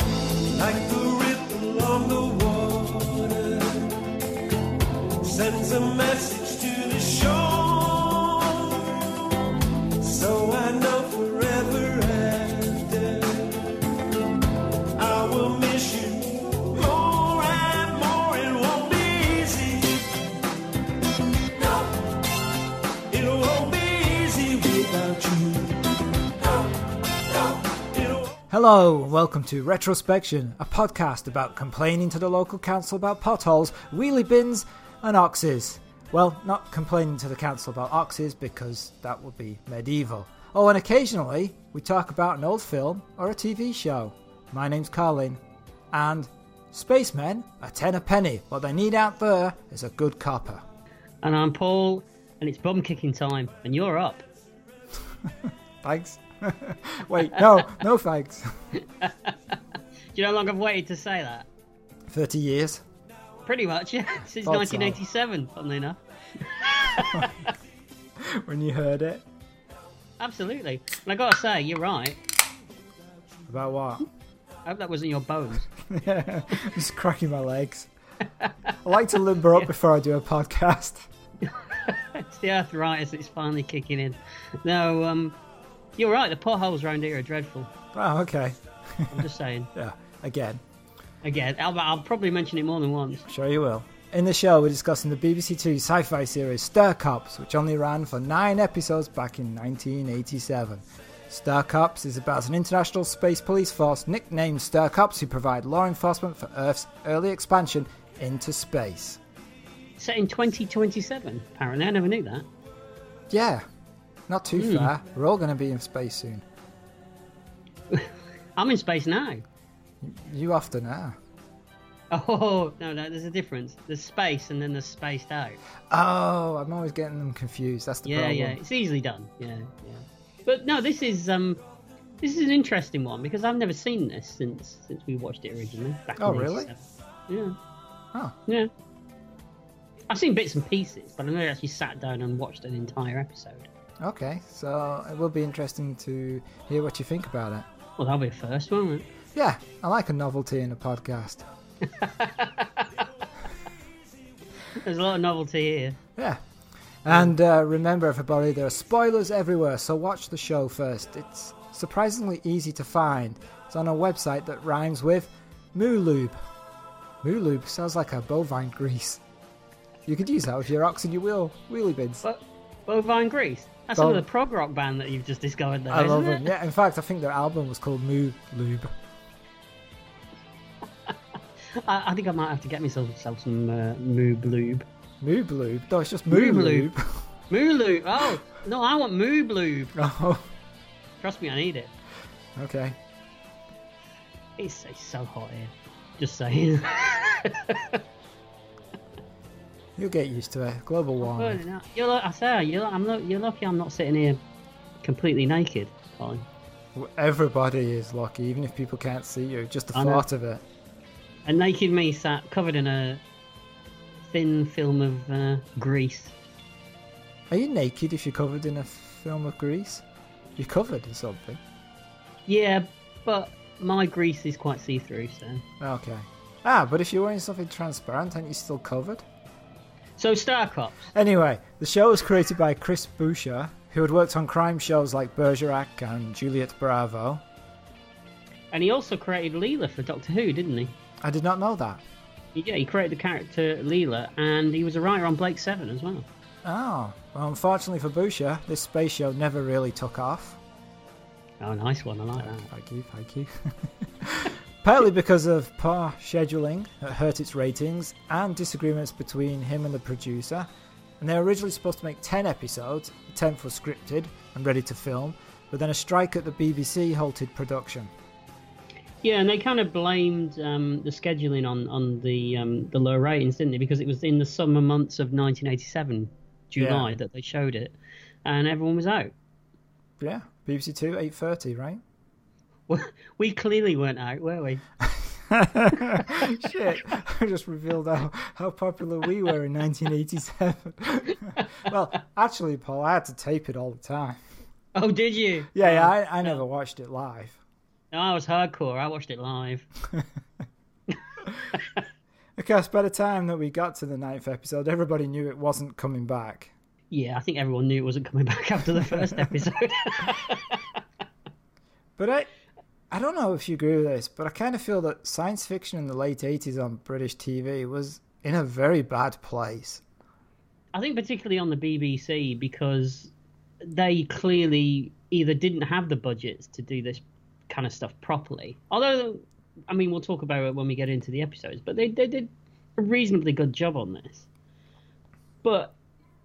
like the ripple on the water, sends a message to the shore. So I know forever after, I will miss you more and more. It won't be easy. No, it won't be easy without you. No, no, it won't. Hello, and welcome to Retrospection, a podcast about complaining to the local council about potholes, wheelie bins, and oxes. Well, not complaining to the council about oxes because that would be medieval. Oh, and occasionally we talk about an old film or a TV show. My name's Carlin, and spacemen are ten a penny. What they need out there is a good copper. and I'm Paul, and it's bum kicking time, and you're up. Thanks. Wait, no, no thanks. Do you know how long I've waited to say that? 30 years. Pretty much, yeah, since Thought so. 1987, funnily enough. When you heard it. Absolutely. And I gotta say, you're right. About what? I hope that wasn't your bones. Yeah, just cracking my legs. I like to limber up before I do a podcast. it's the arthritis that's finally kicking in. No, um, you're right, the potholes around here are dreadful. Oh, okay. I'm just saying. Yeah, again. Again, I'll, I'll probably mention it more than once. Sure you will. In the show, we're discussing the BBC Two sci-fi series Star Cops, which only ran for nine episodes back in 1987. Star Cops is about an international space police force nicknamed Star Cops who provide law enforcement for Earth's early expansion into space. Set in 2027, apparently. I never knew that. Yeah, not too Hmm. far. We're all going to be in space soon. I'm in space now. You often are. Oh, no, no, there's a difference. There's space, and then there's spaced out. Oh, I'm always getting them confused. That's the Yeah, problem. yeah, it's easily done. Yeah, yeah. But no, this is um, this is an interesting one because I've never seen this since since we watched it originally. Back Oh, in really? 87. Yeah, Oh, yeah. I've seen bits and pieces, but I've never actually sat down and watched an entire episode. okay. So it will be interesting to hear what you think about it. Well, that'll be a first, won't it? Yeah, I like a novelty in a podcast. There's a lot of novelty here. Yeah. And uh, remember, everybody, there are spoilers everywhere, so watch the show first. It's surprisingly easy to find. It's on a website that rhymes with Moolube. Moolube sounds like a bovine grease. You could use that with your ox and your wheel wheelie bins. But Bovine Grease. That's Bo- another prog rock band that you've just discovered there, I not love it? them. Yeah, in fact, I think their album was called Moo Lube. I, I think I might have to get myself myself some uh, Moob Lube. Moob Lube? No, it's just Moo Moob Lube. Lube. Moo Lube! Oh, no, I want Moob Lube. oh, Trust me, I need it. okay. It's, it's so hot here. Just saying. You'll get used to it. Global warming. Bloody hell. you're like, I say, you're, like, I'm, lu- you're lucky I'm not sitting here completely naked, Colin. Everybody is lucky, even if people can't see you. Just the I know. thought of it. A naked me sat covered in a thin film of uh, grease. Are you naked if you're covered in a film of grease? You're covered in something. Yeah, but my grease is quite see through, so. Okay. Ah, but if you're wearing something transparent, aren't you still covered? So, Star Cops. Anyway, the show was created by Chris Boucher, who had worked on crime shows like Bergerac and Juliet Bravo. And he also created Leela for Doctor Who, didn't he? I did not know that. Yeah, he created the character Leela, and he was a writer on Blake 7 as well. Oh, well, unfortunately for Boucher, this space show never really took off. Oh, nice one. I like that. Thank you, thank you. Partly because of poor scheduling that hurt its ratings and disagreements between him and the producer. And they were originally supposed to make 10 episodes, the 10th was scripted and ready to film, but then a strike at the BBC halted production. Yeah, and they kind of blamed um, the scheduling on on the um, the low ratings, didn't they? Because it was in the summer months of 1987, July, Yeah. that they showed it, and everyone was out. Yeah, BBC Two, 8.30, right? We clearly weren't out, were we? Shit, I just revealed how, how popular we were in 1987. well, actually, Paul, I had to tape it all the time. Oh, did you? Yeah, yeah I, I never watched it live. No, I was hardcore. I watched it live. Of course, by the time that we got to the ninth episode, everybody knew it wasn't coming back. Yeah, I think everyone knew it wasn't coming back after the first episode. But I, I don't know if you agree with this, but I kind of feel that science fiction in the late '80s on British TV was in a very bad place. I think particularly on the BBC because they clearly either didn't have the budgets to do this kind of stuff properly. Although, I mean, we'll talk about it when we get into the episodes, but they, they did a reasonably good job on this. But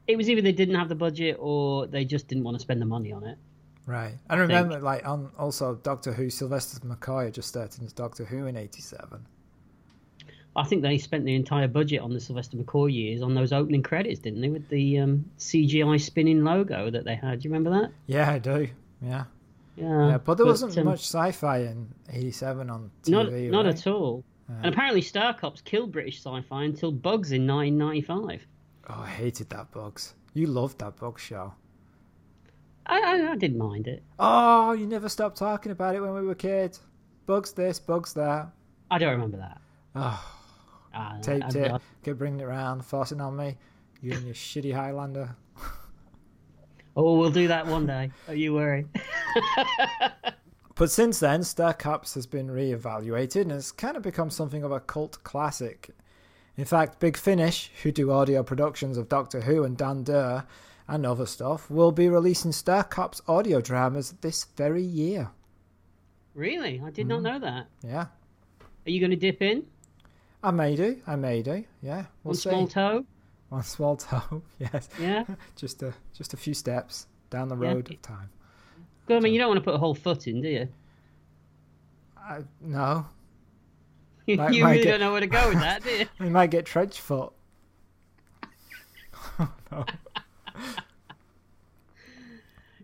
it was either they didn't have the budget or they just didn't want to spend the money on it. Right. I remember, like, on also Doctor Who, Sylvester McCoy just started as Doctor Who in '87. I think they spent the entire budget on the Sylvester McCoy years on those opening credits, didn't they, with the um, CGI spinning logo that they had? Do you remember that? Yeah, I do. Yeah. Yeah, Yeah, but there wasn't um, much sci-fi in '87 on TV. Not, not right? Uh-huh. at all. And apparently, Star Cops killed British sci-fi until Bugs in 1995. Oh, I hated that Bugs. You loved that Bugs show. I, I, I didn't mind it. Oh, you never stopped talking about it when we were kids. Bugs this, Bugs that. I don't remember that. Oh, Ah, taped I- I- it, kept bringing it around, forcing on me. You and your shitty Highlander. Oh, we'll do that one day. Are you worried? But since then, Star Cops has been re-evaluated and has kind of become something of a cult classic. In fact, Big Finish, who do audio productions of Doctor Who and Dan Durr and other stuff, will be releasing Star Cops audio dramas this very year. Really? I did Mm-hmm. not know that. Yeah, Are you going to dip in I may do, I may do. Yeah, we'll on see. Small Toe? One small toe. Yes, Yeah. just a just a few steps down the Yeah. road of time. Well, I mean, you don't want to put a whole foot in, do you? I, no, You, Might- you might really get- don't know where to go with that, do you? We might get trench foot. Oh, no.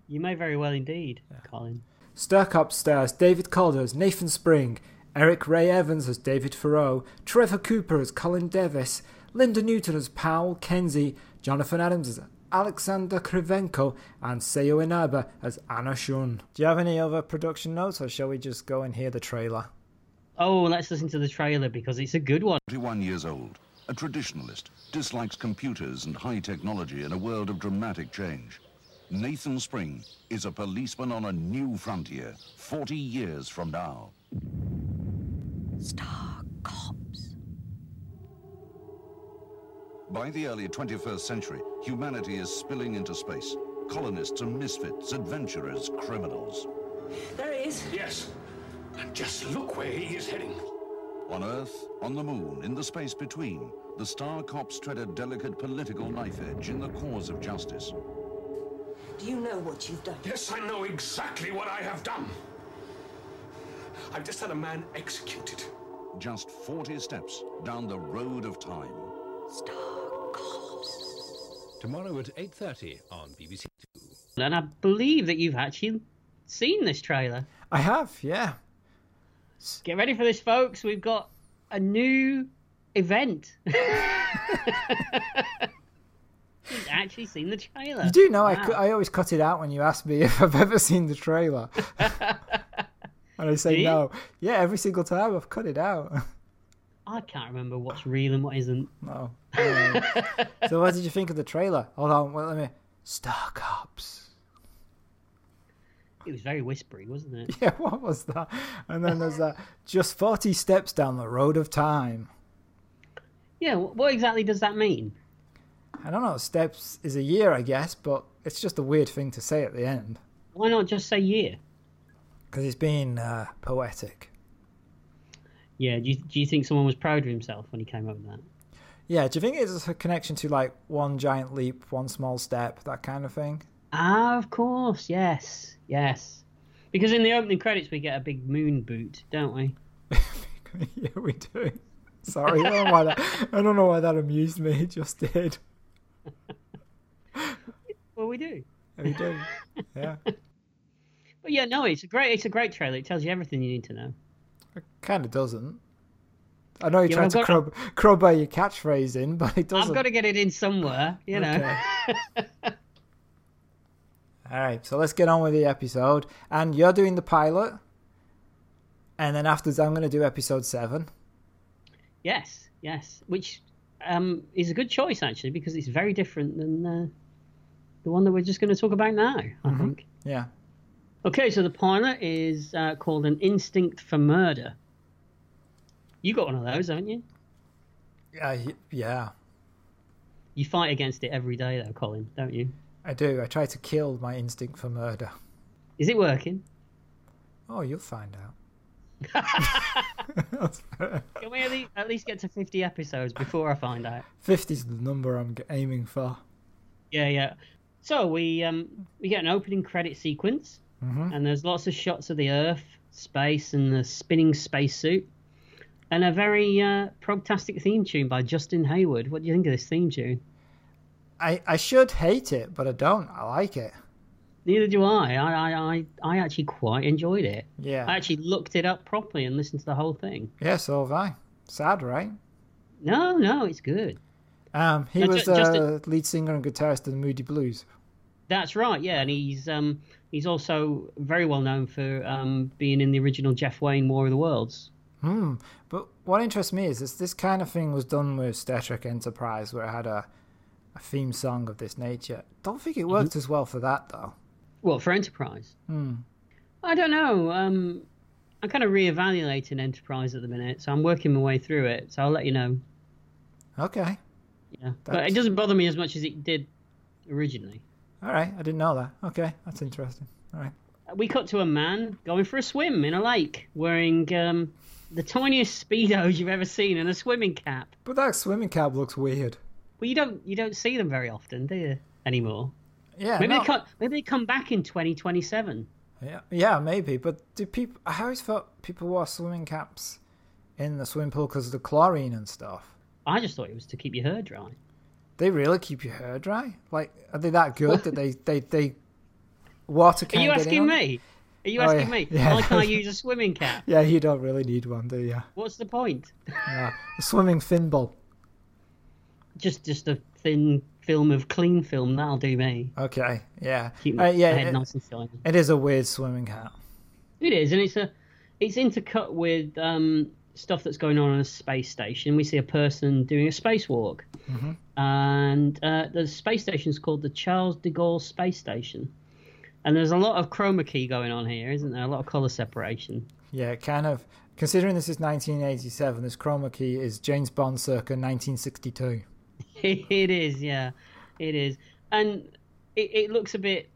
You may very well indeed, Colin. Star Cop stars David Calder as Nathan Spring, Eric Ray Evans as David Farrow, Trevor Cooper as Colin Davis, Linda Newton as Powell Kenzie, Jonathan Adams as Alexander Krivenko, and Seo Inaba as Anna Shun. Do you have any other production notes, or shall we just go and hear the trailer? Oh, let's listen to the trailer because it's a good one. 41 years old, a traditionalist, dislikes computers and high technology in a world of dramatic change. Nathan Spring is a policeman on a new frontier 40 years from now. Star cops. By the early 21st century, humanity is spilling into space. Colonists and misfits, adventurers, criminals. There he is. Yes. And just look where he is heading. On Earth, on the moon, in the space between, the star cops tread a delicate political knife edge in the cause of justice. Do you know what you've done? Yes, I know exactly what I have done. I've just had a man executed. Just 40 steps down the road of time. Star cops. Tomorrow at 8.30 on BBC Two. And I believe that you've actually seen this trailer. I have, yeah. Get ready for this, folks. We've got a new event. He's actually seen the trailer. You do know I Wow. cu- I always cut it out when you ask me if I've ever seen the trailer. and I Do say you? no. Yeah, every single time I've cut it out. I can't remember what's real and what isn't. No. Um, so what did you think of the trailer? Hold on, well, let me. Star Cops. It was very whispery, wasn't it? Yeah, what was that? And then there's that. Just forty steps down the road of time. Yeah. wh- What exactly does that mean? I don't know. Steps is a year, I guess, but it's just a weird thing to say at the end Why not just say year? because it's being uh, poetic. Yeah. Do you, do you think someone was proud of himself when he came up with that? Yeah. Do you think it's a connection to like one giant leap, one small step, that kind of thing? Ah, of course. Yes. Yes. Because in the opening credits we get a big moon boot, don't we? yeah, we do. Sorry, I don't know why that. I don't know why that amused me. It just did. Well, we do. We do. Yeah. But yeah, no, it's a great, it's a great trailer. It tells you everything you need to know. Kind of doesn't. I know you're trying Yeah, I've to got- crowb, crowbar your catchphrase in, but it doesn't. I've got to get it in somewhere, you know. Okay. All right, so let's get on with the episode. And you're doing the pilot. And then afterwards, I'm going to do episode seven. Yes, yes, which um, is a good choice actually because it's very different than the the one that we're just going to talk about now. I think. Yeah. Okay, so the pilot is uh, called an instinct for murder. You got one of those, haven't you? Uh, yeah. You fight against it every day, though, Colin, don't you? I do. I try to kill my instinct for murder. Is it working? Oh, you'll find out. Can we at least, at least get to fifty episodes before I find out? 50's the number I'm g- aiming for. Yeah, yeah. So we um, we get an opening credit sequence, and there's lots of shots of the Earth, space, and the spinning spacesuit, and a very uh, progtastic theme tune by Justin Hayward. What do you think of this theme tune? I, I should hate it, but I don't. I like it. Neither do I. I I, I, I actually quite enjoyed it. Yeah. I actually looked it up properly and listened to the whole thing. Yeah, so have I. Sad, right? No, no, it's good. Um, he No, ju- was just the lead singer and guitarist of the Moody Blues. That's right. Yeah, and he's um, he's also very well known for um, being in the original Jeff Wayne War of the Worlds. But what interests me is this, this kind of thing was done with Star Trek Enterprise, where it had a, a theme song of this nature. Don't think it worked Mm-hmm. as well for that, though. Well, for Enterprise. Hmm. I don't know. Um, I'm kind of reevaluating Enterprise at the minute, so I'm working my way through it. So I'll let you know. Okay. Yeah, but That's- it doesn't bother me as much as it did originally. All right. I didn't know that. Okay. That's interesting. All right. We cut to a man going for a swim in a lake, wearing um, the tiniest speedos you've ever seen and a swimming cap. But that swimming cab looks weird. Well, you don't you don't see them very often, do you anymore? Yeah. Maybe no. they come, maybe they come back in 2027. Yeah, yeah, maybe. But do people? I always thought people wore swimming caps in the swimming pool because of the chlorine and stuff. I just thought it was to keep your hair dry. They really keep your hair dry. Like, are they that good that they they they water? Are Can't you get in asking on- me? Are you Oh, asking yeah. me? Yeah. Why can't I use a swimming cap? Yeah, you don't really need one, do you? What's the point? Yeah. A swimming thimble. Just just a thin film of clean film that'll do me. Okay. Yeah. Keep Uh, my yeah. head it- nice and shiny. it is a weird swimming cap. It is, and it's a it's intercut with um, stuff that's going on on a space station. We see a person doing a spacewalk, Mm-hmm. and uh, the space station is called the Charles de Gaulle Space Station. And there's a lot of chroma key going on here, isn't there? A lot of color separation. Yeah, it kind of. Considering this is 1987, this chroma key is James Bond circa 1962. it is, yeah, it is, and it, it looks a bit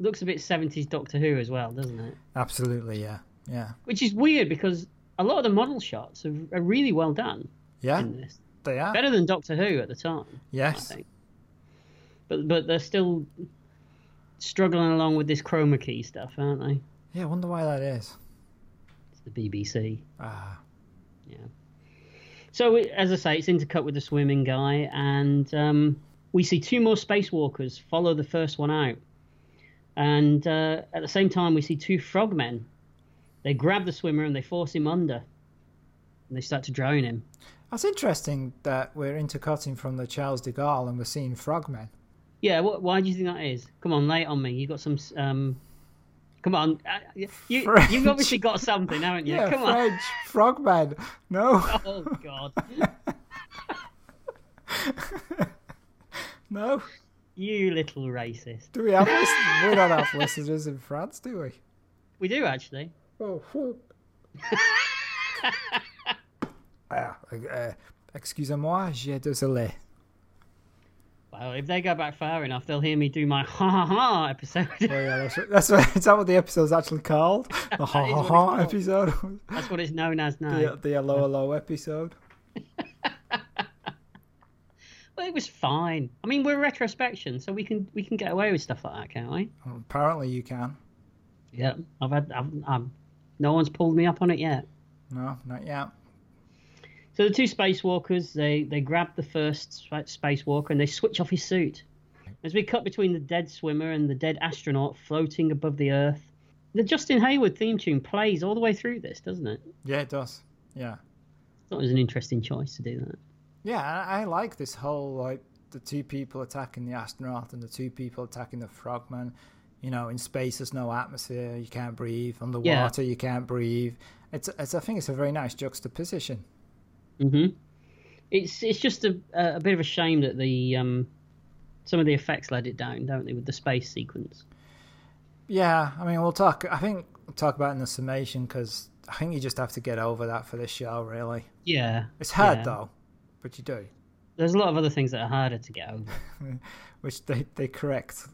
looks a bit 70s Doctor Who as well, doesn't it? Absolutely. Yeah. Yeah. Which is weird because a lot of the model shots are, are really well done Yeah. in this. They are. better than Doctor Who at the time, yes. I think. But but they're still struggling along with this chroma key stuff, aren't they? Yeah, I wonder why that is. It's the BBC. Ah. Yeah. So it, as I say, it's intercut with the swimming guy, and um, we see two more spacewalkers follow the first one out, and uh, at the same time we see two frogmen. They grab the swimmer and they force him under, and they start to drown him. That's interesting that we're intercutting from the Charles de Gaulle and we're seeing frogmen. Yeah, what, why do you think that is? Come on, lay it on me. You got some. s- Um, come on, uh, you French. you've obviously got something, haven't you? Yeah, come on. French frogmen. No, Oh God, no. you little racist. Do we have listeners? we don't have listeners in France, do we? We do actually. Oh. whew. ah, uh, excusez-moi, j'ai désolé. Well, if they go back far enough, they'll hear me do my ha ha ha episode. Oh yeah, that's, what- that's what, is that what the episode's actually called? The ha ha what ha it's called. episode, That's what it's known as now. the, the hello hello episode. Well, it was fine. I mean, we're retrospection, so we can we can get away with stuff like that, can't we? Apparently, you can. Yeah. I've had. I've, I've, no one's pulled me up on it yet. No, not yet. So the two spacewalkers, they they grab the first spa- spacewalker and they switch off his suit. As we cut between the dead swimmer and the dead astronaut floating above the Earth, the Justin Hayward theme tune plays all the way through this, doesn't it? Yeah, it does. Yeah. Thought it was an interesting choice to do that. Yeah, I, I like this whole like the two people attacking the astronaut and the two people attacking the frogman. You know, in space there's no atmosphere, you can't breathe. Underwater you can't breathe. It's, it's I think it's a very nice juxtaposition. It's it's just a a bit of a shame that the um some of the effects let it down, don't they, with the space sequence? Yeah, I mean we'll talk. I think we'll talk about it in the summation because I think you just have to get over that for this show. Really, Yeah, it's hard yeah. though, but you do. There's a lot of other things that are harder to get over. which they, they correct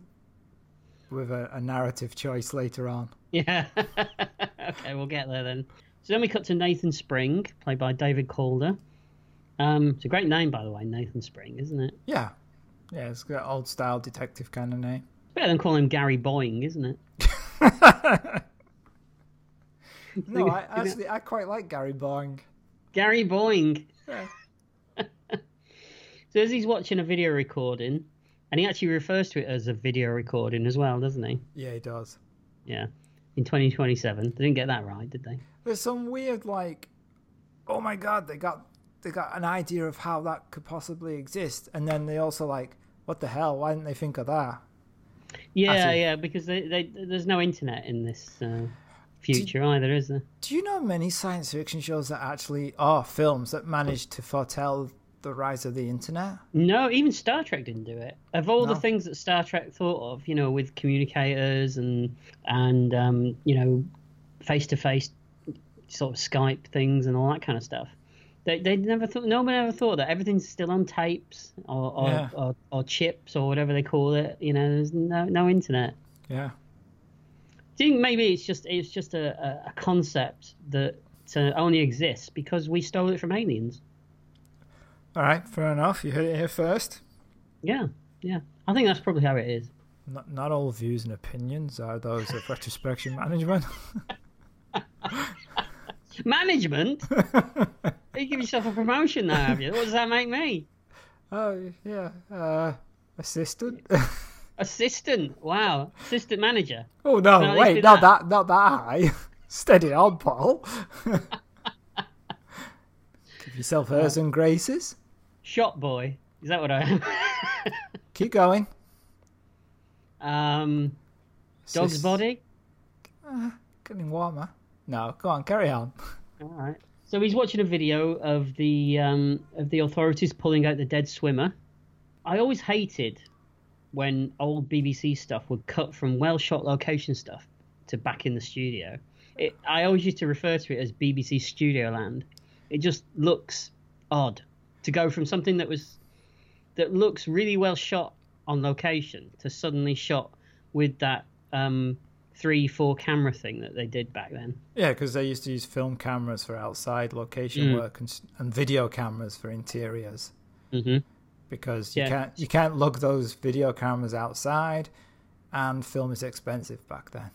with a, a narrative choice later on. Yeah. okay, we'll get there then. So then we cut to Nathan Spring, played by David Calder. Um, it's a great name, by the way, Nathan Spring, isn't it? Yeah, yeah, it's got old style detective kind of name. It's better than calling him Gary Boying, isn't it? No, I actually I quite like Gary Bong. Gary Boying. Yeah. So as he's watching a video recording, and he actually refers to it as a video recording as well, doesn't he? Yeah, he does. Yeah. In 2027, they didn't get that right, did they? There's some weird like, oh my god, they got they got an idea of how that could possibly exist, and then they also like, what the hell? Why didn't they think of that? Yeah, Actually- yeah, because they, they, there's no internet in this uh, future either, is there? Do you know many science fiction shows that actually are films that manage to foretell the rise of the internet? No, even Star Trek didn't do it. Of all the No. things that Star Trek thought of, you know, with communicators and and um, you know, face to face sort of Skype things and all that kind of stuff. They they never thought no one ever thought that everything's still on tapes or or, Yeah. or, or chips or whatever they call it. You know, there's no no internet. Yeah. Do you think maybe it's just it's just a, a, a concept that uh, only exists because we stole it from aliens? All right, fair enough. You heard it here first. Yeah, yeah. I think that's probably how it is. Not, not all views and opinions are those of retrospection management. Management? you give yourself a promotion now, have you? What does that make me? oh yeah, uh, assistant. Assistant. Wow. Assistant manager. oh no, No, they wait, did not that. that. not that high. Steady on, Paul. Give yourself hers and graces. Shop boy. Is that what I Keep going. am? um, dog's Assist- body. Getting warmer. No, go on, carry on. All right. So he's watching a video of the um, of the authorities pulling out the dead swimmer. I always hated when old BBC stuff would cut from well shot location stuff to back in the studio. It, I always used to refer to it as BBC Studio Land. It just looks odd to go from something that was that looks really well shot on location to suddenly shot with that um, three four camera thing that they did back then. Yeah, because they used to use film cameras for outside Mm. location work and, s- and video cameras for interiors. Mhm. Because you Yeah. can't you can't lug those video cameras outside, and film is expensive back then.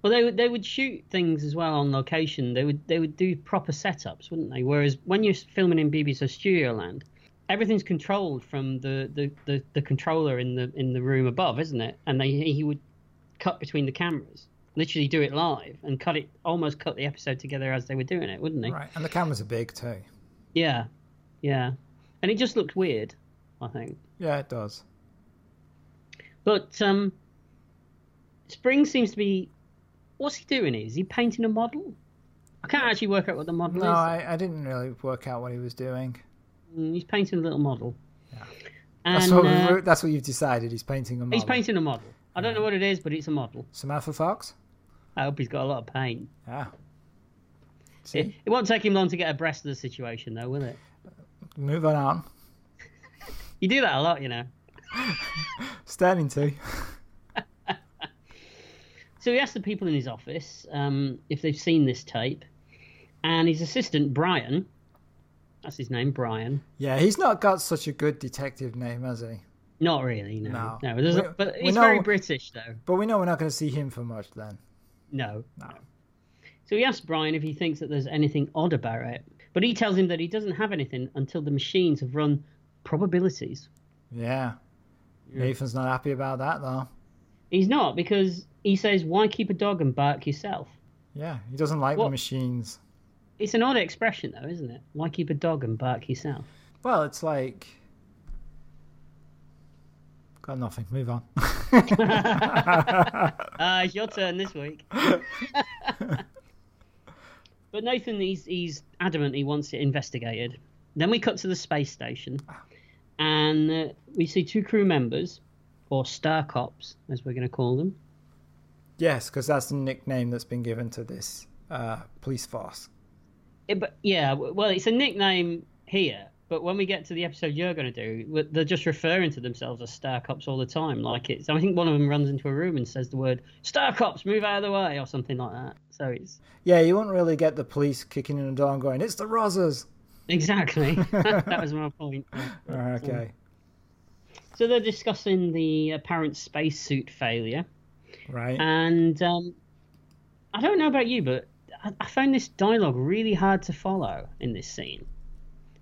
Well, they would they would shoot things as well on location. They would they would do proper setups, wouldn't they? Whereas when you're filming in BBC Studio Land, everything's controlled from the, the, the, the controller in the in the room above, isn't it? And they he would cut between the cameras, literally do it live and cut it almost cut the episode together as they were doing it, wouldn't they? Right, and the cameras are big too. Yeah, yeah, and it just looked weird. I think. Yeah, it does. But um, Spring seems to be. What's he doing? here? Is he painting a model? I can't actually work out what the model No, is. I, I didn't really work out what he was doing. Mm, He's painting a little model. And, That's what we- uh, that's what you've decided. He's painting a model. he's painting a model. I don't know what it is, but it's a model. Samantha Fox. I hope he's got a lot of paint. Yeah. See, It, it won't take him long to get abreast of the situation, though, will it? moving on. You do that a lot, you know. Starting to. So he asked the people in his office um, if they've seen this tape, and his assistant Brian, that's his name, Brian. Yeah, he's not got such a good detective name, has he? Not really, no. No. No, there's a- We- but we he's know- very British, though. But we know we're not going to see him for much then. No. No. So he asks Brian if he thinks that there's anything odd about it, but he tells him that he doesn't have anything until the machines have run probabilities. Yeah. Nathan's not happy about that though. He's not because he says, "Why keep a dog and bark yourself?" Yeah, he doesn't like the What? machines. It's an odd expression, though, isn't it? Why keep a dog and bark yourself? Well, it's like Got nothing. Move on. Uh, it's your turn this week. but Nathan, he's, he's adamant he wants it investigated. Then we cut to the space station, and uh, we see two crew members, or star cops, as we're going to call them. yes, because that's the nickname that's been given to this uh, police force. Yeah, but yeah, w- well, it's a nickname here. But when we get to the episode you're going to do, w- they're just referring to themselves as Star Cops all the time. Like it's, I think one of them runs into a room and says the word "Star Cops, move out of the way" or something like that. So it's Yeah, you won't really get the police kicking in the door and going, "It's the Rozzers." exactly that was my point. Ah, okay, So they're discussing the apparent spacesuit failure, right. and um, I don't know about you, but I, I found this dialogue really hard to follow in this scene.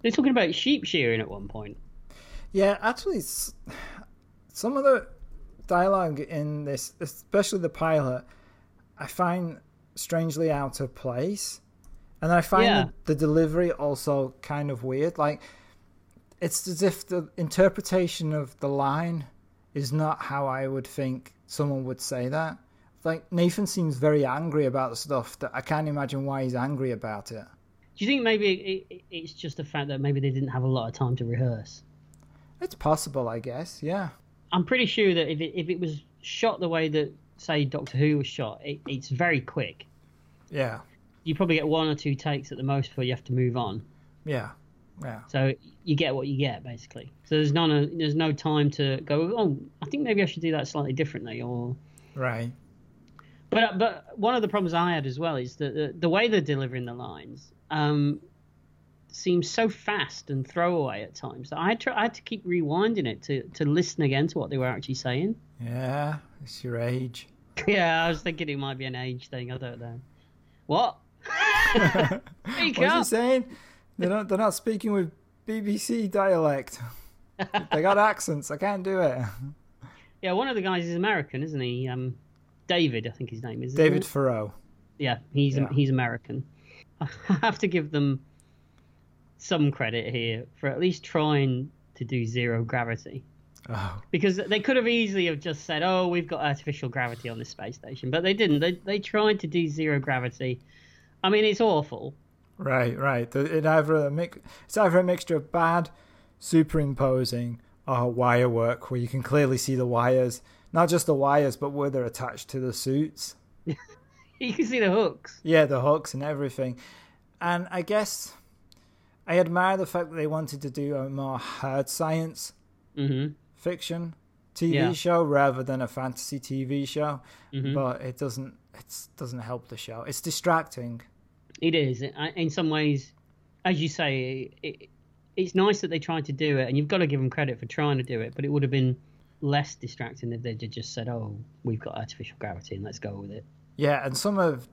They're talking about sheep shearing at one point. Yeah, actually, s- some of the dialogue in this, especially the pilot, I find strangely out of place. And I find Yeah. the, the delivery also kind of weird. Like, it's as if the interpretation of the line is not how I would think someone would say that. Like, Nathan seems very angry about stuff that I can't imagine why he's angry about it. Do you think maybe it, it, it's just the fact that maybe they didn't have a lot of time to rehearse? It's possible, I guess, yeah. I'm pretty sure that if it, if it was shot the way that, say, Doctor Who was shot, it, it's very quick. Yeah, You probably get one or two takes at the most before you have to move on. yeah, yeah. So you get what you get basically. So there's none of, there's no time to go. Oh, I think maybe I should do that slightly differently. Or Right. but uh, but one of the problems I had as well is that the, the way they're delivering the lines um, seems so fast and throwaway at times that I had to, I had to keep rewinding it to to listen again to what they were actually saying. Yeah, it's your age. Yeah, I was thinking it might be an age thing. I don't know. What? Speak What is he up. saying? They're not, they're not speaking with BBC dialect. they got accents. I can't do it. Yeah, one of the guys is American, isn't he? Um, David, I think his name is. isn't David it? Farrow. Yeah, he's Yeah. he's American. I have to give them some credit here for at least trying to do zero gravity. Oh. Because they could have easily have just said, "Oh, we've got artificial gravity on this space station," but they didn't. They they tried to do zero gravity. I mean, it's awful. Right, right. The- It either a mix, it's either a mixture of bad superimposing or wire work where you can clearly see the wires. Not just the wires, but where they're attached to the suits. You can see the hooks. Yeah, the hooks and everything. And I guess I admire the fact that they wanted to do a more hard science hmm fiction TV Yeah. Mm-hmm. show rather than a fantasy TV show, but it doesn't it doesn't help the show. It's distracting. It is I- in some ways, as you say, it, it's nice that they tried to do it, and you've got to give them credit for trying to do it. But it would have been less distracting if they'd have just said, "Oh, we've got artificial gravity, and let's go with it." Yeah, and some of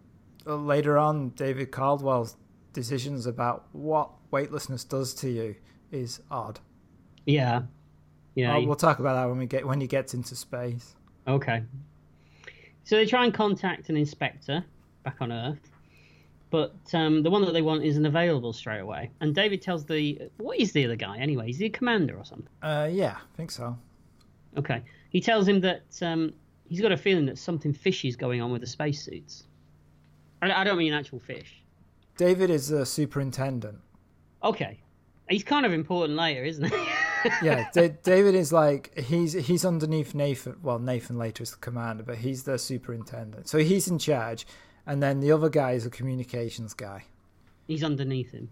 uh, later on David Caldwell's decisions about what weightlessness does to you is odd. Yeah, yeah. Uh, we'll talk about that when we get when he gets into space. Okay. So they try and contact an inspector back on Earth, but um, the one that they want isn't available straight away. And David tells the what is the other guy anyway? Is he a commander or something? Uh, yeah, I think so. Okay. He tells him that um, he's got a feeling that something fishy is going on with the spacesuits. I, I don't mean actual fish. David is the superintendent. Okay. He's kind of important later, isn't he? Yeah, da- David is like he's he's underneath Nathan. Well, Nathan later is the commander, but he's the superintendent, so he's in charge. And then the other guy is a communications guy. he's underneath him.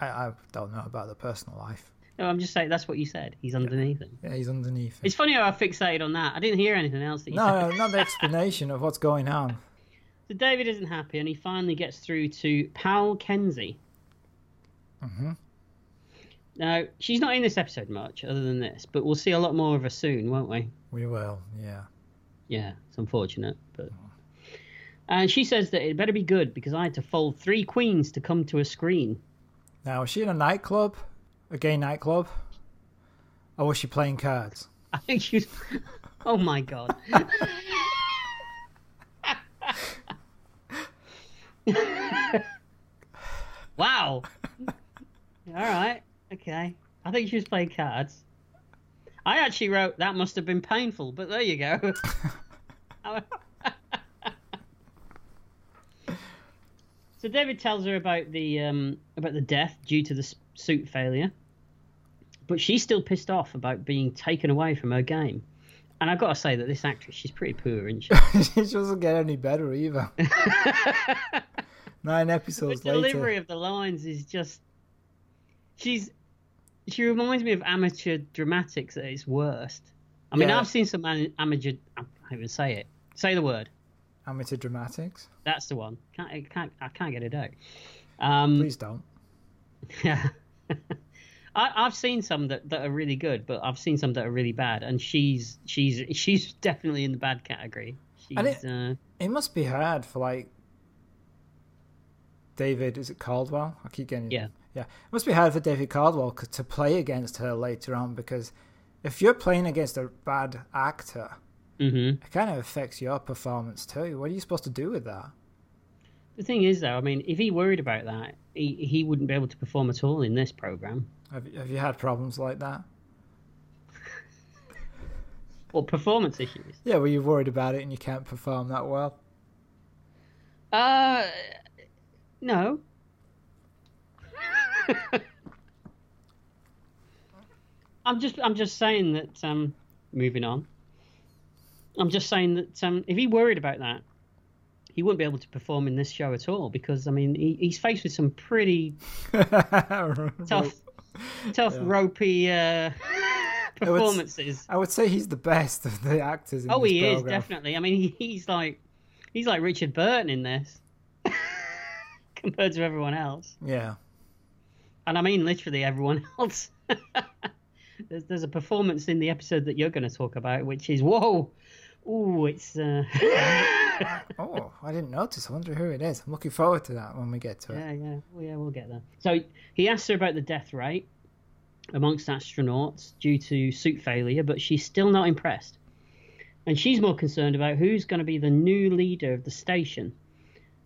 I, I don't know about the personal life. No, I'm just saying that's what you said. He's underneath him. Yeah, he's underneath. Him. It's funny how I fixated on that. I didn't hear anything else that you said. No, no, not the explanation of what's going on. So David isn't happy, and he finally gets through to Pal Kenzie. Mm-hmm. Now she's not in this episode much, other than this, but we'll see a lot more of her soon, won't we? We will, yeah. Yeah, it's unfortunate, but. And she says that it better be good because I had to fold three queens to come to a screen. Now, is she in a nightclub? A gay nightclub? Or was she playing cards? I think she's. Oh my god. wow. All right. Okay. I think she was playing cards. I actually wrote that must have been painful, but there you go. so David tells her about the um, about the death due to the s- suit failure, but she's still pissed off about being taken away from her game. And I've got to say that this actress, she's pretty poor, isn't she? she doesn't get any better either. Nine episodes the later. delivery of the lines is just she's she reminds me of amateur dramatics at its worst i mean Yeah. i've seen some ama- amateur i can't even say it say the word Amateur dramatics. that's the one can't, I, can't, I can't get it out um Please don't. yeah I, i've seen some that, that are really good but i've seen some that are really bad and she's she's she's definitely in the bad category she's it- uh, It must be hard for like David. Is it Caldwell? I keep getting Yeah. yeah. It must be hard for David Caldwell c- to play against her later on because if you're playing against a bad actor, mhm. it kind of affects your performance too. What are you supposed to do with that? the thing is though i mean if he worried about that he, he wouldn't be able to perform at all in this program Have, have you had problems like that? Well, performance issues. Yeah, where you're worried about it and you can't perform that well. Uh, no. I'm just, I'm just saying that. Um, moving on. I'm just saying that um, if he worried about that, he wouldn't be able to perform in this show at all because I mean he, he's faced with some pretty tough, tough, ropey uh, would s- performances. I would say he's the best of the actors in Oh, this he is program. definitely. I mean, he, he's like he's like Richard Burton in this compared to everyone else, Yeah. and I mean literally everyone else. there's there's a performance in the episode that you're going to talk about, which is whoa, ooh, it's uh, yeah, Oh, I didn't notice. I wonder who it is. I'm looking forward to that when we get to it. yeah, oh, yeah, we'll get there. So he asks her about the death rate amongst astronauts due to suit failure, but she's still not impressed. And she's more concerned about who's going to be the new leader of the station.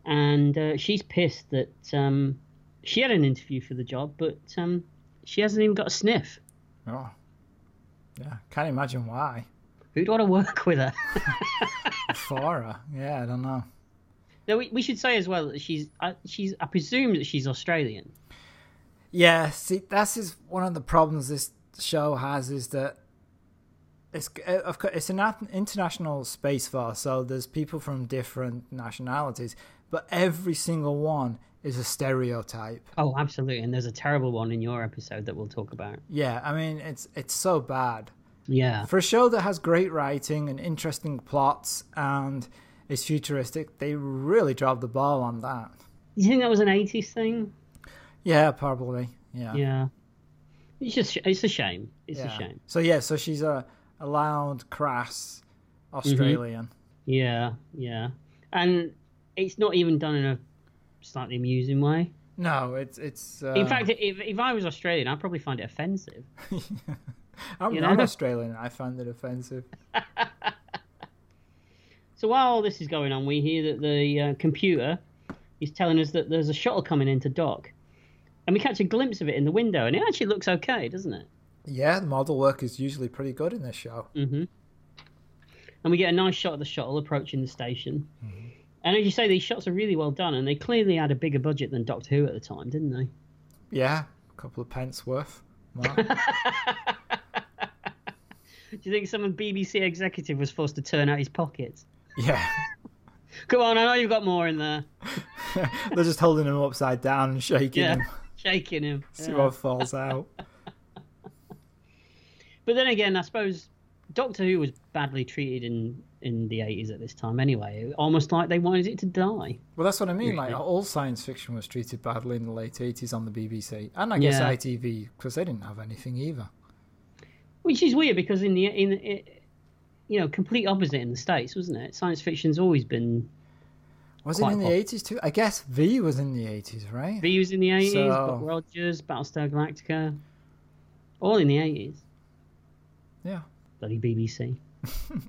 And uh, she's pissed that um, she had an interview for the job, but um, she hasn't even got a sniff. Oh. Yeah, can't imagine why. Who'd want to work with her? Flora. Yeah, I don't know. now, we, we should say as well that she's, I, she's, I presume that she's Australian. Yeah, see, that's is one of the problems this show has is that it's uh, of course it's an at- international space force, so there's people from different nationalities, but every single one is a stereotype. Oh, absolutely. And there's a terrible one in your episode that we'll talk about. Yeah, I mean it's it's so bad. Yeah. For a show that has great writing and interesting plots and is futuristic, they really dropped the ball on that. You think that was an 80s thing? Yeah, probably. Yeah. Yeah. It's just it's a shame. It's a shame. So yeah, so she's a, a loud, crass Mm-hmm. Australian. Yeah, yeah. And it's not even done in a slightly amusing way. No, it's it's. Uh, In fact, if if I was Australian, I'd probably find it offensive. I'm you not know? Australian. and I find it offensive. So while all this is going on, we hear that the uh, computer is telling us that there's a shuttle coming into dock. And we catch a glimpse of it in the window, and it actually looks okay, doesn't it? Yeah, the model work is usually pretty good in this show. Mm. and we get a nice shot of the shuttle approaching the station. Mm-hmm. And as you say, these shots are really well done, and they clearly had a bigger budget than Doctor Who at the time, didn't they? Yeah, a couple of pence worth. Mark. Do you think some BBC executive was forced to turn out his pockets? yeah, Come on, I know you've got more in there. they're just holding him upside down and shaking Yeah, him. shaking him. See Yeah. what falls out. But then again, I suppose Doctor Who was badly treated in in the eighties at this time anyway. Almost like they wanted it to die. Well, that's what I mean. Like Usually. all science fiction was treated badly in the late '80s on the BBC, and I guess Yeah. ITV because they didn't have anything either. Which is weird because in the in it, you know complete opposite in the states, wasn't it? Science fiction's always been Was Quite it in the pop- '80s too? I guess V was in the '80s, right? Views in the 80s, So- Buck Rogers, Battlestar Galactica, all in the 80s. yeah. Bloody BBC. Well,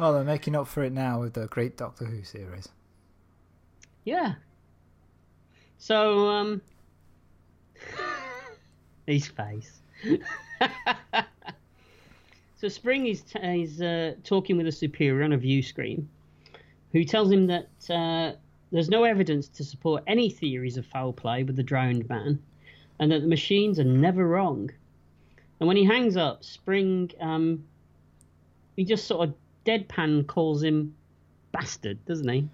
Oh, they're making up for it now with the great Doctor Who series. Yeah. So, um, His face. so Spring is, t- is uh, talking with a superior on a view screen who tells him that uh, there's no evidence to support any theories of foul play with the drowned man and that the machines are never wrong. And when he hangs up, Spring, um, he just sort of deadpan calls him bastard, doesn't he?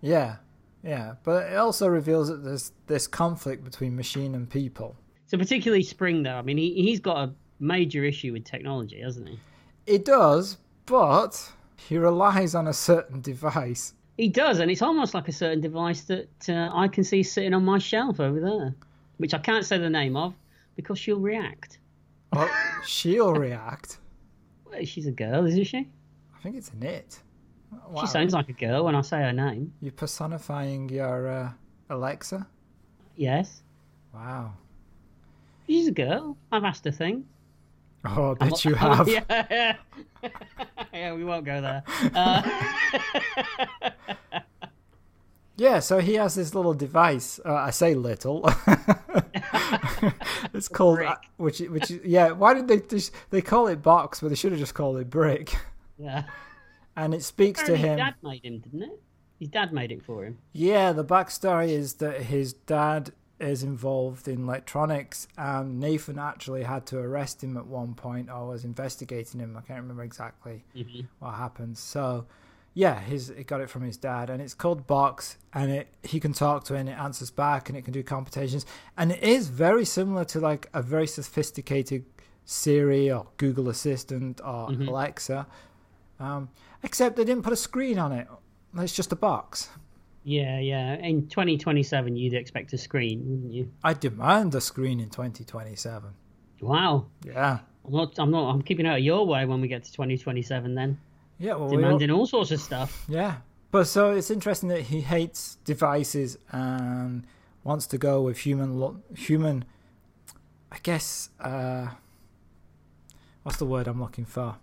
Yeah, yeah. But it also reveals that there's this conflict between machine and people. So particularly Spring, though, I mean, he, he's got a major issue with technology, hasn't he? It does, but he relies on a certain device. He does, and it's almost like a certain device that uh, I can see sitting on my shelf over there, which I can't say the name of because she'll react. But she'll react. Well, she's a girl, isn't she? I think it's an it. Wow. She sounds like a girl when I say her name. You're personifying your uh, Alexa? Yes, Wow. she's a girl. I've asked her thing. Oh, I bet you have. yeah, yeah, we won't go there. Yeah, so he has this little device. Uh, I say little. it's called uh, Brick. which which is- yeah. Why did they just they call it box, but they should have just called it brick. Yeah. And it speaks to Apparently him. His dad made him, didn't it? His dad made it for him. Yeah, the backstory is that his dad is involved in electronics, and Nathan actually had to arrest him at one point, or was investigating him. I can't remember exactly what happened. So, yeah, his he got it from his dad, and it's called Box, and it he can talk to it, and it answers back, and it can do computations, and it is very similar to like a very sophisticated Siri or Google Assistant or Alexa, um, except they didn't put a screen on it. It's just a box. Yeah, yeah. In 2027, you'd expect a screen, wouldn't you? I demand a screen in 2027. Wow. Yeah. I'm not. I'm not. I'm keeping out of your way when we get to 2027. Then Yeah, well, we all- demanding all sorts of stuff. yeah. But so it's interesting that he hates devices and wants to go with human, lo- human. I guess uh, what's the word I'm looking for?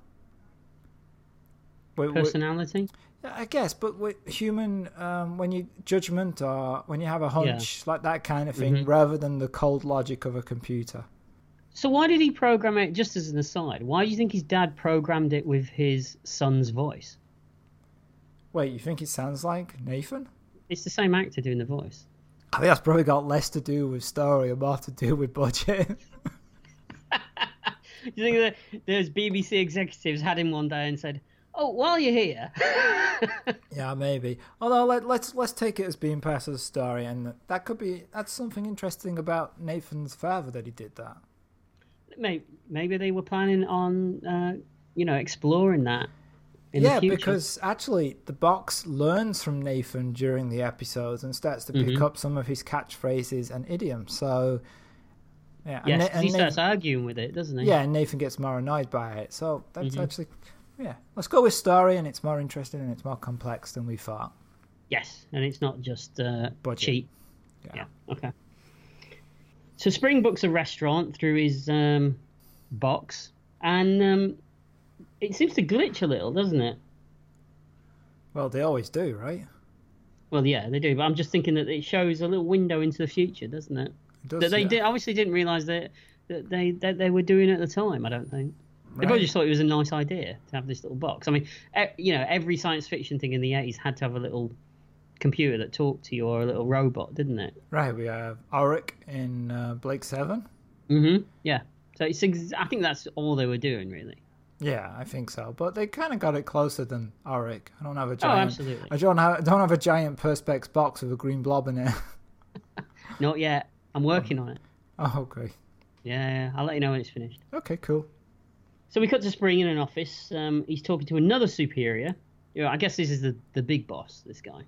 Wait, wait, Personality. I guess, but with human, um, when you judgment or when you have a hunch like that kind of thing, rather than the cold logic of a computer. So why did he program it? Just as an aside, why do you think his dad programmed it with his son's voice? Wait, you think it sounds like Nathan? It's the same actor doing the voice. I think that's probably got less to do with story and more to do with budget. Do you think that those BBC executives had him one day and said, "Oh, while you're here, yeah, maybe. Although let, let's let's take it as being part of the story, and that could be that's something interesting about Nathan's father that he did that. maybe, maybe they were planning on, uh, you know, exploring that." In yeah, the future. because actually the box learns from Nathan during the episodes and starts to pick Mm-hmm. up some of his catchphrases and idioms. So yeah, and yes, Na- 'cause and he Nathan- starts arguing with it, doesn't he? yeah, and Nathan gets more annoyed by it. So that's Mm-hmm. actually yeah. Let's go with story, and it's more interesting and it's more complex than we thought. Yes, and it's not just uh, Budget. cheap. Yeah. Okay. So Spring books a restaurant through his um, box, and um, it seems to glitch a little, doesn't it? Well, they always do, right? Well, yeah, they do. But I'm just thinking that it shows a little window into the future, doesn't it? It does, That they yeah. did obviously didn't realise that that they that they were doing it at the time. I don't think. They Right. probably just thought it was a nice idea to have this little box. I mean, e- you know, every science fiction thing in the 80s had to have a little computer that talked to you or a little robot, didn't it? Right, we have Auric in uh, Blake Seven. Mm-hmm. Yeah. So it's. Ex- I think that's all they were doing, really. Yeah, I think so. But they kind of got it closer than Auric. I don't have a giant. Oh, absolutely. I don't have, don't have a giant perspex box with a green blob in it. Not yet. I'm working on it. oh, okay. Yeah, yeah. I'll let you know when it's finished. Okay, cool. So we cut to Spring in an office. Um, he's talking to another superior. You know, I guess this is the the big boss. This guy.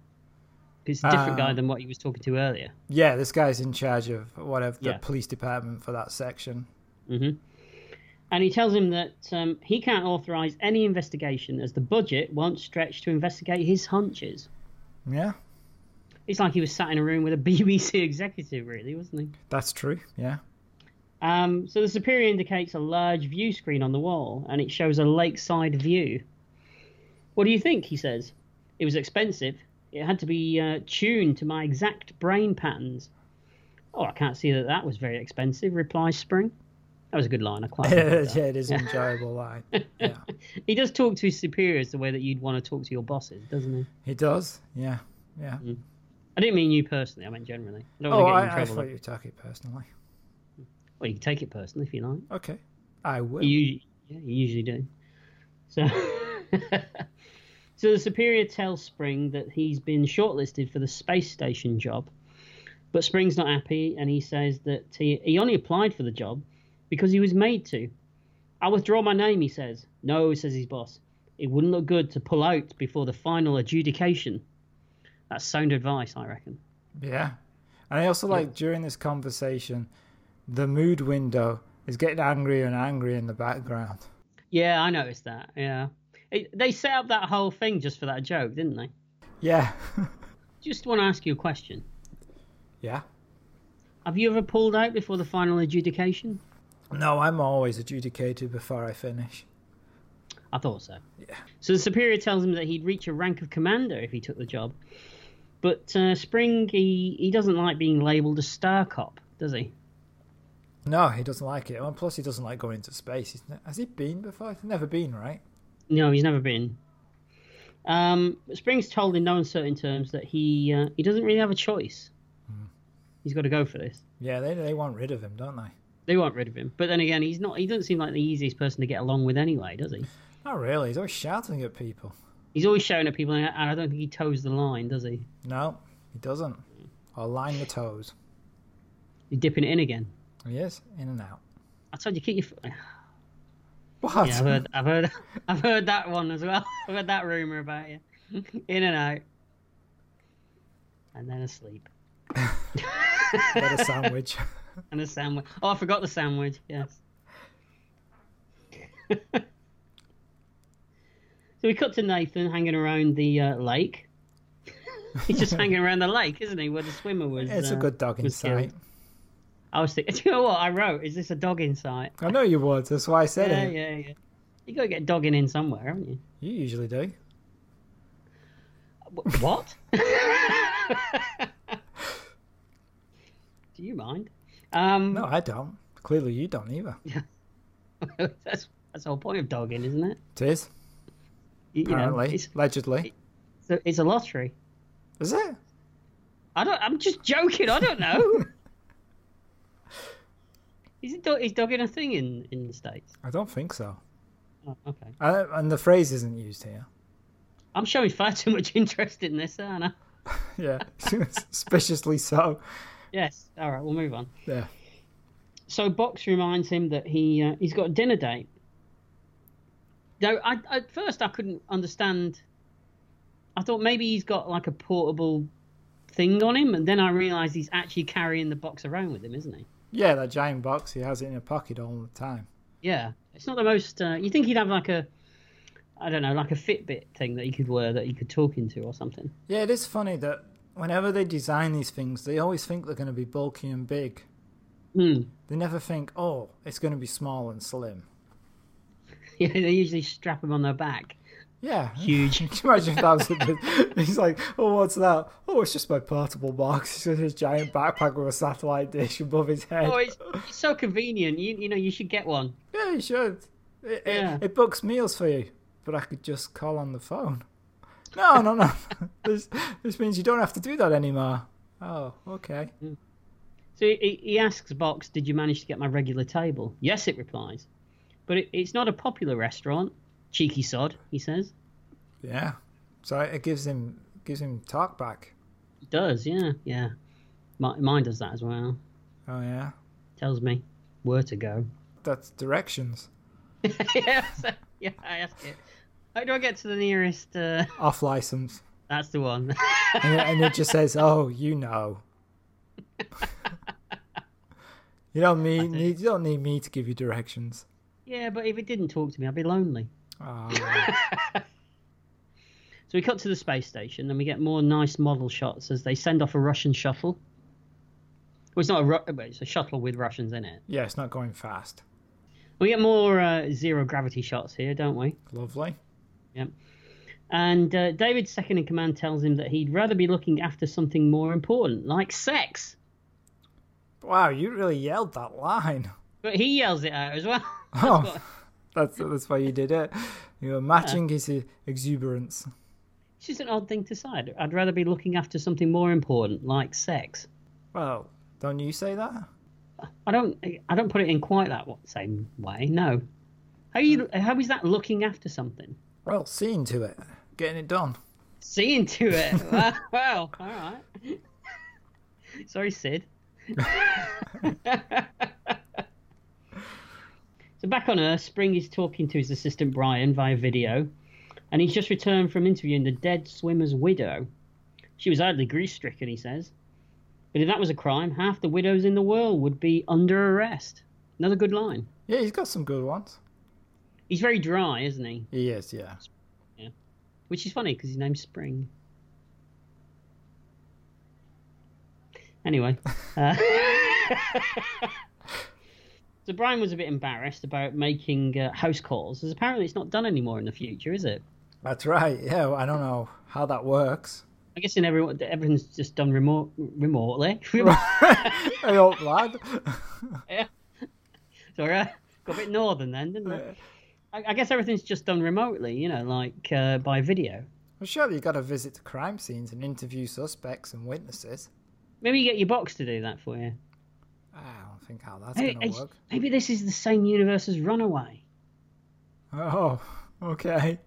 It's a different Ah. guy than what he was talking to earlier. Yeah, this guy's in charge of whatever the Yeah. police department for that section. And he tells him that um, he can't authorize any investigation as the budget won't stretch to investigate his hunches. Yeah, It's like he was sat in a room with a BBC executive, really, wasn't he? that's true. Yeah. Um, so the superior indicates a large view screen on the wall, and it shows a lakeside view. What do you think? He says. It was expensive. It had to be uh, tuned to my exact brain patterns. Oh, I can't see that that was very expensive, replies Spring. That was a good line. I quite yeah, like that. it is an enjoyable line. Yeah, He does talk to his superiors the way that you'd want to talk to your bosses, doesn't he? he does. Yeah, yeah. I didn't mean you personally. I meant generally. I don't Oh, want to get you I, I in trouble. thought you took it personally. Well, you can take it personally if you like. Okay, I will. You, yeah, you usually do. So, so the superior tells Spring that he's been shortlisted for the space station job, but Spring's not happy, and he says that he, he only applied for the job because he was made to. I withdraw my name, he says. No, says his boss. It wouldn't look good to pull out before the final adjudication. That's sound advice, I reckon. Yeah. And I also like during this conversation, the mood window is getting angrier and angrier in the background. Yeah, I noticed that. Yeah, it, they set up that whole thing just for that joke, didn't they? Yeah. Just want to ask you a question. yeah. Have you ever pulled out before the final adjudication? No, I'm always adjudicated before I finish. I thought so. Yeah. So the superior tells him that he'd reach a rank of commander if he took the job. But uh, Spring, he, he doesn't like being labelled a star cop, does he? No, he doesn't like it. And plus, he doesn't like going into space. He's ne- has he been before? He's never been, right? No, he's never been. Um, but Spring's told in no uncertain terms that he uh, he doesn't really have a choice. He's got to go for this. Yeah, they, they want rid of him, don't they? They want rid of him, but then again, he's not. He doesn't seem like the easiest person to get along with anyway, does he? Not really. He's always shouting at people. He's always shouting at people, and I and I don't think he toes the line, does he? No, he doesn't. Or line the toes. He's dipping it in again. He is in and out. I told you keep your. f- What? Yeah, I've heard, I've heard, I've heard that one as well. I've heard that rumor about you. In and out, and then asleep, Get a sandwich. and a sandwich. Oh, I forgot the sandwich. Yes. so we cut to Nathan hanging around the uh, lake. He's just hanging around the lake, isn't he? Where the swimmer was. it's a uh, good dog was killed. insight. I was thinking, do you know what I wrote? Is this a dog insight? I know you would. That's why I said Yeah, it. yeah, yeah. You gotta get dogging in somewhere, haven't you? You usually do. Wh- What? Do you mind? Um, No, I don't. Clearly, you don't either. that's that's the whole point of dogging, isn't it? It is You, you know, apparently, it's, allegedly. it's a- it's a lottery. Is it? I don't. I'm just joking. I don't know. is it dog, is dogging a thing in in the states? I don't think so. Oh, okay. I, and the phrase isn't used here. I'm showing far too much interest in this, aren't I? Yeah, suspiciously so. Yes. All right. We'll move on. Yeah. so Box reminds him that he uh, he's got a dinner date. Though I at first I couldn't understand. I thought maybe he's got like a portable thing on him, and then I realised he's actually carrying the box around with him, isn't he? Yeah, that giant box. He has it in a pocket all the time. Yeah, it's not the most. Uh, you think he'd have like a, I don't know, like a Fitbit thing that he could wear that he could talk into or something. Yeah, it is funny that whenever they design these things, they always think they're going to be bulky and big. Hmm. They never think, oh, it's going to be small and slim. Yeah, they usually strap him on their back. Yeah. Huge. Can you imagine if that was a bit- He's like, oh, what's that? Oh, it's just my portable box. It's just his giant backpack with a satellite dish above his head. Oh, it's, it's so convenient. You you know you should get one. Yeah, you should. It, Yeah. it, it books meals for you, but I could just call on the phone. No, no, no. this this means you don't have to do that anymore. Oh, okay. So he, he asks Box, "Did you manage to get my regular table?" Yes, it replies, but it, it's not a popular restaurant. Cheeky sod, he says. Yeah. So it gives him gives him talk back. It does, yeah, yeah. Mi- Mine does that as well. Oh yeah. Tells me where to go. That's directions. yeah, so, yeah, I ask it. How do I get to the nearest? Uh... Off license. That's the one. And, it- and it just says, "Oh, you know." you don't need, need you don't need me to give you directions. yeah, but if it didn't talk to me, I'd be lonely. Oh, So we cut to the space station, and we get more nice model shots as they send off a Russian shuttle. Well, it's not a Ru- well, it's a shuttle with Russians in it. yeah, it's not going fast. We get more uh, zero gravity shots here, don't we? Lovely. Yep. And uh, David's second in command tells him that he'd rather be looking after something more important, like sex. Wow, you really yelled that line. But he yells it out as well. Oh, that's that's why you did it. You were matching his uh, exuberance. It's just an odd thing to say. I'd- I'd rather be looking after something more important, like sex. Well, don't you say that? I don't. I don't put it in quite that wa- same way. No. How you? How is that looking after something? Well, seeing to it, getting it done. Seeing to it. wow. All right. Sorry, Sid. so back on Earth, Spring is talking to his assistant Brian via video, and he's just returned from interviewing the dead swimmer's widow. She was idly grief-stricken, he says. But if that was a crime, half the widows in the world would be under arrest. Another good line. Yeah, he's got some good ones. He's very dry, isn't he? He is, yeah. Which is funny because his name's Spring. Anyway. uh, so Brian was a bit embarrassed about making uh, house calls, as apparently it's not done anymore in the future, is it? That's right. Yeah, well, I don't know how that works. I guess in everyone, everything's just done remote, remotely. Hey, old lad. Sorry, I got a bit northern then, didn't I? I, I guess everything's just done remotely, you know, like uh, by video. Well, surely you got to visit the crime scenes and interview suspects and witnesses. Ah, Maybe you get your box to do that for you. I don't think how that's Maybe, going to work. maybe this is the same universe as Runaway. Oh, okay.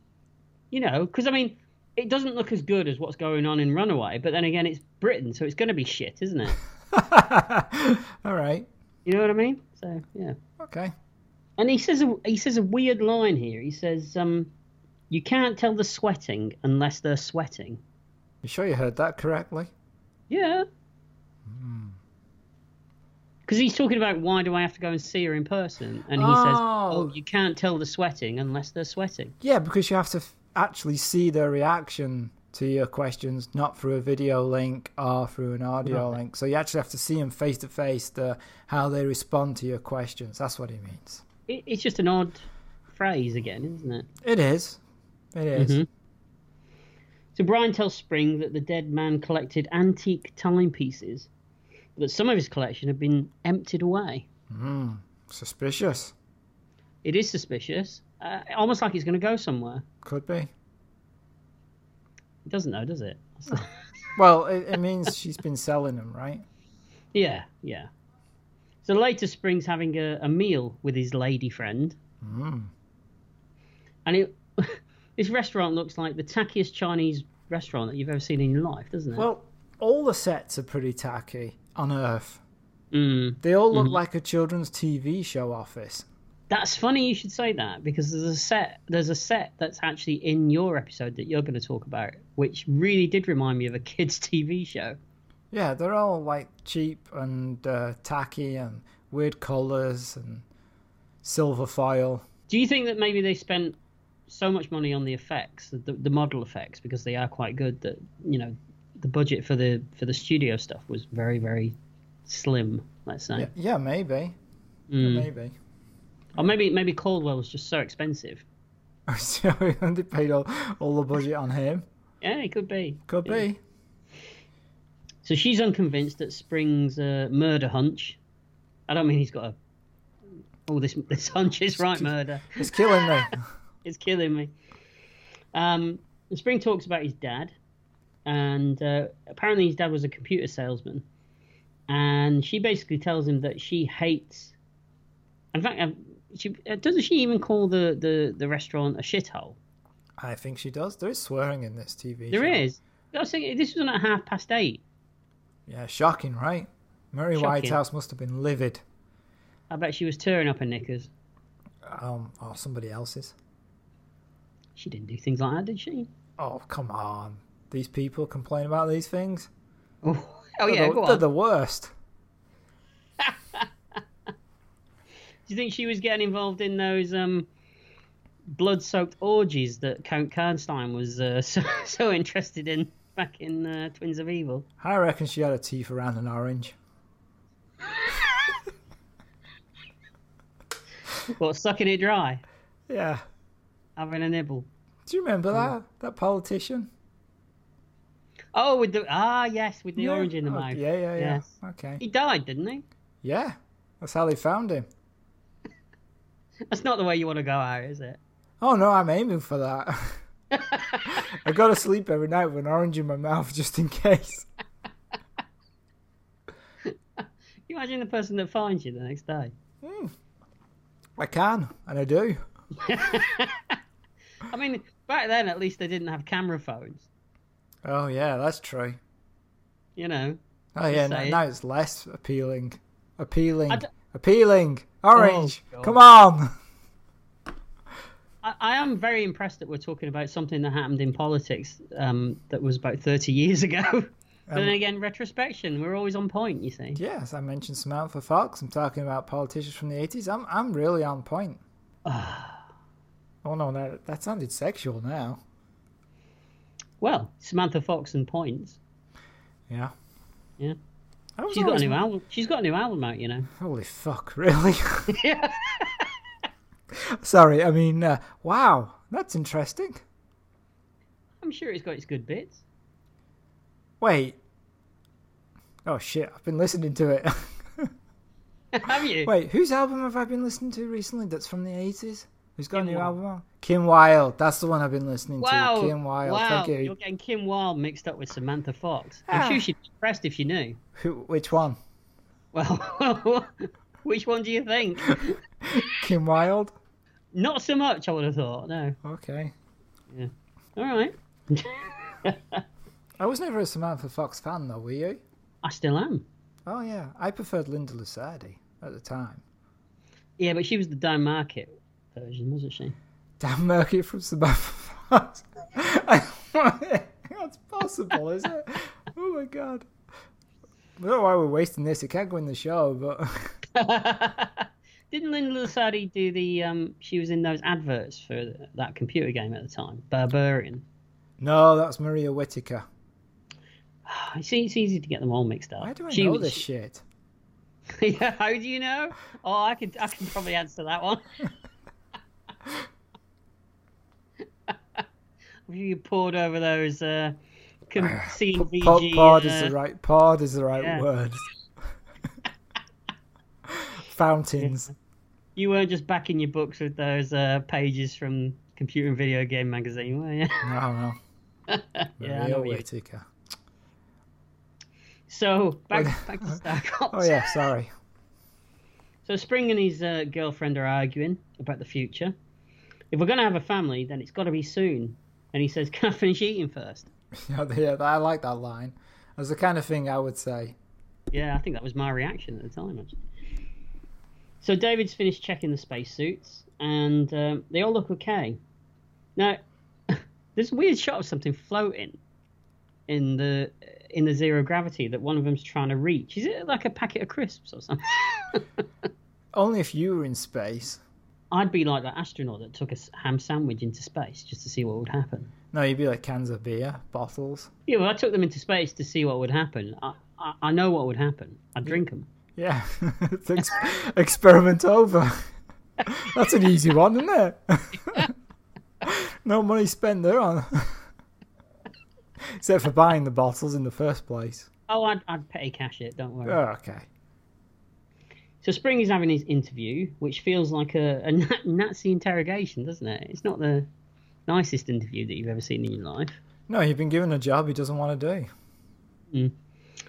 you know, because I mean, it doesn't look as good as what's going on in Runaway, but then again, it's Britain, so it's going to be shit, isn't it? All right. You know what I mean? So yeah. Okay. And he says a, he says a weird line here. He says, um, "You can't tell the sweating unless they're sweating." You sure you heard that correctly? Yeah. Because he's talking about why do I have to go and see her in person, and he says, Oh. "Oh, you can't tell the sweating unless they're sweating." Yeah, because you have to f- actually see their reaction to your questions, not through a video link or through an audio link. So you actually have to see them face to face, the how they respond to your questions. That's what he means. It, it's just an odd phrase again, isn't it? It is. It is. So Brian tells Spring that the dead man collected antique timepieces, but that some of his collection had been emptied away. Suspicious. It is suspicious, uh, almost like it's going to go somewhere. Could be. It doesn't know, does it? Well, it, it means she's been selling them, right? yeah, yeah. So later, Spring's having a, a meal with his lady friend, and it this restaurant looks like the tackiest Chinese restaurant that you've ever seen in your life, doesn't it? Well, all the sets are pretty tacky on Earth. Mm. They all look like a children's TV show office. That's funny you should say that because there's a set there's a set that's actually in your episode that you're going to talk about, which really did remind me of a kids' TV show. Yeah, they're all like cheap and uh, tacky and weird colours and silver foil. Do you think that maybe they spent so much money on the effects, the, the model effects, because they are quite good? That you know, the budget for the for the studio stuff was very very slim. Let's say, Yeah, yeah maybe. Mm. Maybe. or maybe maybe Caldwell was just so expensive. so they paid all, all the budget on him. Yeah, it could be. Could be. So she's unconvinced that Spring's uh, murder hunch. I don't mean he's got a. Oh, this this hunch is right murder. It's killing me. It's killing me. Um, Spring talks about his dad, and uh, apparently his dad was a computer salesman, and she basically tells him that she hates. In fact, um, she uh, doesn't she even call the the, the restaurant a shithole? I think she does. There is swearing in this TV There show. is. I was thinking this was on at half past eight. Yeah, shocking, right? Murray Shocking. Whitehouse must have been livid. I bet she was tearing up her knickers. Um, or somebody else's. She didn't do things like that, did she? Oh, come on. These people complain about these things? Oh, oh yeah, they're, the- go they're on. the worst. Do you think she was getting involved in those um, blood-soaked orgies that Count Karnstein was uh, so, so interested in back in uh, Twins of Evil? I reckon she had her teeth around an orange. Well, sucking it dry, Yeah. having a nibble. Do you Hmm. remember that? That politician? Oh, with the ah yes, with the orange in the Oh, mouth. Yeah, yeah, yeah. Yes. Okay. He died, didn't he? Yeah. That's how they found him. That's not the way you want to go out, is it? Oh no, I'm aiming for that. I go to sleep every night with an orange in my mouth just in case. Can You imagine the person that finds you the next day. I can, and I do. I mean, back then at least they didn't have camera phones. Oh yeah, that's true. You know, Oh yeah, now, say it. now it's less appealing. Appealing. d- Oh, Appealing. Orange. God. Come on. I, I am very impressed that we're talking about something that happened in politics um, that was about 30 years ago. but then Um, again, retrospection, we're always on point, you see. Yes, I mentioned Samantha Fox. I'm talking about politicians from the 80s. I'm I'm really on point. oh no, that, that sounded sexual now. Well, Samantha Fox and points. Yeah. Yeah. I was She's got a always- new album. She's got a new album out, you know. Holy fuck, really? Sorry, I mean, uh, wow, that's interesting. I'm sure it's got its good bits. Wait. Oh shit, I've been listening to it. Have you? Wait, whose album have I been listening to recently that's from the 80s? Who's got Kim a new Wilde. album on? Kim Wilde, that's the one I've been listening Wow. to. Kim Wilde, wow. thank you. You're getting Kim Wilde mixed up with Samantha Fox. I'm Ah. sure she'd be impressed if she knew. Who, which one? Well, which one do you think? Kim Wilde? Not so much, I would have thought. No. Okay. All right. I was never a Samantha Fox fan though, were you? I still am. Oh yeah, I preferred Linda Lucardi at the time. Yeah, but she was the down market version, wasn't she? Dan Murphy from Samantha Fox. That's possible, is it? Oh my god. I don't know why we're wasting this. It can't go in the show, but Didn't Linda Lasardi do the? Um, she was in those adverts for that computer game at the time, Barbarian. no, that's Maria Whittaker. See, it's easy to get them all mixed up. Why do I She know was- this shit? yeah, how do you know? Oh, I could, I can probably answer that one. you poured over those uh, com- P- CVG. pod, pod is the uh, right pod is the right yeah. word. Fountains. You weren't just backing your books with those uh, pages from Computer and Video Game Magazine, were you? No, no. Yeah, I Maria know what you- Whittaker. So back, back to Starcops. Oh yeah, sorry. So Spring and his uh, girlfriend are arguing about the future. If we're going to have a family, then it's got to be soon. And he says, "Can I finish eating first? yeah, that- I like that line. That's the kind of thing I would say. Yeah, I think that was my reaction at the time. Actually. So David's finished checking the spacesuits, and um, they all look okay. Now, there's a weird shot of something floating in the in the zero gravity that one of them's trying to reach. Is it like a packet of crisps or something? Only if you were in space. I'd be like that astronaut that took a s- ham sandwich into space just to see what would happen. No, you'd be like cans of beer, bottles. Yeah, well, I took them into space to see what would happen. I, I, I know what would happen. I'd drink them. Yeah, It's ex- experiment over. That's an easy one, isn't it? no money spent there on, except for buying the bottles in the first place. Oh, I'd, I'd petty cash it, don't worry. Oh, okay. So Spring is having his interview, which feels like a, a na- Nazi interrogation, doesn't it? It's not the nicest interview that you've ever seen in your life. No, you've been given a job he doesn't want to do.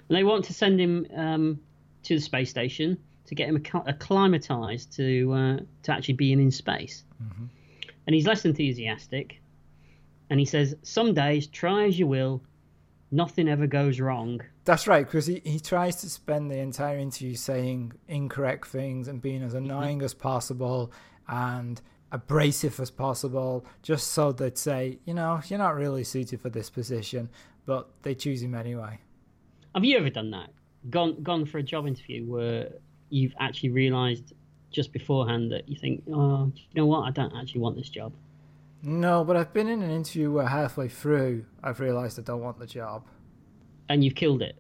And they want to send him um, to the space station to get him acc- acclimatized to uh, to actually being in space. And he's less enthusiastic, and he says, "Some days, try as you will, nothing ever goes wrong." That's right, because he, he tries to spend the entire interview saying incorrect things and being as annoying as possible and abrasive as possible, just so they'd say, you know, you're not really suited for this position, but they choose him anyway. Have you ever done that? Gone gone for a job interview where you've actually realised just beforehand that you think, oh, you know what, I don't actually want this job. No, but I've been in an interview where halfway through I've realised I don't want the job. And you've killed it.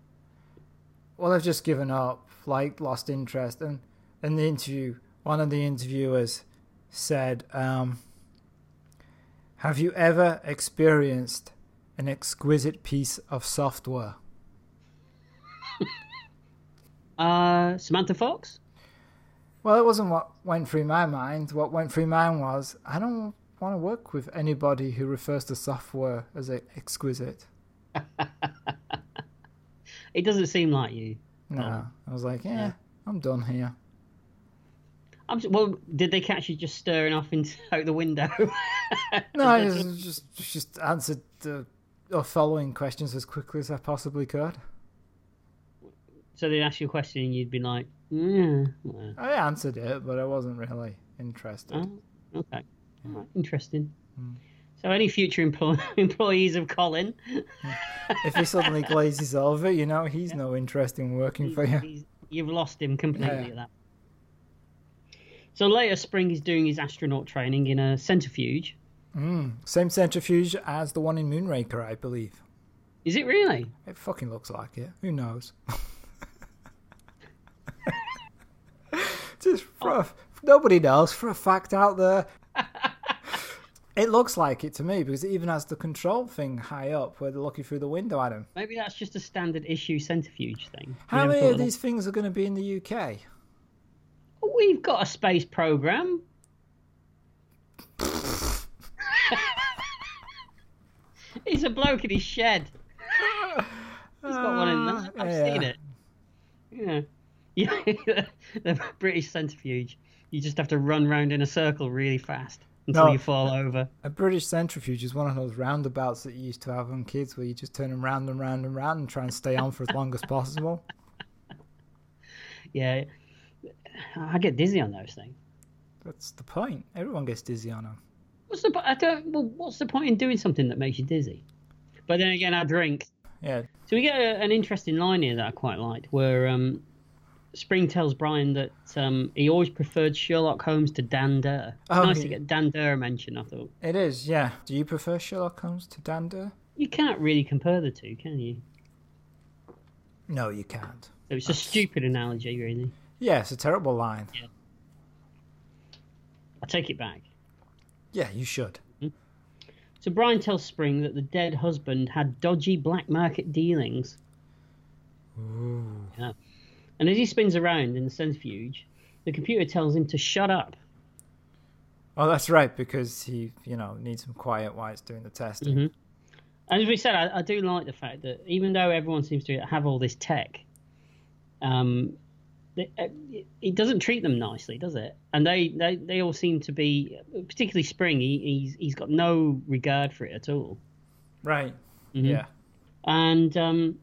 Well, I've just given up, like lost interest, and in the interview, one of the interviewers said, um, "Have you ever experienced an exquisite piece of software?" Uh, Samantha Fox? Well, it wasn't what went through my mind. What went through mine was I don't want to work with anybody who refers to software as e- exquisite. It doesn't seem like you. No, I was like, yeah, I'm done here. I'm s well, did they catch you just staring off into out the window? No, I just just, just answered the or following questions as quickly as I possibly could. so they'd ask you a question and you'd be like, yeah, well, I answered it, but I wasn't really interested. okay, Alright, interesting. Hmm. So any future employ- employees of Colin, if he suddenly glazes over, you know, he's no interest in working for you. he's, you've lost him completely Oh, Yeah. at that. So later, Spring is doing his astronaut training in a centrifuge. Same centrifuge as the one in Moonraker, I believe. Is it really? It fucking looks like it. Who knows? Just for a, nobody knows for a fact out there. it looks like it to me because it even has the control thing high up where they're looking through the window at him. Maybe that's just a standard issue centrifuge thing. How You never many thought of these things are going to be in the UK? that? We've got a space program. He's a bloke in his shed. He's got one in there. I've yeah. seen it. Yeah. Yeah, the British centrifuge. You just have to run round in a circle really fast until No. you fall over. A British centrifuge is one of those roundabouts that you used to have on kids where you just turn them round and round and round and try and stay on for as long as possible. Yeah. I get dizzy on those things. That's the point. Everyone gets dizzy on them. What's the po- I don't well, what's the point in doing something that makes you dizzy? But then again, I drink. Yeah. So we get a, an interesting line here that I quite liked, where um, Spring tells Brian that um, he always preferred Sherlock Holmes to Dan Durr. It's Oh, nice yeah. to get Dan Durr a mention. I thought It is, yeah. Do you prefer Sherlock Holmes to Dander? you can't really compare the two, can you? No, you can't. So it's a stupid analogy, really. Yeah, it's a terrible line. I take it back. Yeah, you should. So Brian tells Spring that the dead husband had dodgy black market dealings. Ooh. Yeah. And as he spins around in the centrifuge, the computer tells him to shut up. Oh, that's right, because he, you know, needs some quiet while it's doing the testing. And as we said, I, I do like the fact that even though everyone seems to have all this tech, um, they, uh, it doesn't treat them nicely, does it? And they, they, they all seem to be, particularly Spring, he, he's, he's got no regard for it at all. Right. Yeah. And um,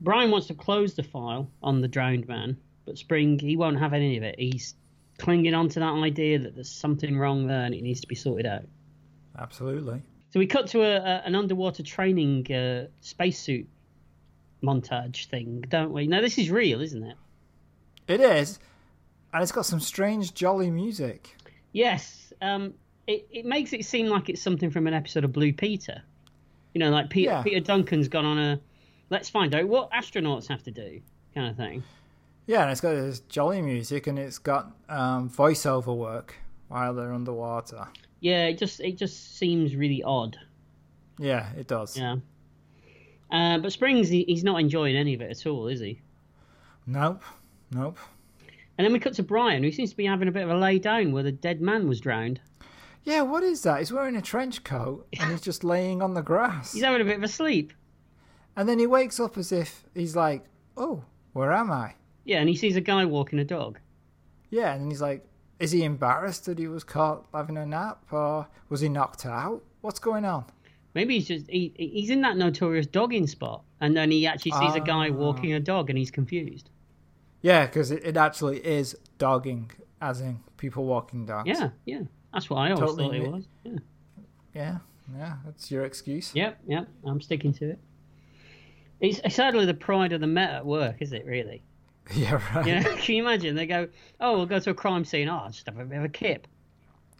Brian wants to close the file on the drowned man, but Spring, he won't have any of it. He's clinging on to that idea that there's something wrong there and it needs to be sorted out. Absolutely. So we cut to a, a, an underwater training uh, spacesuit montage thing, don't we? Now, this is real, isn't it? It is. And it's got some strange, jolly music. Yes. Um, it, it makes it seem like it's something from an episode of Blue Peter. You know, like Peter, Yeah. Peter Duncan's gone on a let's find out what astronauts have to do kind of thing. Yeah, and it's got this jolly music and it's got um, voiceover work while they're underwater. Yeah, it just it just seems really odd. Yeah, it does. Yeah. Uh, but Springs, he, he's not enjoying any of it at all, is he? Nope. Nope. And then we cut to Brian, who seems to be having a bit of a lay down where the dead man was drowned. Yeah, what is that? He's wearing a trench coat and he's just laying on the grass. He's having a bit of a sleep. And then he wakes up as if he's like, "Oh, where am I?" Yeah, and he sees a guy walking a dog. Yeah, and he's like, "Is he embarrassed that he was caught having a nap, or was he knocked out? What's going on?" Maybe he's just he, he's in that notorious dogging spot, and then he actually sees a guy walking a dog, and he's confused. Yeah, because it, it actually is dogging, as in people walking dogs. Yeah, yeah, that's what I always Totally thought it mi- was. Yeah. yeah, yeah. That's your excuse. Yep, yep, I'm sticking to it. It's it's hardly the pride of the Met at work, is it? Really? Yeah, right. You Yeah. know, can you imagine? They go, oh, we'll go to a crime scene. Oh, I'll just have a bit of a kip.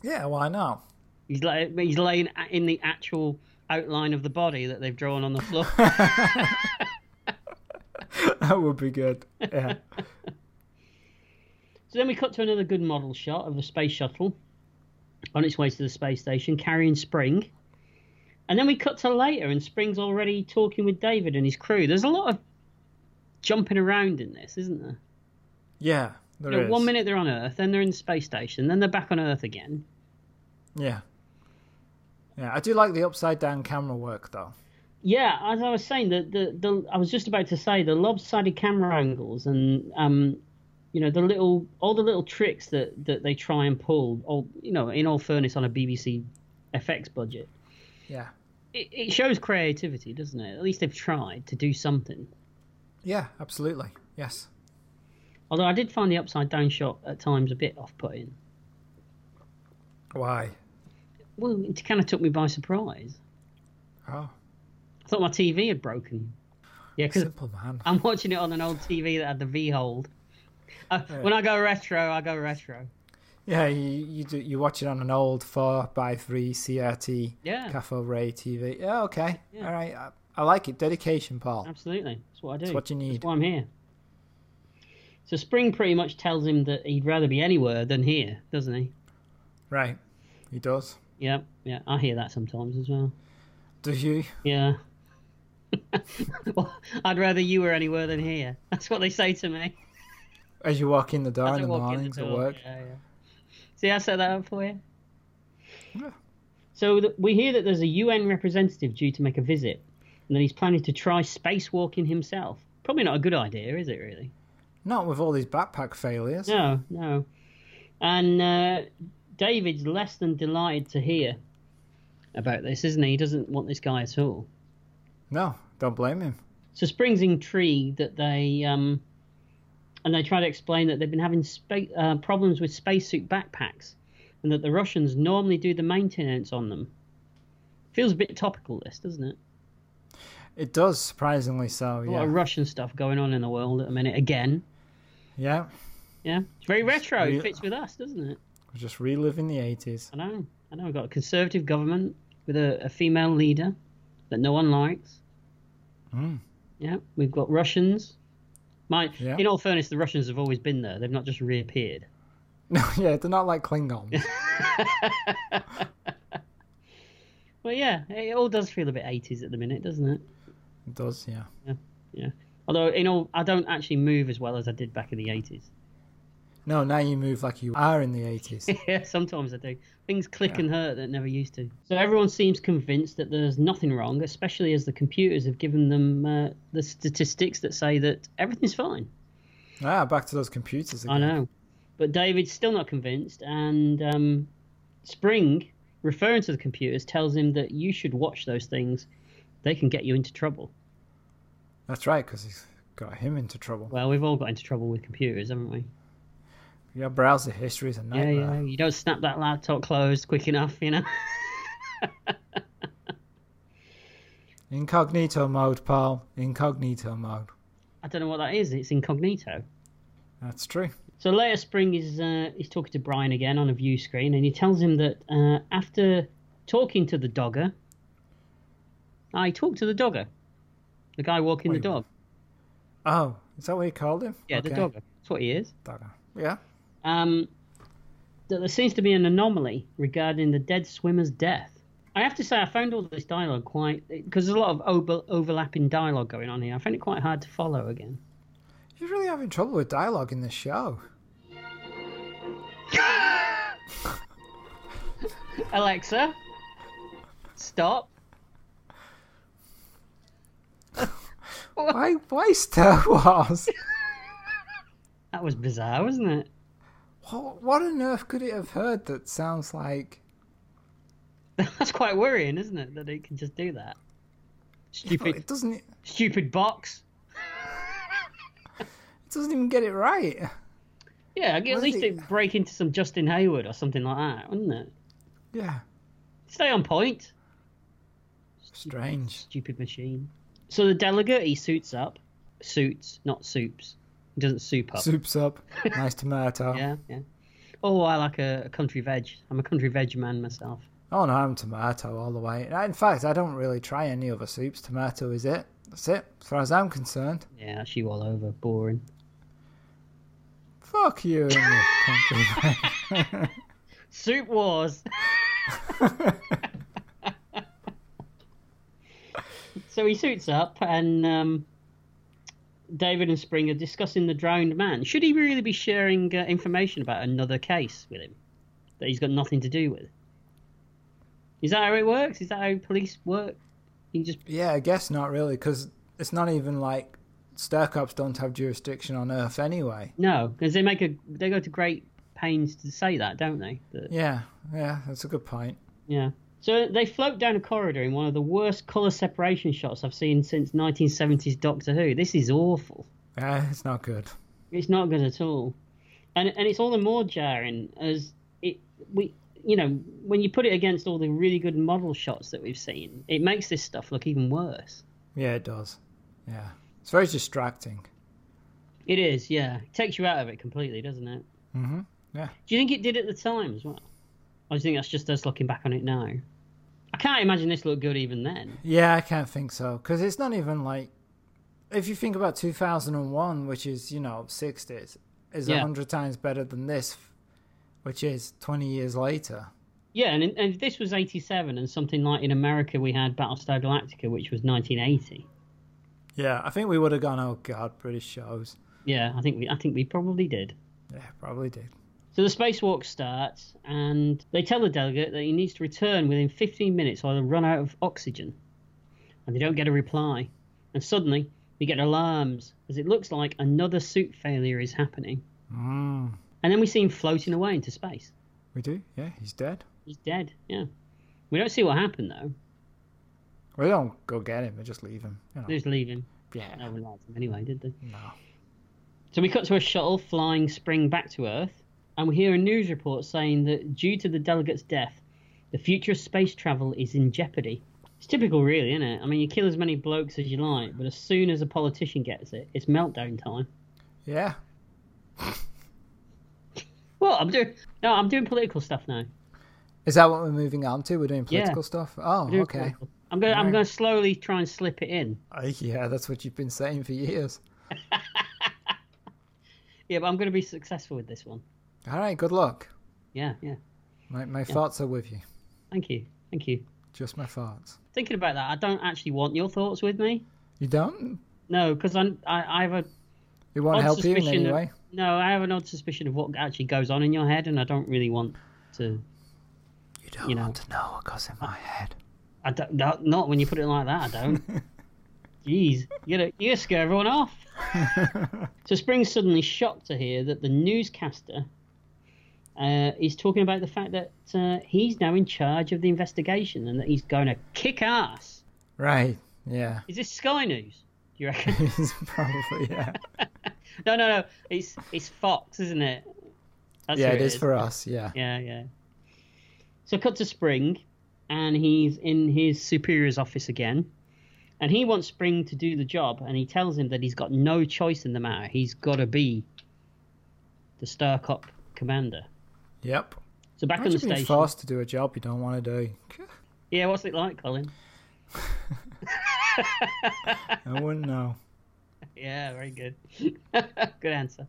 why not? He's like he's laying a- in the actual outline of the body that they've drawn on the floor. that would be good. Yeah. So then we cut to another good model shot of the space shuttle on its way to the space station carrying Spring. And then we cut to later, and Spring's already talking with David and his crew. There's a lot of jumping around in this, isn't there? yeah. There You know, is. one minute they're on Earth, then they're in the space station, then they're back on Earth again. Yeah. Yeah, I do like the upside down camera work though. Yeah, as I was saying, the, the, the I was just about to say the lopsided camera angles and um, you know the little all the little tricks that, that they try and pull. All you know, in all fairness, on a BBC FX budget, Yeah. it, it shows creativity, doesn't it? At least they've tried to do something. Yeah, absolutely. Yes. Although I did find the upside down shot at times a bit off putting. Why? Well, it kind of took me by surprise. Oh, I thought my TV had broken. Yeah, because simple man. I'm watching it on an old TV that had the V hold. Uh, When I go retro, I go retro. Yeah, you you, do, you watch it on an old four by three CRT Yeah. Cathode ray TV. Yeah, okay, all right. I, I like it. Dedication, Paul. Absolutely, that's what I do. That's what you need. That's why I'm here. So Spring pretty much tells him that he'd rather be anywhere than here, doesn't he? Right, he does. Yeah, yeah. I hear that sometimes as well. Do you? Yeah. well, I'd rather you were anywhere than here. That's what they say to me. As you walk in the door As I in the walk in the mornings at door. work. Yeah, yeah. See, I set that up for you. Yeah. So th- we hear that there's a UN representative due to make a visit, and that he's planning to try spacewalking himself. Probably not a good idea, is it really? Not with all these backpack failures. No, no. And uh, David's less than delighted to hear about this, isn't he? He doesn't want this guy at all. No, don't blame him. So Spring's intrigued that they um, and they try to explain that they've been having spa- uh, problems with spacesuit backpacks, and that the Russians normally do the maintenance on them. Feels a bit topical, this doesn't it? It does surprisingly so. A lot Yeah. of Russian stuff going on in the world at the minute again. yeah. Yeah, it's very retro. real- It fits with us, doesn't it? We're just reliving the eighties. I know. I know. We've got a conservative government with a, a female leader that no one likes. Yeah, we've got Russians. My, Yeah. in all fairness, the Russians have always been there. They've not just reappeared. No, yeah, they're not like Klingons. Well, yeah, it all does feel a bit 80s at the minute, doesn't it? it does, yeah. Yeah. Although, in all, I don't actually move as well as I did back in the 80s. No, now you move like you are in the eighties. yeah, sometimes I do. Things click and hurt that never used to. So everyone seems convinced that there's nothing wrong, especially as the computers have given them uh, the statistics that say that everything's fine. ah, back to those computers again. I know. But David's still not convinced, and um, Spring, referring to the computers, tells him that you should watch those things. They can get you into trouble. That's right, because he's got him into trouble. Well, we've all got into trouble with computers, haven't we? Your browser history is a Yeah, nightmare. yeah. You don't snap that laptop closed quick enough, you know. Incognito mode, Paul. Incognito mode. I don't know what that is. It's incognito. That's true. So later, Spring is uh, is talking to Brian again on a view screen, and he tells him that uh, after talking to the dogger, I talked to the dogger, the guy walking Wait, the dog. Oh, is that what you called him? Yeah, the Okay. dogger. That's what he is. Dogger. Yeah. Um, that there seems to be an anomaly regarding the dead swimmer's death. I have to say, I found all this dialogue quite because there's a lot of over, overlapping dialogue going on here. I found it quite hard to follow again. You're really having trouble with dialogue in this show. Alexa, stop. Why? Why Star Wars? That was bizarre, wasn't it? what, what on earth could it have heard that sounds like? That's quite worrying, isn't it? That it can just do that. Stupid, It doesn't. It stupid box. doesn't even get it right. Yeah, I guess at What is least it? it'd break into some Justin Hayward or something like that, wouldn't it? Yeah. Stay on point. Strange. Stupid machine. So the delegate, he suits up. Suits, not soups. He doesn't soup up. Soup's up. Nice tomato. Yeah, yeah. Oh, I like a, a country veg. I'm a country veg man myself. Oh no, I'm tomato all the way. In fact, I don't really try any other soups. Tomato is it. That's it, as far as I'm concerned. Yeah, that's you all over. Boring. Fuck you and your country. Soup Wars. so he suits up, and um, David and Spring are discussing the drowned man. Should he really be sharing uh, information about another case with him that he's got nothing to do with? Is that how it works? Is that how police work? You just Yeah, I guess not really, because it's not even like stir cops don't have jurisdiction on Earth anyway. no, because they make a they go to great pains to say that, don't they? That- Yeah, yeah, that's a good point. Yeah. So they float down a corridor in one of the worst color separation shots I've seen since 1970s Doctor Who. This is awful. Yeah, it's not good. It's not good at all, and and it's all the more jarring as it we you know when you put it against all the really good model shots that we've seen, it makes this stuff look even worse. Yeah, it does. Yeah, it's very distracting. It is, yeah. It takes you out of it completely, doesn't it? Yeah. Do you think it did at the time as well? Or do you think that's just us looking back on it now? I can't imagine this looked good even then. Yeah, I can't think so because it's not even like if you think about 2001, which is you know 60s, is a Yeah. hundred times better than this, which is 20 years later. Yeah, and, and if this was 87 and something like in America we had Battlestar Galactica, which was 1980. Yeah, I think we would have gone. Oh God, British shows. Yeah, I think we I think we probably did. Yeah, probably did. So the spacewalk starts, and they tell the delegate that he needs to return within 15 minutes or they'll run out of oxygen. And they don't get a reply. And suddenly, we get alarms as it looks like another suit failure is happening. And then we see him floating away into space. We do. Yeah, he's dead. He's dead, yeah. We don't see what happened, though. We don't go get him. We just leave him. You know. They just leave him. Yeah. No one liked him anyway, did they? No. So we cut to a shuttle flying Spring back to Earth, and we hear a news report saying that due to the delegate's death, the future of space travel is in jeopardy. It's typical, really, isn't it? I mean, you kill as many blokes as you like, but as soon as a politician gets it, it's meltdown time. Yeah. Well, I'm doing no, I'm doing political stuff now. Is that what we're moving on to? We're doing Yeah. political stuff. Oh, Doing okay. political. I'm going. to I'm going to slowly try and slip it in. Uh, yeah, that's what you've been saying for years. Yeah, but I'm going to be successful with this one. All right. Good luck. Yeah, yeah. My my thoughts are with you. Thank you, thank you. Just my thoughts. Thinking about that, I don't actually want your thoughts with me. You don't. No, because I I have a It won't odd help you in suspicion any of- way. No, I have an odd suspicion of what actually goes on in your head, and I don't really want to. You don't you know. want to know what goes in my head. I don't, not, not when you put it like that. I don't. Jeez, you're gonna, you're gonna scare everyone off. so Spring's suddenly shocked to hear that the newscaster uh, is talking about the fact that uh, he's now in charge of the investigation and that he's going to kick ass. Right. Yeah. Is this Sky News? Do you reckon? It's probably yeah. no, no, no. It's it's Fox, isn't it? That's yeah, who it is for us. Yeah. Yeah, yeah. So cut to Spring, and he's in his superior's office again, and he wants Spring to do the job, and he tells him that he's got no choice in the matter. He's got to be the Star Cop commander. Yep. So back on Imagine the being station. forced to do a job you don't want to do. Yeah, what's it like, Colin? I wouldn't know. Yeah, very good. good answer.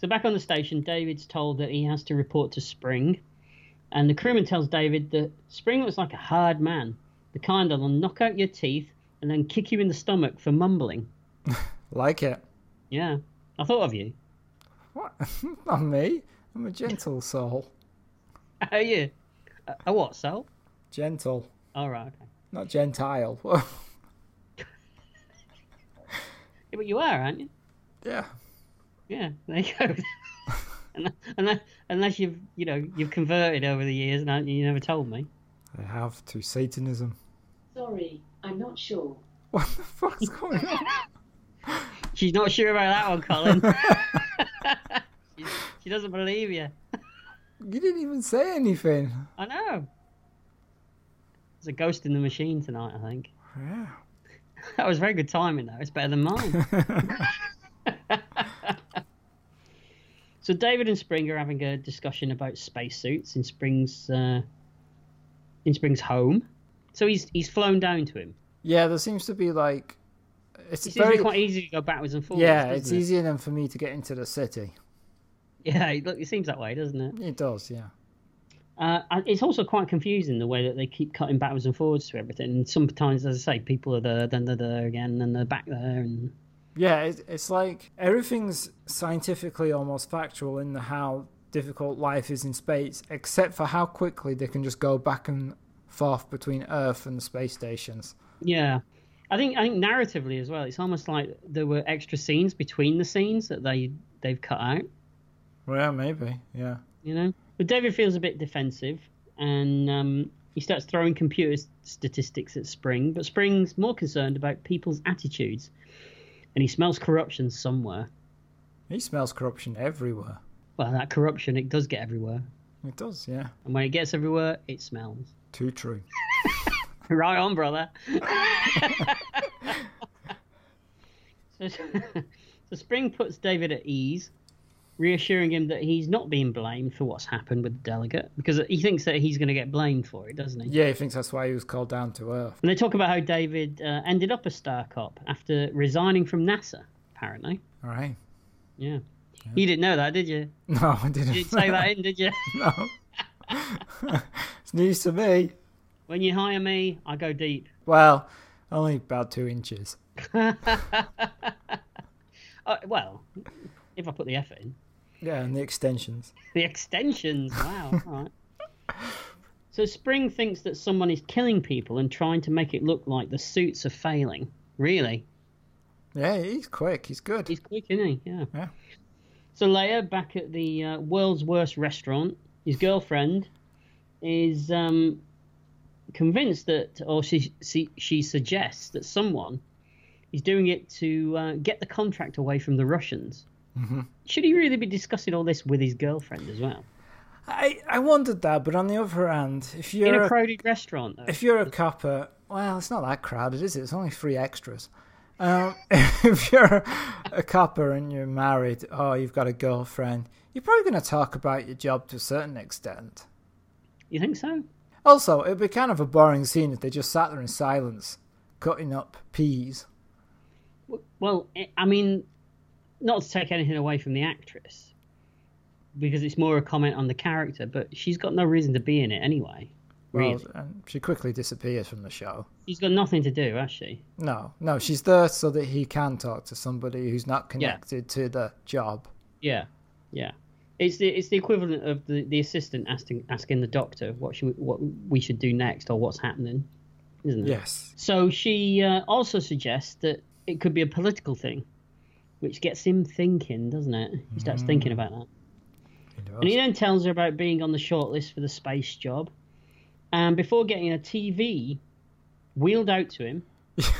So back on the station, David's told that he has to report to Spring, and the crewman tells David that Spring looks like a hard man, the kind that'll knock out your teeth and then kick you in the stomach for mumbling. Like it. Yeah, I thought of you. What? Not me. I'm a gentle soul. How are you? A, a what, Sal? Gentle, All right, okay. not gentile. Whoa. Yeah, but you are, aren't you? yeah. Yeah, there you go. Un- unless, unless you've you know you've converted over the years and you never told me. I have to Satanism. Sorry, I'm not sure. What the fuck's going on? She's not sure about that one, Colin. she, she doesn't believe you. You didn't even say anything. I know. There's a ghost in the machine tonight, I think. Yeah. That was very good timing, though. It's better than mine. so David and Spring are having a discussion about spacesuits in Spring's uh, in Spring's home. So he's he's flown down to him. Yeah, there seems to be like it's It's very usually quite easy to go backwards and forwards. yeah. doesn't It's it? easier than for me to get into the city. Yeah, it- look, it seems that way, doesn't it? It does. Yeah. Uh, and it's also quite confusing the way that they keep cutting backwards and forwards to everything. And sometimes, as I say, people are there, then they're there again, then they're back there, and Yeah, it, it's like everything's scientifically almost factual in the how difficult life is in space, except for how quickly they can just go back and forth between Earth and the space stations. Yeah. I think I think narratively as well, it's almost like there were extra scenes between the scenes that they they've cut out. Well, maybe, yeah. you know. But David feels a bit defensive, and um, he starts throwing computer s- statistics at Spring. But Spring's more concerned about people's attitudes, and he smells corruption somewhere. He smells corruption everywhere. Well, that corruption it does get everywhere, It does, yeah. and when it gets everywhere, it smells. Too true. Right on, brother. so, so Spring puts David at ease, reassuring him that he's not being blamed for what's happened with the delegate, because he thinks that he's going to get blamed for it, doesn't he? Yeah, he thinks that's why he was called down to Earth. And they talk about how David uh, ended up a star cop after resigning from NASA, apparently. All right. Yeah. You didn't know that, did you? No, I didn't. You didn't say that in, did you? no. it's news to me. when you hire me, I go deep. Well, only about two inches. Uh, well, if I put the effort in. Yeah, and the extensions. The extensions, wow. All right. So Spring thinks that someone is killing people and trying to make it look like the suits are failing. Really? Yeah, he's quick. He's good. He's quick, isn't he? Yeah. Yeah. So Leia, back at the uh, world's worst restaurant, his girlfriend is um, convinced that, or she, she she suggests that someone is doing it to uh, get the contract away from the Russians. Should he really be discussing all this with his girlfriend as well I, I wondered that, but on the other hand, if in you're a a, crowded restaurant? Though. if you're a copper, well, it's not that crowded, is it? It's only three extras. Um, if you're a copper and you're married or you've got a girlfriend, you're probably going to talk about your job to a certain extent. You think so? Also, it'd be kind of a boring scene if they just sat there in silence, cutting up peas. Well, eh, I- I mean, not to take anything away from the actress, because it's more a comment on the character, but she's got no reason to be in it anyway. Well, Really. and she quickly disappears from the show. She's got nothing to do, has she? No, no, she's there so that he can talk to somebody who's not connected to the job. Yeah, yeah. It's the it's the equivalent of the, the assistant asking asking the doctor what she what we should do next or what's happening, isn't it? Yes. So she uh, also suggests that it could be a political thing, which gets him thinking, doesn't it? He starts thinking about that. And he then tells her about being on the shortlist for the space job. And before getting a TV wheeled out to him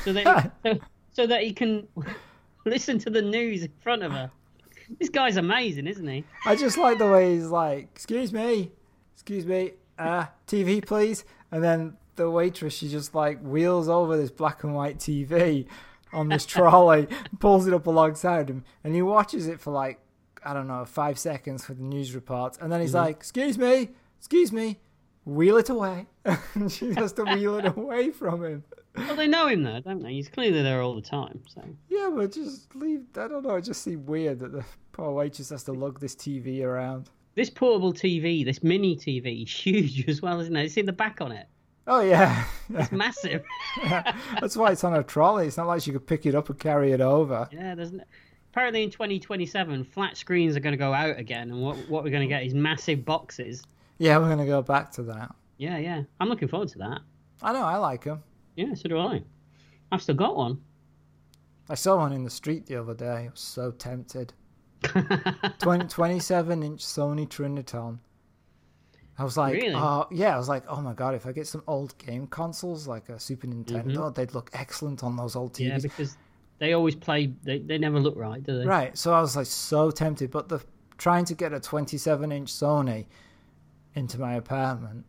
so that, so, so that he can listen to the news in front of her. This guy's amazing, isn't he? I just like the way he's like, "Excuse me, excuse me, uh, TV, please." And then the waitress, she just like wheels over this black and white TV on this trolley, pulls it up alongside him, and he watches it for like I don't know five seconds for the news report, and then he's like, "Excuse me, excuse me." Wheel it away. and she has to wheel it away from him. Well, they know him though, don't they? He's clearly there all the time. So Yeah, but just leave. I don't know. It just seemed weird that the poor waitress has to lug this TV around. this portable TV, this mini TV, is huge as well, isn't it? It's in the back on it. Oh yeah, It's massive. That's why it's on a trolley. It's not like she could pick it up and carry it over. Yeah, there's no... apparently in 2027 flat screens are going to go out again, and what what we're going to get is massive boxes. Yeah, we're gonna go back to that. Yeah, yeah. I'm looking forward to that. I know. I like them. Yeah, so do I. I've still got one. I saw one in the street the other day. I was so tempted. 20, 27 inch Sony Triniton. I was like, Really? oh yeah. I was like, oh my god, if I get some old game consoles like a Super Nintendo, they'd look excellent on those old TVs. Mm-hmm. Yeah, because they always play. They, they never look right, do they? Right. So I was like so tempted, but the trying to get a 27 inch Sony into my apartment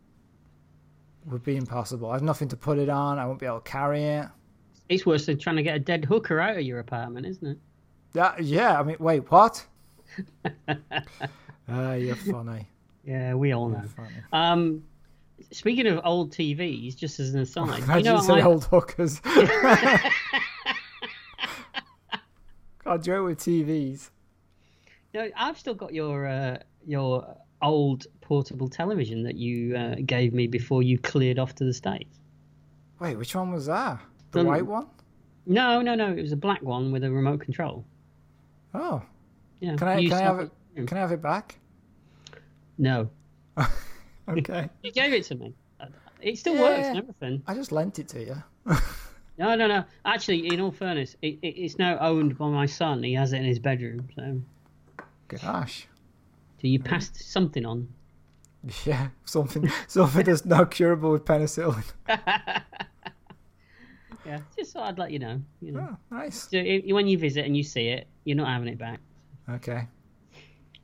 would be impossible. I have nothing to put it on. I won't be able to carry it. It's worse than trying to get a dead hooker out of your apartment, isn't it? Yeah. yeah I mean, wait, what? Ah, you're funny. Yeah, we all know. funny. Um, speaking of old TVs, just as an aside, Oh, I you know, just say I, old hookers. God, do it with TVs. no, I've still got your uh, your old portable television that you uh, gave me before you cleared off to the states. Wait, which one was that? The The- white one? No, no, no. It was a black one with a remote control. Oh, Yeah. can I You can I saw have it? Can I have it back? No, Okay, you gave it to me. It still Yeah. works and everything. I just lent it to you. No, no, no. Actually, in all fairness, it, it, it's now owned by my son. He has it in his bedroom. So, Gosh, so Mm-hmm. you passed something on. yeah, something something that's not curable with penicillin. Yeah. Just thought I'd let you know. You know. Oh, nice. So i when you visit and you see it, you're not having it back. Okay.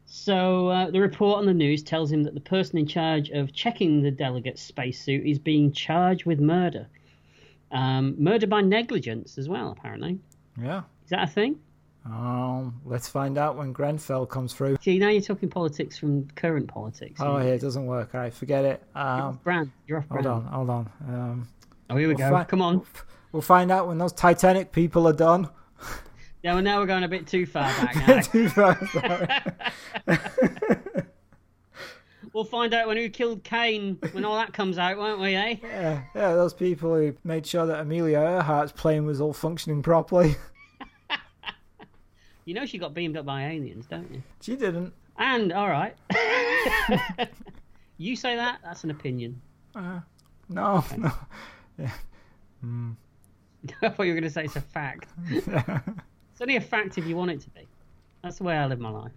So uh, the report on the news tells him that the person in charge of checking the delegate's spacesuit is being charged with murder, um, murder by negligence as well. Apparently, Yeah. is that a thing? Um, let's find out when Grenfell comes through. See, now you're talking politics from current politics. Oh, yeah, it doesn't work. All right, forget it. Um, brand, you're off hold on, brand. hold on. Um, Oh, here we Well, go. fi- Come on. we'll find out when those Titanic people are done. Yeah, well, now we're going a bit too far back. Now. Too far, sorry. we'll find out when who killed Kane when all that comes out, won't we? Eh? yeah, yeah, those people who made sure that Amelia Earhart's plane was all functioning properly. You know she got beamed up by aliens, don't you? She didn't. And all right, you say that. That's an opinion. No, no. I thought you were going to say it's a fact. it's only a fact if you want it to be. That's the way I live my life.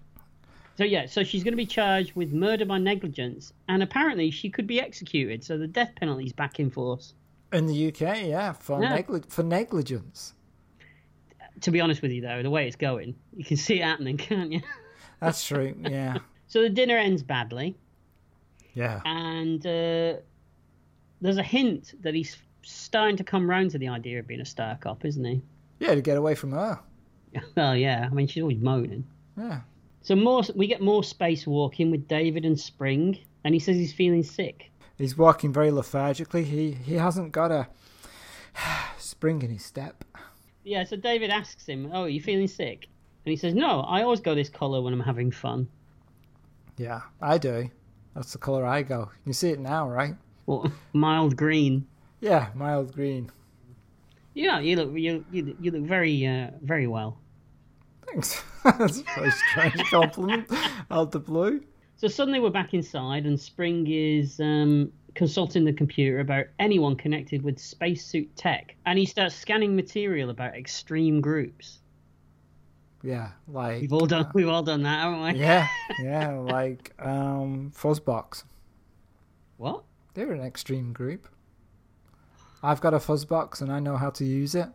So yeah, so she's going to be charged with murder by negligence, and apparently she could be executed. So the death penalty's back in force. In the UK, yeah, for, Yeah. negli- for negligence. To be honest with you, though, the way it's going, you can see it happening, can't you? That's true, yeah. So the dinner ends badly, Yeah. and uh, there's a hint that he's starting to come round to the idea of being a star cop, isn't he? Yeah, to get away from her. well, yeah. I mean, she's always moaning. Yeah. So more, we get more space walking with David and Spring, and he says he's feeling sick. He's walking very lethargically. He he hasn't got a spring in his step. Yeah, so David asks him, "Oh, are you feeling sick?" And he says, "No, I always go this colour when I'm having fun." Yeah, I do. That's the colour I go. You can see it now, right? Well, mild green. Yeah, mild green. Yeah, you look you you, you look very uh, very well. Thanks. That's a very strange compliment out the blue. So suddenly we're back inside, and Spring is um, consulting the computer about anyone connected with spacesuit tech, and he starts scanning material about extreme groups. Yeah, like We've all done we've all done that, haven't we? yeah, yeah, like um, Fuzzbox. What? They're an extreme group. I've got a Fuzzbox and I know how to use it,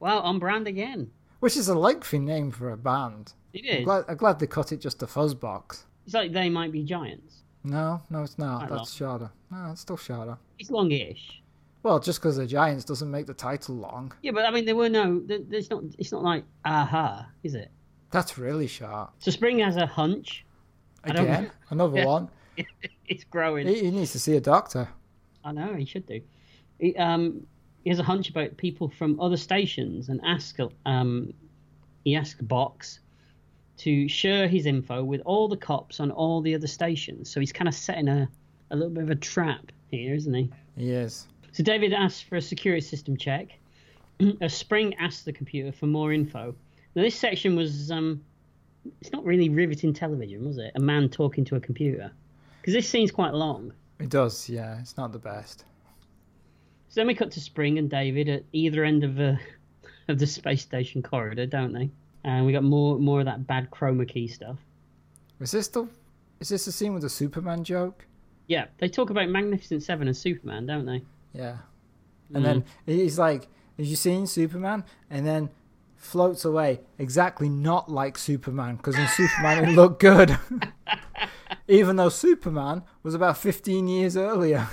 Well, on brand again. which is a lengthy name for a band. It I'm is. glad, I'm glad they cut it just to Fuzzbox. It's like they might be giants. No, no, it's not. Quite That's shorter. No, it's still shorter. It's longish. Well, just because they're giants doesn't make the title long. Yeah, but I mean, there were no. there- There's not. It's not like aha, is it? That's really short. So Spring has a hunch. don't- Again, another Yeah. one. It's growing. He, he needs to see a doctor. I know he should do. He, um, he has a hunch about people from other stations and ask. Um, he asks Box to share his info with all the cops on all the other stations. So he's kind of setting a a little bit of a trap here, isn't he? He is. So David asks for a security system check. a spring asks the computer for more info. Now this section was um, it's not really riveting television, was it? A man talking to a computer, because this scene's quite long. It does, yeah. It's not the best. So then we cut to Spring and David at either end of the of the space station corridor, don't they? And we got more more of that bad chroma key stuff. Is this the? Is this the scene with the Superman joke? Yeah, they talk about Magnificent Seven and Superman, don't they? Yeah. And Mm. then he's like, "Have you seen Superman?" And then floats away, exactly not like Superman, because in Superman it looked good, even though Superman was about 15 years earlier.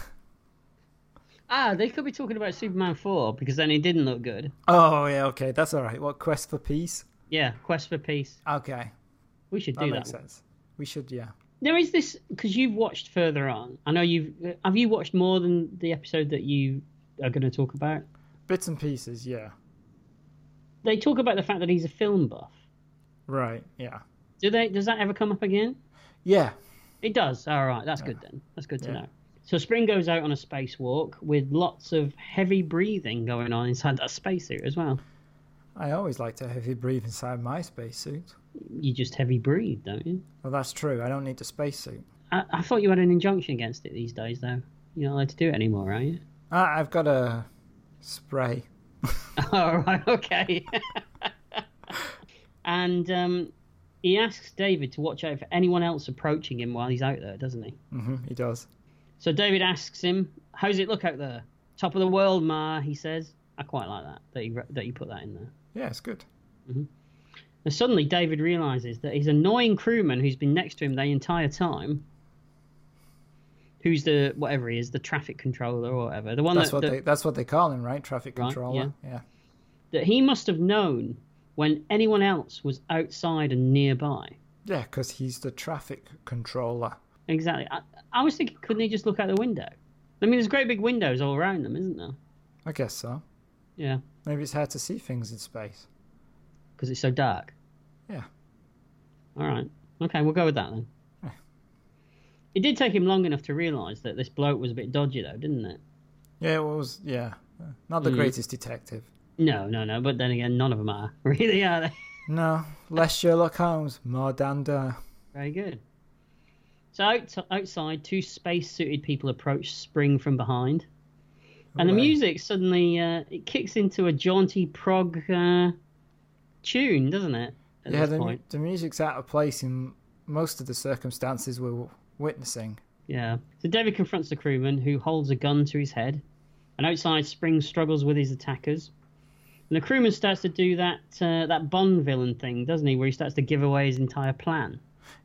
Ah, they could be talking about Superman Four because then it didn't look good. Oh yeah, okay, that's all right. What quest for peace? Yeah, Quest for Peace. Okay, We should that do makes that. sense. We should, yeah. Now is this because you've watched further on? I know you've. Have you watched more than the episode that you are going to talk about? Bits and pieces, yeah. They talk about the fact that he's a film buff. Right, yeah, Do they? Does that ever come up again? yeah. It does. All right, that's good then. That's good to know. So Spring goes out on a spacewalk with lots of heavy breathing going on inside that spacesuit as well. I always like to heavy breathe inside my spacesuit. You just heavy breathe, don't you? Well, that's true. I don't need a spacesuit. I, I thought you had an injunction against it these days, though. You're not allowed to do it anymore, are you? Ah, I've got a spray. All right, okay. and um, he asks David to watch out for anyone else approaching him while he's out there, doesn't he? hmm he does. So David asks him, "How's it look out there? Top of the world, Ma?" He says. I quite like that that you that you put that in there. Yeah, it's good. And suddenly, David realizes that his annoying crewman, who's been next to him the entire time, who's the whatever he is, the traffic controller or whatever, the one That's that, what that, they that's what they call him, right? Traffic Right, controller. yeah. that he must have known when anyone else was outside and nearby. Yeah, because he's the traffic controller. Exactly. I, I was thinking, couldn't he just look out the window? I mean, there's great big windows all around them, isn't there? I guess so. Yeah, Maybe it's hard to see things in space. because it's so dark. Yeah. All right. Okay, we'll go with that then. It did take him long enough to realise that this bloke was a bit dodgy, though, didn't it? Yeah, it was. Yeah, Uh, not Mm. the greatest detective. No, no, no. But then again, none of them are really, are they? No, less Sherlock Holmes, more Danda. Very good. So out, outside, two space-suited people approach Spring from behind, and the Right. music suddenly uh, it kicks into a jaunty prog uh, tune, doesn't it? At Yeah, this the, point, the music's out of place in most of the circumstances we're w- witnessing. yeah. So David confronts the crewman, who holds a gun to his head, and outside, Spring struggles with his attackers, and the crewman starts to do that uh, that Bond villain thing, doesn't he? Where he starts to give away his entire plan.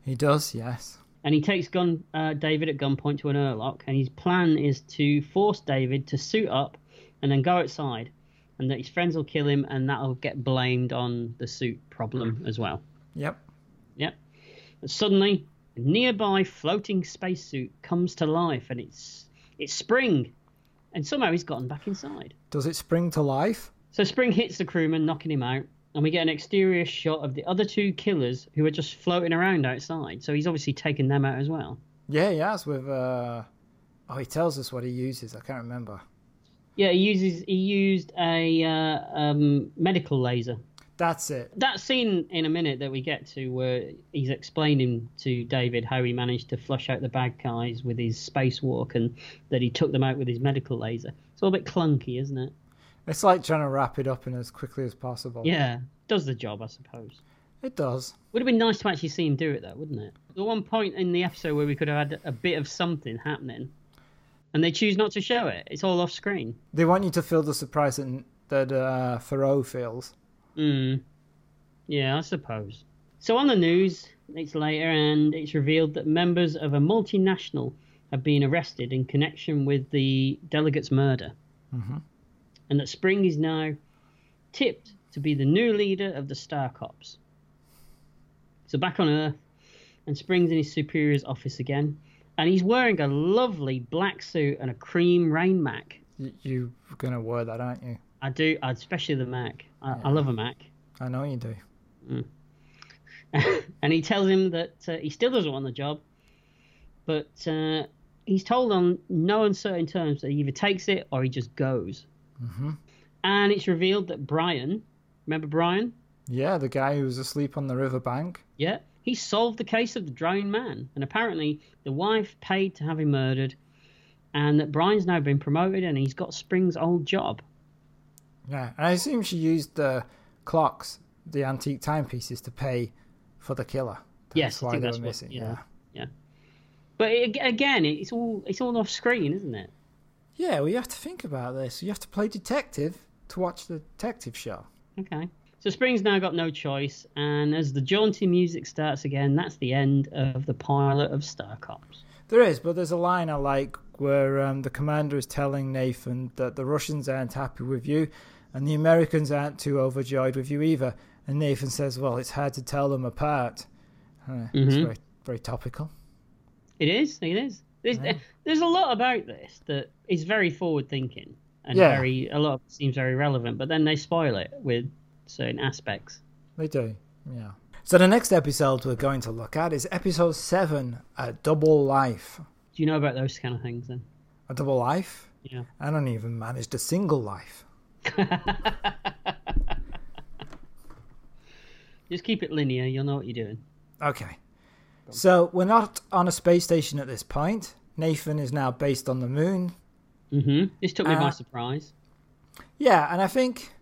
He does, yes. and he takes gun uh, David at gunpoint to an airlock, and his plan is to force David to suit up and then go outside, and that his friends will kill him, and that'll get blamed on the suit problem as well. Yep. Yep. And suddenly, a nearby floating spacesuit comes to life, and it's it's Spring, and somehow he's gotten back inside. Does it spring to life? So Spring hits the crewman, knocking him out, and we get an exterior shot of the other two killers who are just floating around outside. So he's obviously taken them out as well. Yeah, he has with. Uh... Oh, he tells us what he uses. I can't remember. Yeah, he uses he used a uh, um, medical laser. That's it. That scene in a minute that we get to where he's explaining to David how he managed to flush out the bad guys with his spacewalk and that he took them out with his medical laser. It's all a bit clunky, isn't it? It's like trying to wrap it up in as quickly as possible. Yeah, does the job, I suppose. It does. Would have been nice to actually see him do it though, wouldn't it? The one point in the episode where we could have had a bit of something happening, and they choose not to show it. It's all off screen. They want you to feel the surprise that, that uh, Thoreau feels. Mm. Yeah, I suppose. So on the news, it's later, and it's revealed that members of a multinational have been arrested in connection with the delegate's murder, mm-hmm. and that Spring is now tipped to be the new leader of the Star Cops. So back on Earth, and Spring's in his superior's office again, and he's wearing a lovely black suit and a cream rain mac. You, you're going to wear that, aren't you? I do, especially the mac. I, I love a mac. I know you do. and he tells him that uh, he still doesn't want the job, but uh, he's told on no uncertain terms that he either takes it or he just goes. Mm-hmm. And it's revealed that Brian, remember Brian? Yeah, the guy who was asleep on the riverbank. Yeah, he solved the case of the drowned man, and apparently the wife paid to have him murdered, and that Brian's now been promoted and he's got Spring's old job. Yeah, and I assume she used the clocks, the antique timepieces, to pay for the killer. That's Yes, I why think they that's were what- missing. yeah. yeah. But it, again, it's all it's all off screen, isn't it? Yeah, well, you have to think about this. You have to play detective to watch the detective show. Okay. So Spring's now got no choice, and as the jaunty music starts again, that's the end of the pilot of Star Cops. There is, but there's a line I like where um, the commander is telling Nathan that the Russians aren't happy with you and the Americans aren't too overjoyed with you either. And Nathan says, Well, it's hard to tell them apart. Uh, It's Mm-hmm. very, very topical. It is, it is. There's, there's a lot about this that is very forward thinking, and Yeah. very a lot of it seems very relevant, but then they spoil it with certain aspects. They do, yeah. So the next episode we're going to look at is episode 7 A Double Life. Do you know about those kind of things then? a double life. Yeah. I don't even managed a single life. Just keep it linear. You'll know what you're doing. Okay. So we're not on a space station at this point. Nathan is now based on the moon. hmm This took me by Uh, surprise. Yeah, and I think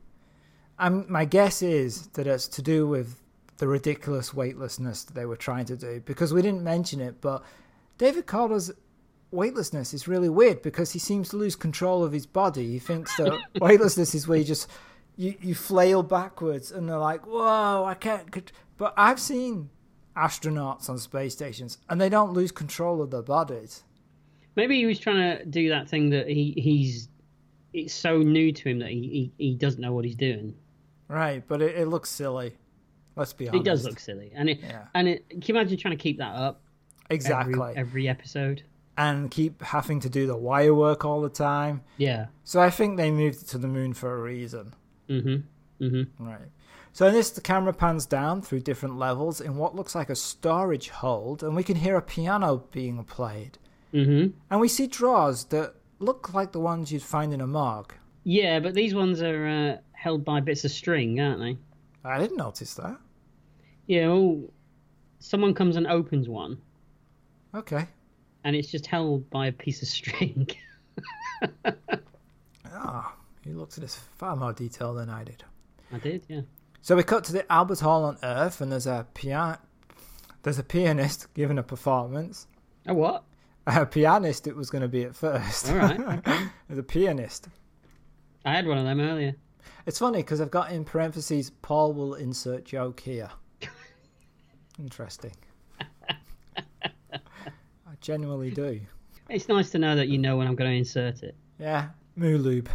I'm, my guess is that it's to do with the ridiculous weightlessness that they were trying to do because we didn't mention it, but David Calder's weightlessness is really weird because he seems to lose control of his body. He thinks that weightlessness is where you just you, you flail backwards and they're like, "Whoa, I can't." cont-" But I've seen astronauts on space stations and they don't lose control of their bodies. Maybe he was trying to do that thing that he he's. It's so new to him that he, he, he doesn't know what he's doing. Right, but it, it looks silly. Let's be honest. It does look silly, and it Yeah. and it. Can you imagine trying to keep that up exactly every, every episode? and keep having to do the wire work all the time. Yeah. So I think they moved it to the moon for a reason. Mm-hmm. Mm-hmm. Right. So in this, the camera pans down through different levels in what looks like a storage hold, and we can hear a piano being played. Mm-hmm. And we see drawers that look like the ones you'd find in a morgue. Yeah, but these ones are uh, held by bits of string, aren't they? I didn't notice that. Yeah. Well, someone comes and opens one, Okay. and it's just held by a piece of string. Ah, you looked at this far more detail than I did. I did. Yeah. So we cut to the Albert Hall on Earth, and there's a pian- there's a pianist giving a performance. Oh what? A pianist it was going to be at first. All right. the pianist. I had one of them earlier. It's funny because I've got in parentheses, Paul will insert joke here. Interesting. I genuinely do. It's nice to know that you know when I'm going to insert it. Yeah, Moo Lube.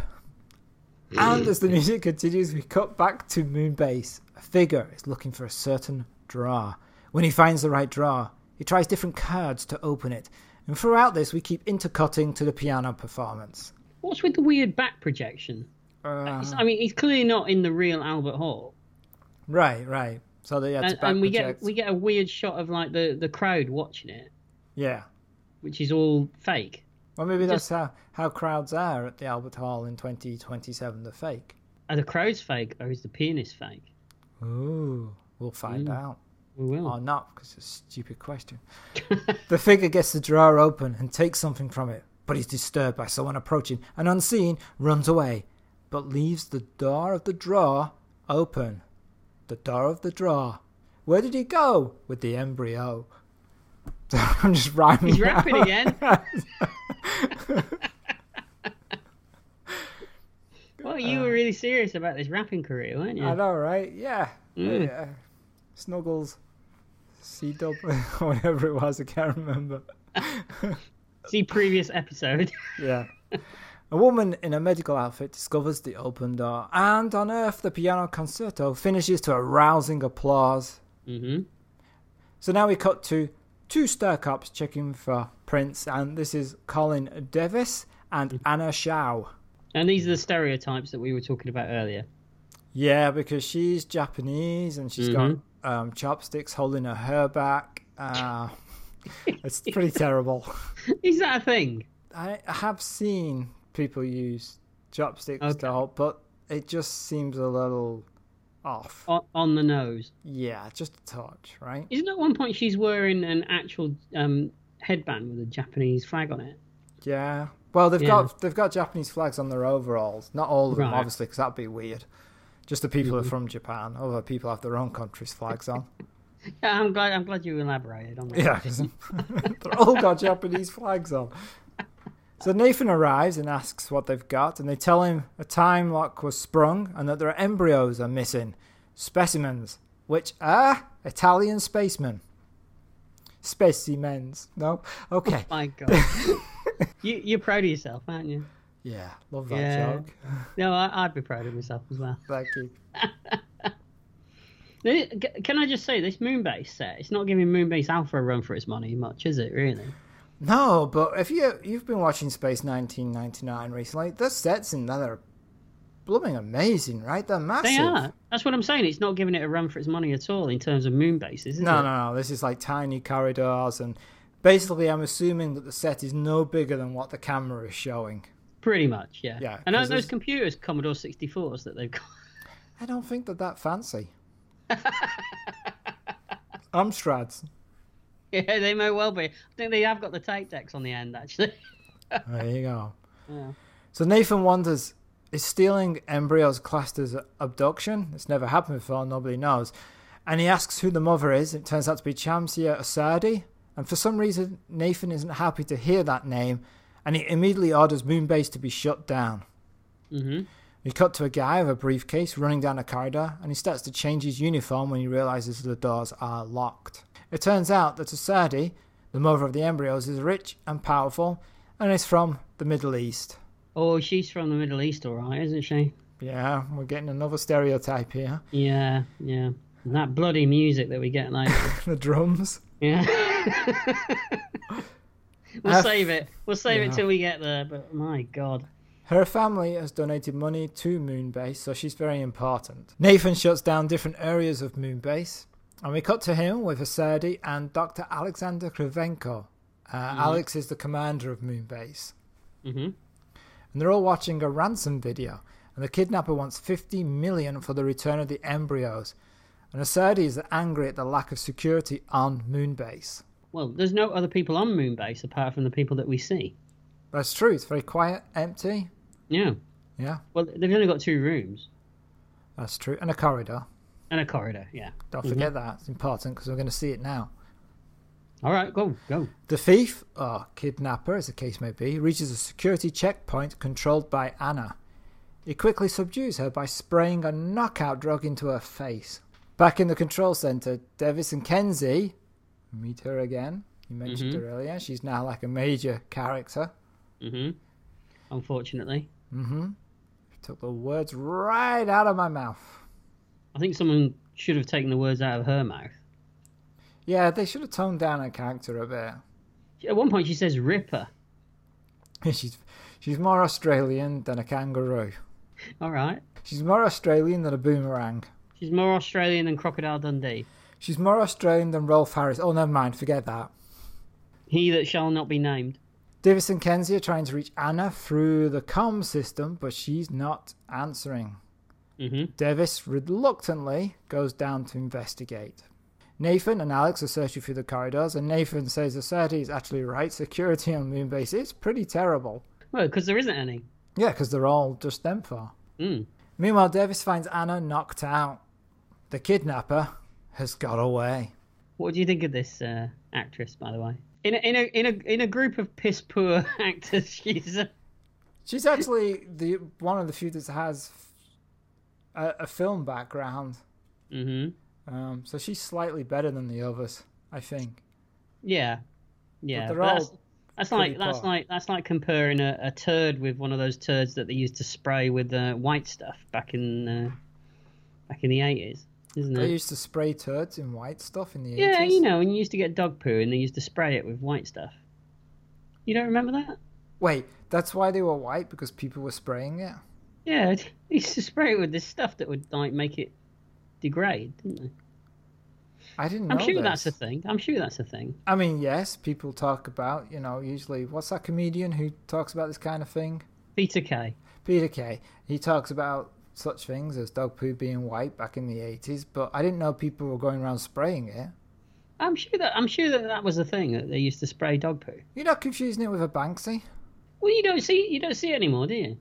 And as the music continues, we cut back to Moon Base. A figure is looking for a certain drawer. When he finds the right drawer, he tries different cards to open it. And throughout this, we keep intercutting to the piano performance. What's with the weird back projection? Uh, It's- I mean, he's clearly not in the real Albert Hall, right, right. So they had to and, back and we get project. we get a weird shot of like the the crowd watching it, Yeah. which is all fake. Well, maybe that's Just- how, how crowds are at the Albert Hall in 2027. They're fake. Are the crowd's fake or is the pianist fake? Ooh, we'll Mm. find out. We will. Or not, because it's a stupid question. the figure gets the drawer open and takes something from it, but he's disturbed by someone approaching and unseen runs away, but leaves the door of the drawer open. The door of the drawer. Where did he go? With the embryo. I'm just rhyming. He's now. rapping again. well, you were really serious about this rapping career, weren't you? I know, right? Yeah. Uh, yeah. Snuggles, C dub, whatever it was, I can't remember. See previous episode. Yeah. A woman in a medical outfit discovers the open door, and on Earth, the piano concerto finishes to a rousing applause. hmm So now we cut to two star cops checking for Prince, and this is Colin Davis and Anna Shao. And these are the stereotypes that we were talking about earlier. Yeah, because she's Japanese and she's Mm-hmm. got um, chopsticks holding her hair back. Uh, it's pretty terrible. Is that a thing? I have seen people use chopsticks Okay. to hold, but it just seems a little off. On, on the nose. Yeah, just a touch, right? Isn't at one point she's wearing an actual um, headband with a Japanese flag on it? Yeah. Well, they've Yeah. got they've got Japanese flags on their overalls. Not all of them, Right. Mm-hmm. obviously, because that'd be weird. Just the people who are from Japan. Other people have their own country's flags on. Yeah, I'm glad. I'm glad you elaborated on that. Yeah, 'cause they're all got Japanese flags on. So Nathan arrives and asks what they've got, and they tell him a time lock was sprung and that their embryos are missing, specimens, which are Italian spacemen. Specimens. No? Okay. My God. you, you're proud of yourself, aren't you? Yeah, love that Yeah. joke. No, I, I'd be proud of myself as well. Thank you. Th- c- Can I just say this Moonbase set? It's not giving Moonbase Alpha a run for its money much, is it? Really? No, but if you you've been watching Space 1999 recently, the sets in that are blooming amazing, right? They're massive. They are. That's what I'm saying. It's not giving it a run for its money at all in terms of Moonbase, is it? No, no, no. This is like tiny corridors and Basically, I'm assuming that the set is no bigger than what the camera is showing. Pretty much, yeah. Yeah, and 'cause those there's- computers, Commodore 64s that they've got. I don't think they're that fancy. Amstrads. Yeah, they may well be. I think they have got the tape decks on the end, actually. There you go. So Nathan wonders is stealing embryos classed as abduction? It's never happened before, nobody knows. And he asks who the mother is. It turns out to be Chamsia Asadi. And for some reason, Nathan isn't happy to hear that name and he immediately orders Moonbase to be shut down. Mhm. We cut to a guy with a briefcase running down a corridor and he starts to change his uniform when he realizes the doors are locked. It turns out that Asadi, the mother of the embryos, is rich and powerful and is from the Middle East. Oh, she's from the Middle East, all right, isn't she? Yeah, we're getting another stereotype here. Yeah, yeah. And that bloody music that we get later. the drums. yeah. we'll F- save it. We'll save Yeah. it till we get there. But my God, Her family has donated money to Moonbase, so she's very important. Nathan shuts down different areas of Moonbase, and we cut to him with Asadi and Dr. Alexander Krivenko. Uh, Alex is the commander of Moonbase. Mhm. And they're all watching a ransom video, and the kidnapper wants 50 million for the return of the embryos. And Asadi is angry at the lack of security on Moonbase. well, there's no other people on Moonbase apart from the people that we see. That's true, it's very quiet, empty. Yeah. Yeah, Well, they've only got two rooms that's true. And a corridor. and a corridor. Yeah. Don't forget that. It's important because we're going to see it now. All right, go, go. The thief, or kidnapper as the case may be, reaches a security checkpoint controlled by Anna. He quickly subdues her by spraying a knockout drug into her face. Back in the control center, Davis and Kenzie meet her again. You mentioned her earlier. She's now like a major character. hmm Unfortunately, Took the words right out of my mouth. I think someone should have taken the words out of her mouth. Yeah, they should have toned down her character a At one point, she says "ripper." bit. she's she's more Australian than a kangaroo. All right. She's more Australian than a boomerang. She's more Australian than Crocodile Dundee. She's more Australian than Rolf Harris. Oh, never mind, forget that. He that shall not be named. Davis and Kenzie are trying to reach Anna through the comm system, but she's not answering. Mm-hmm. Mhm. Davis reluctantly goes down to investigate. Nathan and Alex are searching through the corridors, and Nathan says Asadi is actually right. Security on Moonbase is pretty terrible. Well, because there isn't any. Yeah, because they're all just them for. Mm. Meanwhile, Davis finds Anna knocked out. The kidnapper has got away. What do you think of this uh, actress, by the way? In a, in a in a in a group of piss poor actors, she's a, She's actually the one of the few that has a, a film background, hmm um, so she's slightly better than the others, I think. yeah, yeah. they're but that's, all that's pretty like that's poor. like that's like comparing a, a turd with one of those turds that they used to spray with uh, white stuff back in uh, back in the eighties, isn't They it? used to spray turds in white stuff in the Yeah, 80s. you know, and you used to get dog poo and they used to spray it with white stuff. You don't remember that? Wait, that's why they were white because people were spraying it. Yeah, they used to spray it with this stuff that would like make it degrade, didn't they? I didn't know. I'm sure this. that's a thing. I'm sure that's a thing. I mean, yes, people talk about you know usually what's that comedian who talks about this kind of thing? Peter Kay. Peter Kay. He talks about such things as dog poo being white back in the 80s, but I didn't know people were going around spraying it. I'm sure that I'm sure that that was a thing that they used to spray dog poo. You're not confusing it with a Banksy? Well, you don't see you don't see it anymore, do you?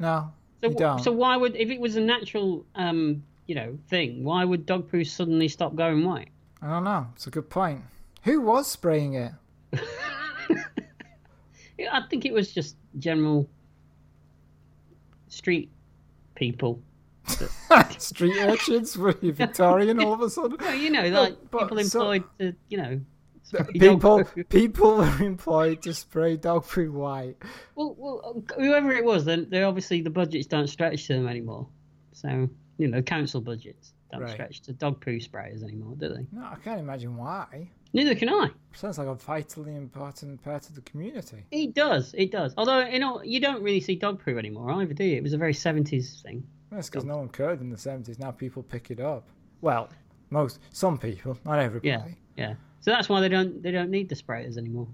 No, So you wh- don't. so why would if it was a natural um you know thing, why would dog poo suddenly stop going white? I don't know. It's a good point. Who was spraying it? Yeah, I think it was just general street people. Street urchins? Were you Victorian all of a sudden? Well, you know, like but people so- employed to you know spray dog People, poo. people were employed to spray dog poo white. Well, well, whoever it was, then they obviously the budgets don't stretch to them anymore. So you know, council budgets don't Right. stretch to dog poo sprayers anymore, do they? No, I can't imagine why. Neither can I. Sounds like a vitally important part of the community. It does, it does. Although you know, you don't really see dog poo anymore either, do you? It was a very seventies thing. That's because no one cared in the 70s. Now people pick it up. Well, most, some people, not everybody. Yeah, yeah. So that's why they don't they don't need the sprayers anymore.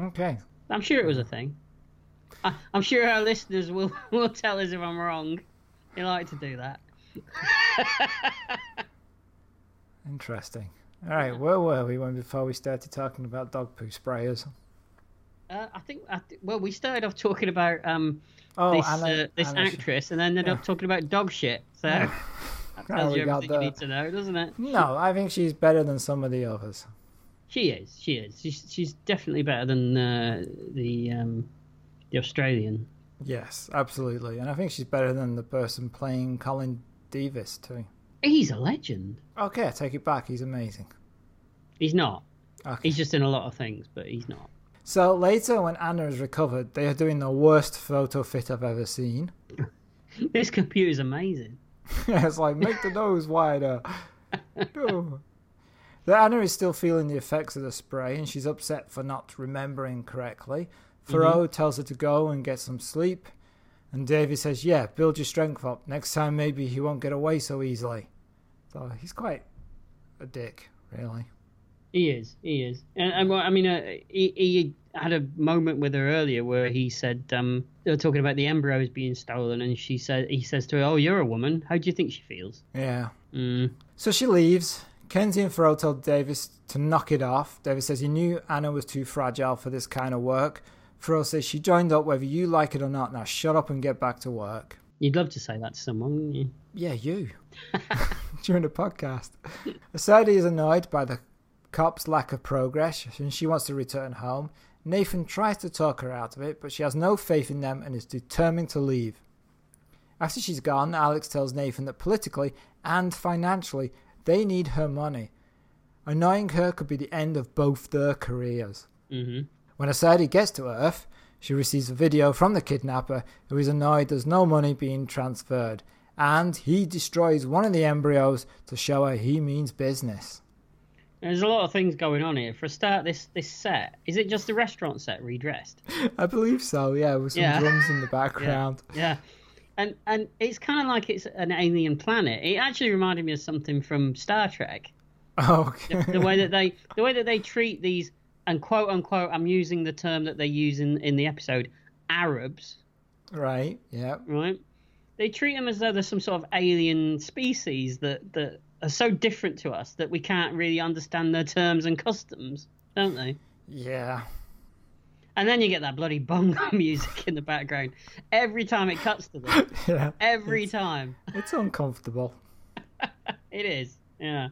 Okay. I'm sure it was a thing. I, I'm sure our listeners will will tell us if I'm wrong. They like to do that. Interesting. All right, where were we when before we started talking about dog poo sprayers? Uh, I think I th- well, we started off talking about um Oh, this Anna- uh, this Anna- actress, and then ended up talking about dog shit. So that Oh, tells we you got everything you the- need to know, doesn't it? No, I think she's better than some of the others. She is. She is. She's, she's definitely better than uh, the um, the Australian. Yes, absolutely. And I think she's better than the person playing Colin Davis, too. He's a legend. Okay, I take it back. He's amazing. He's not. Okay. He's just in a lot of things, but he's not. So later, when Anna is recovered, they are doing the worst photo fit I've ever seen. This computer's amazing. it's like, make the nose wider. No. The Anna is still feeling the effects of the spray and she's upset for not remembering correctly. Thoreau tells her to go and get some sleep. And Davy says, Yeah, build your strength up. Next time, maybe he won't get away so easily. So he's quite a dick, really. He is. He is. And, and well, I mean, uh, he, he had a moment with her earlier where he said um, they were talking about the embryos being stolen, and she said he says to her, "Oh, you're a woman. How do you think she feels?" Yeah. Mm. So she leaves. Kenzie and Thoreau tell Davis to knock it off. Davis says he knew Anna was too fragile for this kind of work. Thoreau says she joined up whether you like it or not. Now shut up and get back to work. You'd love to say that to someone. wouldn't you? Yeah, you. During the podcast. Asadi is annoyed by the cop's lack of progress and she wants to return home. Nathan tries to talk her out of it, but she has no faith in them and is determined to leave. After she's gone, Alex tells Nathan that politically and financially they need her money. Annoying her could be the end of both their careers. When Asadi gets to Earth, she receives a video from the kidnapper who is annoyed there's no money being transferred, and he destroys one of the embryos to show her he means business. There's a lot of things going on here. For a start, this this set is it just the restaurant set redressed? I believe so, yeah, with some Yeah. drums in the background. Yeah. And and it's kind of like it's an alien planet. It actually reminded me of something from Star Trek. Oh, okay. The way that they the way that they treat these and quote unquote I'm using the term that they use in in the episode Arabs, right, yeah. right? They treat them as though they're some sort of alien species that that are so different to us that we can't really understand their terms and customs, don't they? Yeah. And then you get that bloody bongo music in the background every time it cuts to them. Yeah. Every time. It's uncomfortable. It is. Yeah.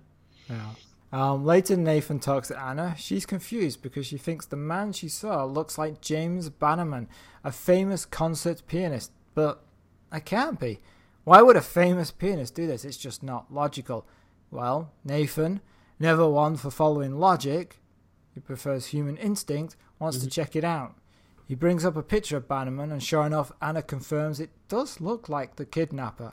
Yeah. Um, later, Nathan talks to Anna. She's confused because she thinks the man she saw looks like James Bannerman, a famous concert pianist. But I can't be. Why would a famous pianist do this? It's just not logical. Well, Nathan, never one for following logic, he prefers human instinct, wants to check it out. He brings up a picture of Bannerman, and sure enough, Anna confirms it does look like the kidnapper.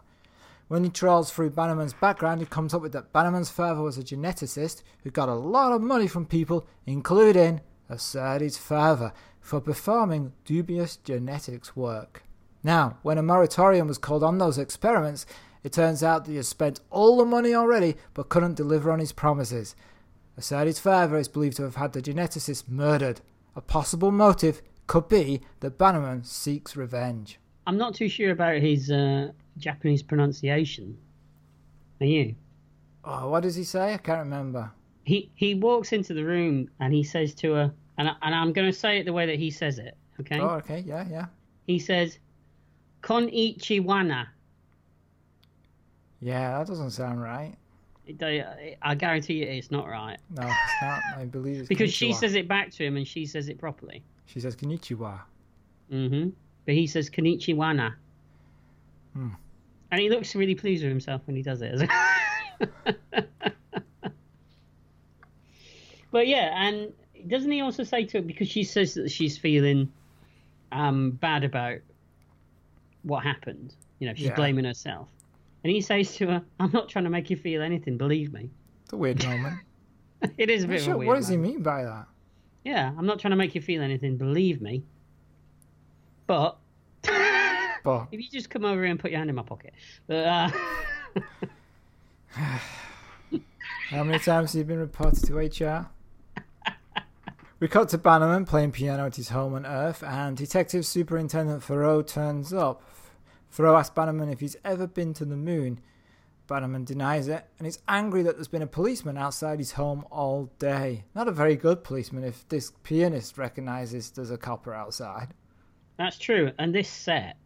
When he trawls through Bannerman's background, he comes up with that Bannerman's father was a geneticist who got a lot of money from people, including Asadi's father, for performing dubious genetics work. Now, when a moratorium was called on those experiments, it turns out that he has spent all the money already but couldn't deliver on his promises. Asadi's father is believed to have had the geneticist murdered. A possible motive could be that Bannerman seeks revenge. I'm not too sure about his uh, Japanese pronunciation. Are you? Oh, what does he say? I can't remember. He he walks into the room and he says to her, and I, and I'm going to say it the way that he says it. Okay. Oh, okay, yeah, yeah. He says, "Konichiwana." Yeah, that doesn't sound right. It- I I guarantee you, it's not right No, it's not. I believe it's because she konnichiwa. says it back to him and she says it properly. she says konnichiwa. hmm But he says "Konichiwana," Hmm. and he looks really pleased with himself when he does it. but yeah, and doesn't he also say to her because she says that she's feeling um, bad about what happened? You know, she's Yeah. blaming herself, and he says to her, "I'm not trying to make you feel anything. Believe me." It's a weird moment. It is a bit of sure, a weird. what does he moment. mean by that? Yeah, I'm not trying to make you feel anything. Believe me. But But If you just come over here and put your hand in my pocket. But, uh, how many times have you been reported to HR? We cut to Bannerman playing piano at his home on Earth, and Detective Superintendent Thoreau turns up. Thoreau asks Bannerman if he's ever been to the moon. Bannerman denies it, and is angry that there's been a policeman outside his home all day. Not a very good policeman if this pianist recognizes there's a copper outside. That's true. And this set,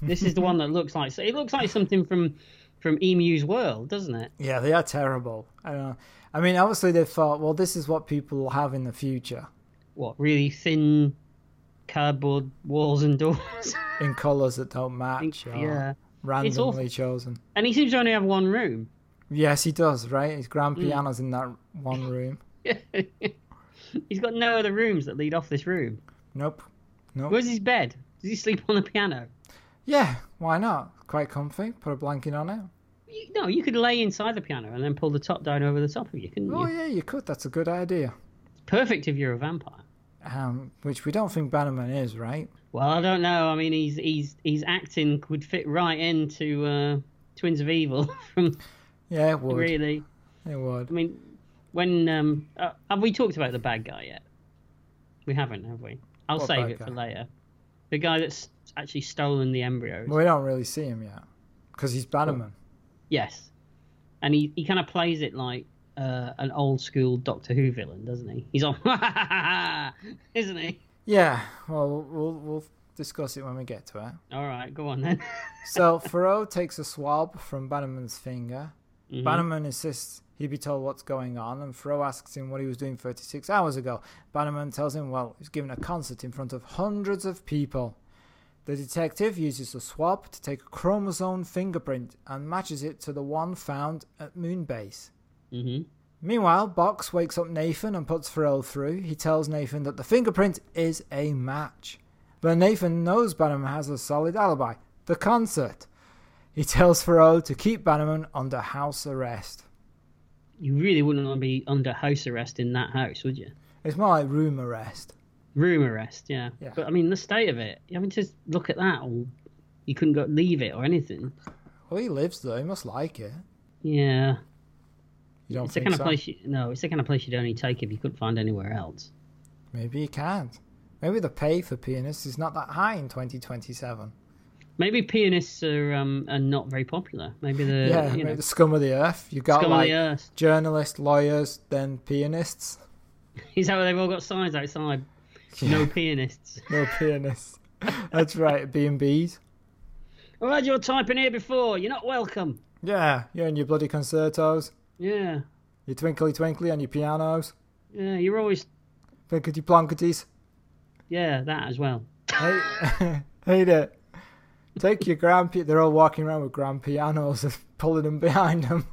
this is the one that looks like. So it looks like something from from Emu's World, doesn't it? Yeah, they are terrible. I don't know. I mean, obviously they thought, well, this is what people will have in the future What really thin cardboard walls and doors. in colors that don't match or yeah. randomly chosen. And he seems to only have one room. Yes, he does, right? His grand Mm. piano's in that one room. He's got no other rooms that lead off this room. Nope. Where's his bed? Does he sleep on the piano? Yeah, why not? Quite comfy. Put a blanket on it. You, no, you could lay inside the piano and then pull the top down over the top of you, couldn't Oh, you? yeah, you could. That's a good idea. It's perfect if you're a vampire. Um, which we don't think Bannerman is, right? Well, I don't know. I mean, he's he's he's acting would fit right into uh, Twins of Evil from Yeah, it would. really. It would. I mean, when um, uh, have we talked about the bad guy yet? We haven't, have we? I'll What save bad it for guy? later. The guy that's actually stolen the embryos. But we don't really see him yet. Because he's Bannerman. Oh. Yes, and he, he kind of plays it like uh, an old school Doctor Who villain, doesn't he? He's on, isn't he? Yeah, well, we'll, we'll discuss it when we get to it. All right, go on then. So Thoreau takes a swab from Bannerman's finger. Bannerman insists he be told what's going on, and Thoreau asks him what he was doing 36 hours ago. Bannerman tells him, well, he's giving a concert in front of hundreds of people. The detective uses a swab to take a chromosome fingerprint and matches it to the one found at Moonbase. hmm Meanwhile, Box wakes up Nathan and puts Pharrell through. He tells Nathan that the fingerprint is a match. But Nathan knows Bannerman has a solid alibi the concert. He tells Pharrell to keep Bannerman under house arrest. You really wouldn't want to be under house arrest in that house, would you? It's more like room arrest. Room arrest, yeah. Yeah. But I mean, the state of it. You having to look at that, or you couldn't go leave it or anything. Well, he lives though, he must like it. Yeah, You don't it's the think kind so? of place. You, no, it's the kind of place you'd only take if you couldn't find anywhere else. Maybe he can't. Maybe the pay for pianists is not that high in 2027. Maybe pianists are um are not very popular. Maybe the yeah, Uh, you maybe know the scum of the earth. You got scum of like the earth. journalists, lawyers, then pianists. Is that why they've all got signs outside? No pianists. No pianists. That's right, B and B's. I heard you were typing here before. You're not welcome. Yeah, you're in your bloody concertos, Yeah, your twinkly twinkly on your pianos, yeah. You're always plinkety plonketies. yeah that as well. Hey, hate it. Take your grand. Pi- they're all walking around with grand pianos and pulling them behind them.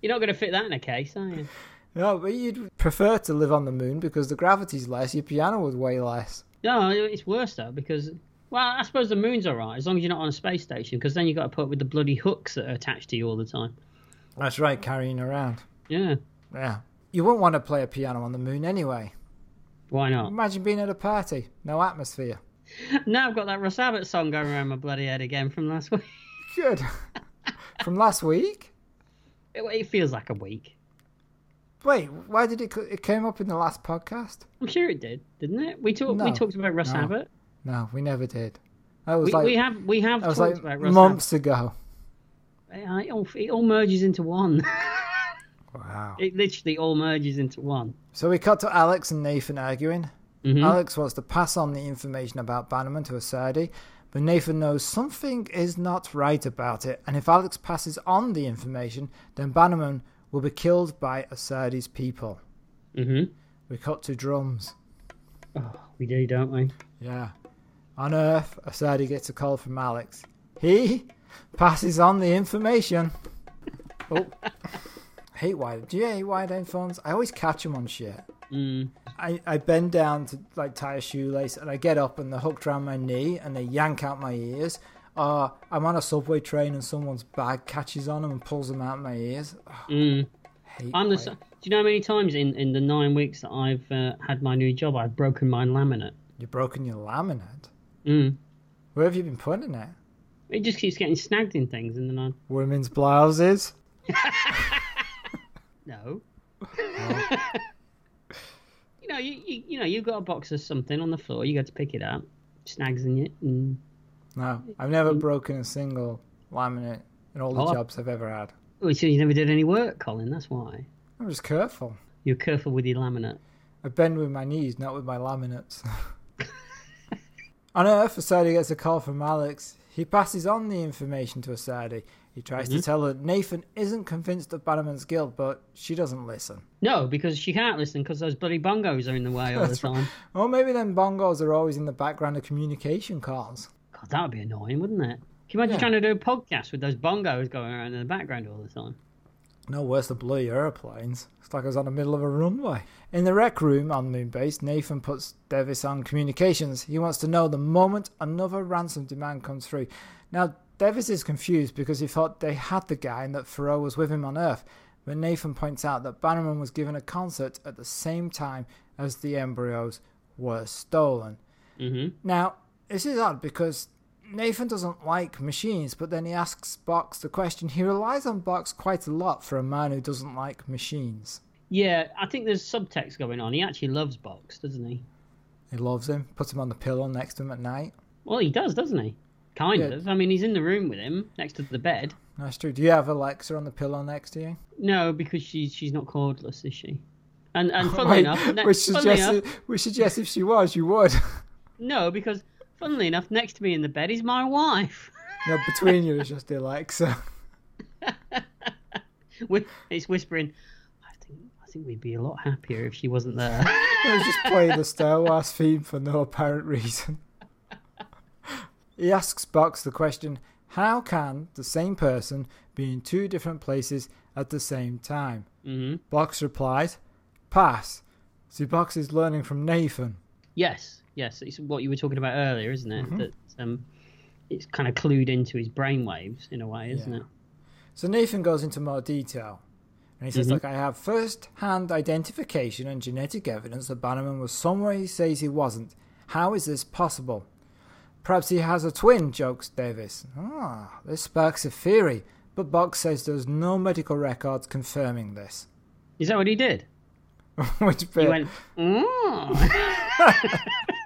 You're not going to fit that in a case, are you? No, but you'd prefer to live on the moon because the gravity's less. Your piano would weigh less. No, it's worse though because well, I suppose the moon's all right as long as you're not on a space station because then you got to put up with the bloody hooks that are attached to you all the time. That's right, carrying around. Yeah, Yeah. You wouldn't want to play a piano on the moon anyway. why not? Imagine being at a party, no atmosphere. Now I've got that Ross Abbott song going around my bloody head again from last week. Good. From last week. It, it feels like a week. Wait, why did it? c- It came up in the last podcast. I'm sure it did, didn't it? We talked No. we talked about Ross No. Abbott. No, we never did. That was We, like we have we have that was talked like about Ross Abbott. months ago. Yeah, It all, it all merges into one. Wow. it literally all merges into one. So we cut to Alex and Nathan arguing. Mhm. Alex wants to pass on the information about Bannerman to Asadi, but Nathan knows something is not right about it, and if Alex passes on the information, then Bannerman will be killed by Asadi's people. hmm We cut to drums. We do, don't we? Yeah. On Earth, Asadi gets a call from Alex. He passes on the information. Oh. hate wired. Do you hate wired headphones? I always catch them on shit. Mm. I, I bend down to like tie a shoelace and I get up and they're hooked around my knee and they yank out my ears. Uh, I'm on a subway train and someone's bag catches on them and pulls them out of my ears. Ugh, Mm. hate I'm the. wired. s- Do you know how many times in, in the nine weeks that I've uh, had my new job, I've broken my laminate? You've broken your laminate. Mm. Where have you been putting it? It just keeps getting snagged in things, and then I Women's blouses? no. know, you, you, you know, you've got a box of something on the floor. You go to pick it up, snags in it, and No, I've never broken a single laminate in all the Oh. jobs I've ever had. well, oh, so you never did any work, Colin. That's why I'm just careful. you're careful with your laminate. I bend with my knees, not with my laminates. on Earth, Asadi gets a call from Alex. He passes on the information to Asadi. He tries to tell her Nathan isn't convinced of Bannerman's guilt, but she doesn't listen. No, because she can't listen because those bloody bongos are in the way all the time. Or maybe them bongos are always in the background of communication calls. God, that would be annoying, wouldn't it? Can you imagine trying to do a podcast with those bongos going around in the background all the time? No worse than bloody aeroplanes. It's like I was on the middle of a runway. In the rec room on Moonbase, Nathan puts Davis on communications. He wants to know the moment another ransom demand comes through. Now, Davis is confused because he thought they had the guy and that Thoreau was with him on Earth. But Nathan points out that Bannerman was given a concert at the same time as the embryos were stolen. Now, this is odd because Nathan doesn't like machines, but then he asks Box the question. He relies on Box quite a lot for a man who doesn't like machines. Yeah, I think there's subtext going on. He actually loves Box, doesn't he? He loves him, puts him on the pillow next to him at night. Well, he does, doesn't he? Kind Yeah. of. I mean, he's in the room with him next to the bed. That's true. Do you have Alexa on the pillow next to you? No, because she's she's not cordless, is she? And and Wait, funnily enough, ne- we, funnily suggest, enough, we suggest if she was, you would. no, because funnily enough, next to me in the bed is my wife. no, between you is just the Alexa. Whi- it's whispering. I think I think we'd be a lot happier if she wasn't there. I was just playing the Star Wars theme for no apparent reason. He asks Box the question How can the same person be in two different places at the same time? mm Box replies, Pass. So Box is learning from Nathan. Yes, yes, it's what you were talking about earlier, isn't Mm-hmm. it? That um, it's kind of clued into his brainwaves in a way, isn't Yeah. it? So Nathan goes into more detail. And he says, like, I have first hand identification and genetic evidence that Bannerman was somewhere he says he wasn't. How is this possible? Perhaps he has a twin, jokes Davis. Ah, this sparks a theory. But Box says there's no medical records confirming this. Is that what he did? Which bit? He went. "Mm."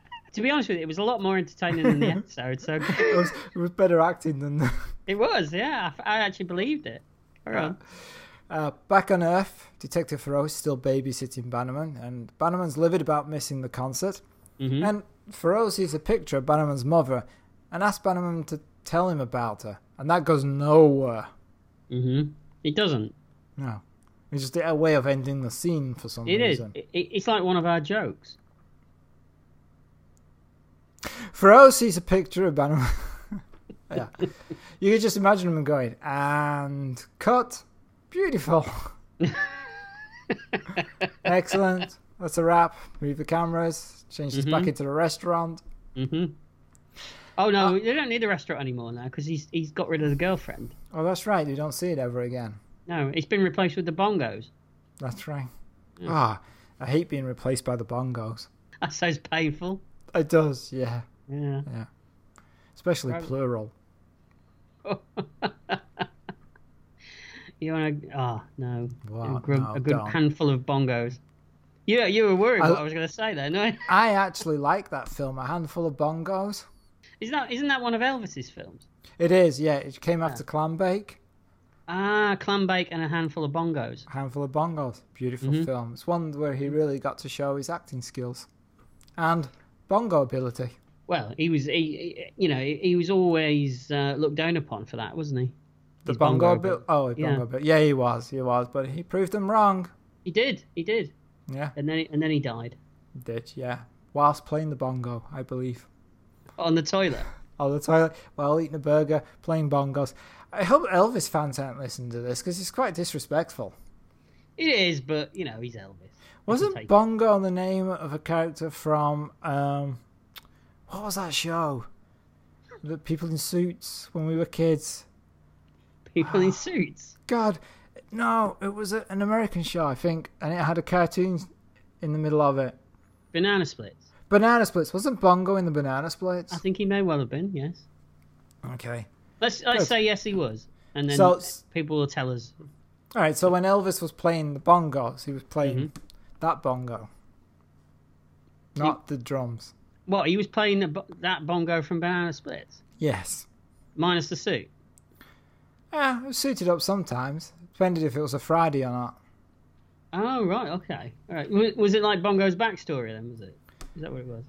to be honest with you, it was a lot more entertaining than the episode. So it, was, it was better acting than. it was, yeah. I, I actually believed it. All right. Uh, back on Earth, Detective Thoreau is still babysitting Bannerman, and Bannerman's livid about missing the concert. Mm-hmm. And Thoreau sees a picture of Bannerman's mother and asks Bannerman to tell him about her, and that goes nowhere. Mm-hmm. It doesn't. No. It's just a way of ending the scene for some It is. reason. It, it- it's like one of our jokes. Thoreau sees a picture of Bannerman. yeah. You could just imagine him going, and cut. Beautiful. Excellent. That's a wrap. Move the cameras. Change this back into the restaurant. Mm-hmm. Oh no, Ah. they don't need the restaurant anymore now because he's he's got rid of the girlfriend. Oh, that's right. You don't see it ever again. No, it's been replaced with the bongos. That's right. Ah, I hate being replaced by the bongos. That sounds painful. It does, yeah. Yeah. Especially Right. plural. You want to? Oh no! Wow, a, gr- no, a good don't. handful of bongos. Yeah, you were worried I- what I was going to say eh? there. No, I actually like that film, A Handful of Bongos. is that isn't that one of Elvis's films? It is, yeah. It came after Clambake. Ah, clambake and a handful of bongos. A Handful of Bongos. Beautiful film. It's one where he really got to show his acting skills and bongo ability. Well, he was he, he- you know he, he was always uh, looked down upon for that, wasn't he? The His bongo, bongo abil- Oh, his Yeah. bongo abil- Yeah, he was. He was. But he proved them wrong. He did, he did, Yeah, and then and then he died he did, yeah. Whilst playing the bongo, I believe. on the toilet. on the toilet while eating a burger, playing bongos. I hope Elvis fans aren't listening to this because it's quite disrespectful. It is, but you know he's Elvis. Wasn't take- Bongo the name of a character from um, what was that show? The people in suits when we were kids. People in suits. God, no, it was a, an American show, I think, and it had a cartoon in the middle of it. Banana splits. Banana Splits. Wasn't Bongo in the Banana Splits? I think he may well have been. Yes. Okay. Let's let's say yes, he was, and then So it's- people will tell us. Mm-hmm. All right. So when Elvis was playing the bongos, he was playing that bongo. not the drums. What he was playing the, bo- that bongo from Banana Splits, Yes. minus the suit. Yeah, it was suited up sometimes. Depended if it was a Friday or not. Oh right, okay, all right. Was, was it like Bongo's backstory then? Was it? Is that what it was?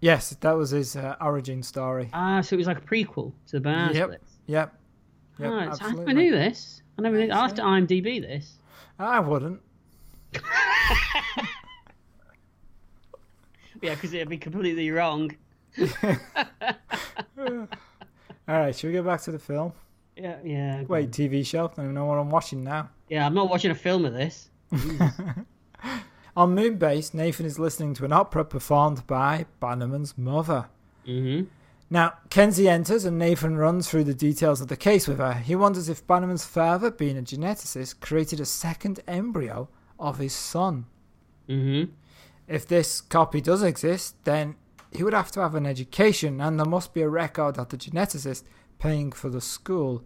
Yes, that was his uh, origin story. Ah, so it was like a prequel to the Banana Yep. Splits. Oh, Yep. Yep, Right, so I never absolutely. knew this. I never. Knew, I have to IMDb this. I wouldn't. Yeah, because it'd be completely wrong. All right, should we go back to the film? Yeah, yeah. Wait, TV show. I don't even know what I'm watching now. Yeah, I'm not watching a film of this. On Moonbase, Nathan is listening to an opera performed by Bannerman's mother. Mm-hmm. Now, Kenzie enters and Nathan runs through the details of the case with her. He wonders if Bannerman's father, being a geneticist, created a second embryo of his son. Mm-hmm. If this copy does exist, then he would have to have an education, and there must be a record of the geneticist paying for the school.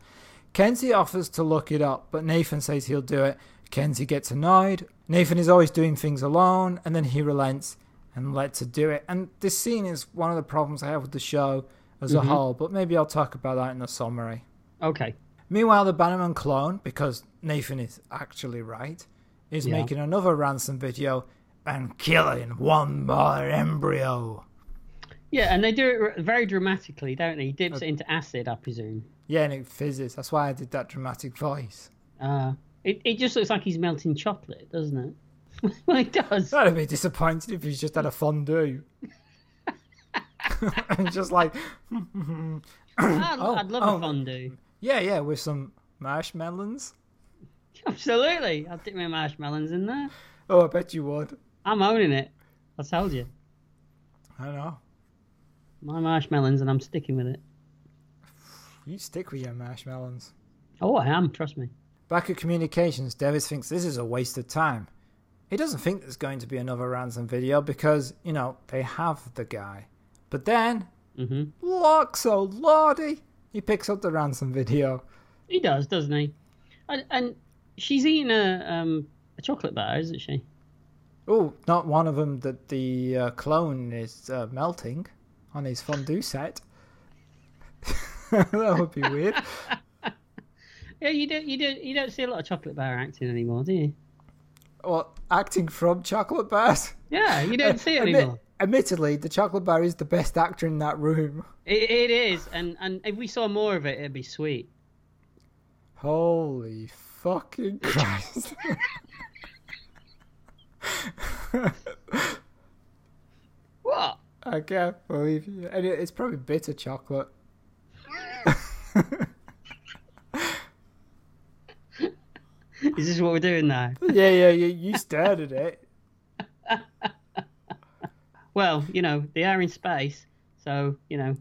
Kenzie offers to look it up, but Nathan says he'll do it. Kenzie gets annoyed. Nathan is always doing things alone, and then he relents and lets her do it. And this scene is one of the problems I have with the show as a whole, but maybe I'll talk about that in the summary. Okay. Meanwhile, the Bannerman clone, because Nathan is actually right, is Yeah. making another ransom video and killing one more embryo. Yeah, and they do it r- very dramatically, don't they? He dips it into acid, I presume. Yeah, and it fizzes. That's why I did that dramatic voice. Uh, it, it just looks like he's melting chocolate, doesn't it? well, it does. I'd be disappointed if he's just had a fondue. and just like, I'd, I'd love oh. a fondue. yeah, yeah, with some marshmallows. Absolutely. I'll dip my marshmallows in there. Oh, I bet you would. I'm owning it. I told you. I know. My marshmallows, and I'm sticking with it. You stick with your marshmallows. Oh, I am, trust me. Back at communications, Davis thinks this is a waste of time. He doesn't think there's going to be another ransom video because, you know, they have the guy. But then, hmm look, so lordy, he picks up the ransom video. He does, doesn't he? And, and she's eating a, um, a chocolate bar, isn't she? Oh, not one of them that the uh, clone is uh, melting on his fondue set. that would be weird. Yeah, you don't, you don't, you don't see a lot of chocolate bar acting anymore, do you? Or acting from chocolate bars. Yeah, you don't see it Admi- anymore. admittedly, the chocolate bar is the best actor in that room. It, it is, and and if we saw more of it, it'd be sweet. Holy fucking Christ. What? I can't believe you. And it, it's probably bitter chocolate. Is this what we're doing now? Yeah, yeah, yeah. You stared at it. Well, you know, they are in space, so you know,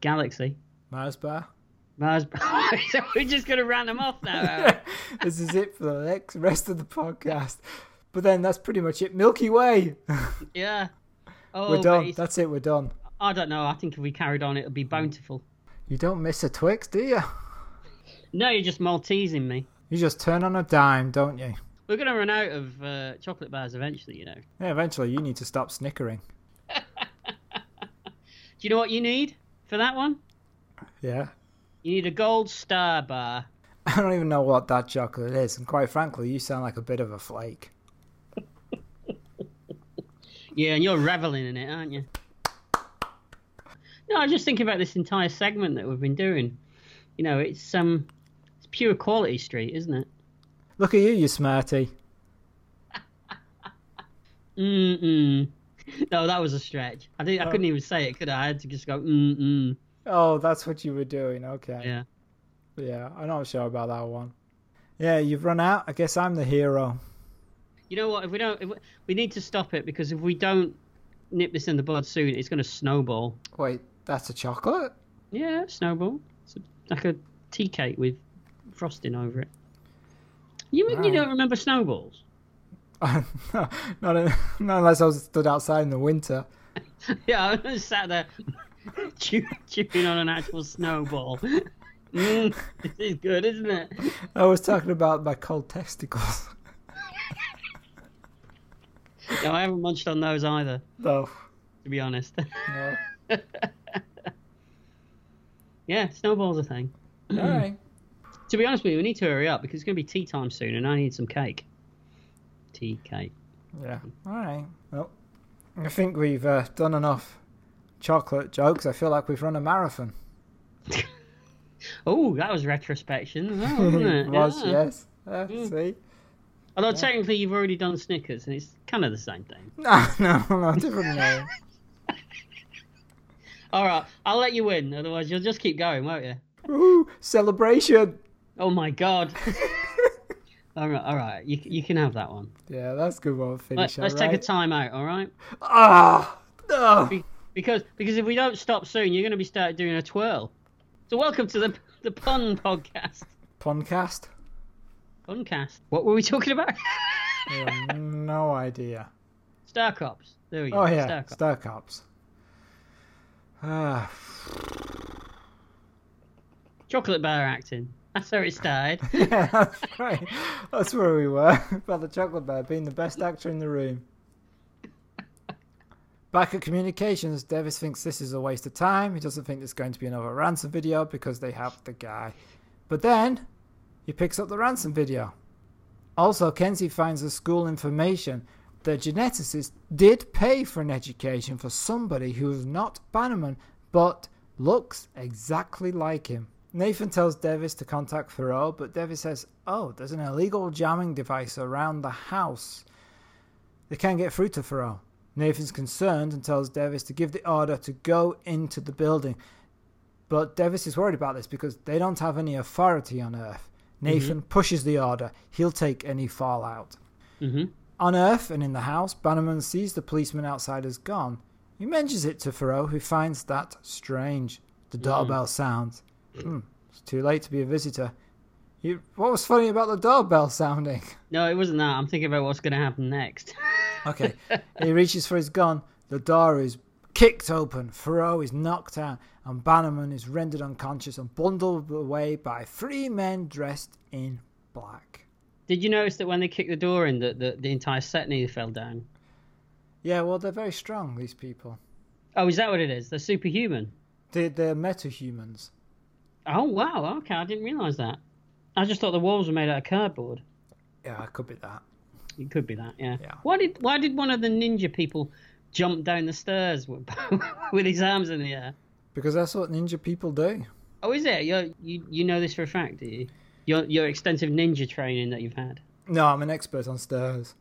galaxy, Mars bar. Mars. so we're just gonna run them off now. are we? This is it for the next rest of the podcast. But then that's pretty much it. Milky Way. yeah. Oh, we're but done. it's- That's it. We're done. I don't know. I think if we carried on, it'd be bountiful. You don't miss a Twix, do you? No, you're just Maltesing me. You just turn on a dime, don't you? We're gonna run out of uh, chocolate bars eventually, you know. Do Yeah, eventually you need to stop snickering. you know what you need for that one? Yeah. You need a gold star bar. I don't even know what that chocolate is. And quite frankly, you sound like a bit of a flake. Yeah, and you're reveling in it, aren't you? No, I'm just thinking about this entire segment that we've been doing. You know, it's um, it's pure quality street, isn't it? Look at you, you smarty. Mm mm. No, that was a stretch. I think I couldn't even say it, could I? I had to just go mm mm. Oh, that's what you were doing. Okay. Yeah. Yeah, I'm not sure about that one. Yeah, you've run out. I guess I'm the hero. You know what? If we don't, if we, we need to stop it because if we don't nip this in the bud soon, it's going to snowball. Wait, that's a chocolate? Yeah, snowball. It's like a tea cake with frosting over it. You mean you Wow. don't remember snowballs? not, not unless I was stood outside in the winter. Yeah, I was sat there chew- chewing on an actual snowball. Mm, this is good, isn't it? I was talking about my cold testicles. No, I haven't munched on those either, No. to be honest. Oh, no. yeah, snowball's a thing. All right. To be honest with you, we need to hurry up because it's going to be tea time soon, and I need some cake. Tea cake. Yeah. All right. Well, I think we've uh, done enough chocolate jokes. I feel like we've run a marathon. Oh, that was retrospection, as well, wasn't it? was yes. Uh, See. Although technically, you've already done Snickers, and it's kind of the same thing. No, no, no, different name. All right, I'll let you win. Otherwise, you'll just keep going, won't you? Woo! Celebration. Oh my god. all right, all right. You, you can have that one. Yeah, that's a good one. to Finish. Let, us take a time out, all right? Ah, no. Be- Because because if we don't stop soon, you're going to be start doing a twirl. So welcome to the the pun podcast. Podcast. Puncast. What were we talking about? I have no idea. Star Cops. There we go. Oh yeah, Star Cops. Star Cops. Ah, Chocolate bar acting. That's how it started. yeah, that's right. That's where we were about the chocolate bear being the best actor in the room. Back at communications, Davis thinks this is a waste of time. He doesn't think there's going to be another ransom video because they have the guy. But then he picks up the ransom video. Also, Kenzie finds the school information. The geneticist did pay for an education for somebody who is not Bannerman but looks exactly like him. Nathan tells Davis to contact Thoreau, but Davis says, Oh, there's an illegal jamming device around the house. They can't get through to Thoreau. Nathan's concerned and tells Davis to give the order to go into the building. But Davis is worried about this because they don't have any authority on Earth. Nathan pushes the order. He'll take any fallout. Mhm. On Earth and in the house, Bannerman sees the policeman outside has gone. He mentions it to Thoreau, who finds that strange. The doorbell sounds. Hmm, it's too late to be a visitor. You, what was funny about the doorbell sounding? No, it wasn't that. I'm thinking about what's going to happen next. Okay. he reaches for his gun. The door is kicked open. Thoreau is knocked out, and Bannerman is rendered unconscious and bundled away by three men dressed in black. Did you notice that when they kicked the door in, that the, the entire set nearly fell down? Yeah, well, they're very strong, these people. Oh, is that what it is? They're superhuman. They, they're metahumans. Oh wow. Okay, I didn't realise that. I just thought the walls were made out of cardboard. Yeah, it could be that. It could be that. Yeah. Yeah. Why did Why did one of the ninja people jump down the stairs with, with his arms in the air? Because that's what ninja people do. Oh, is it? You're, you you know this for a fact, do you? Your your extensive ninja training that you've had. No, I'm an expert on stairs.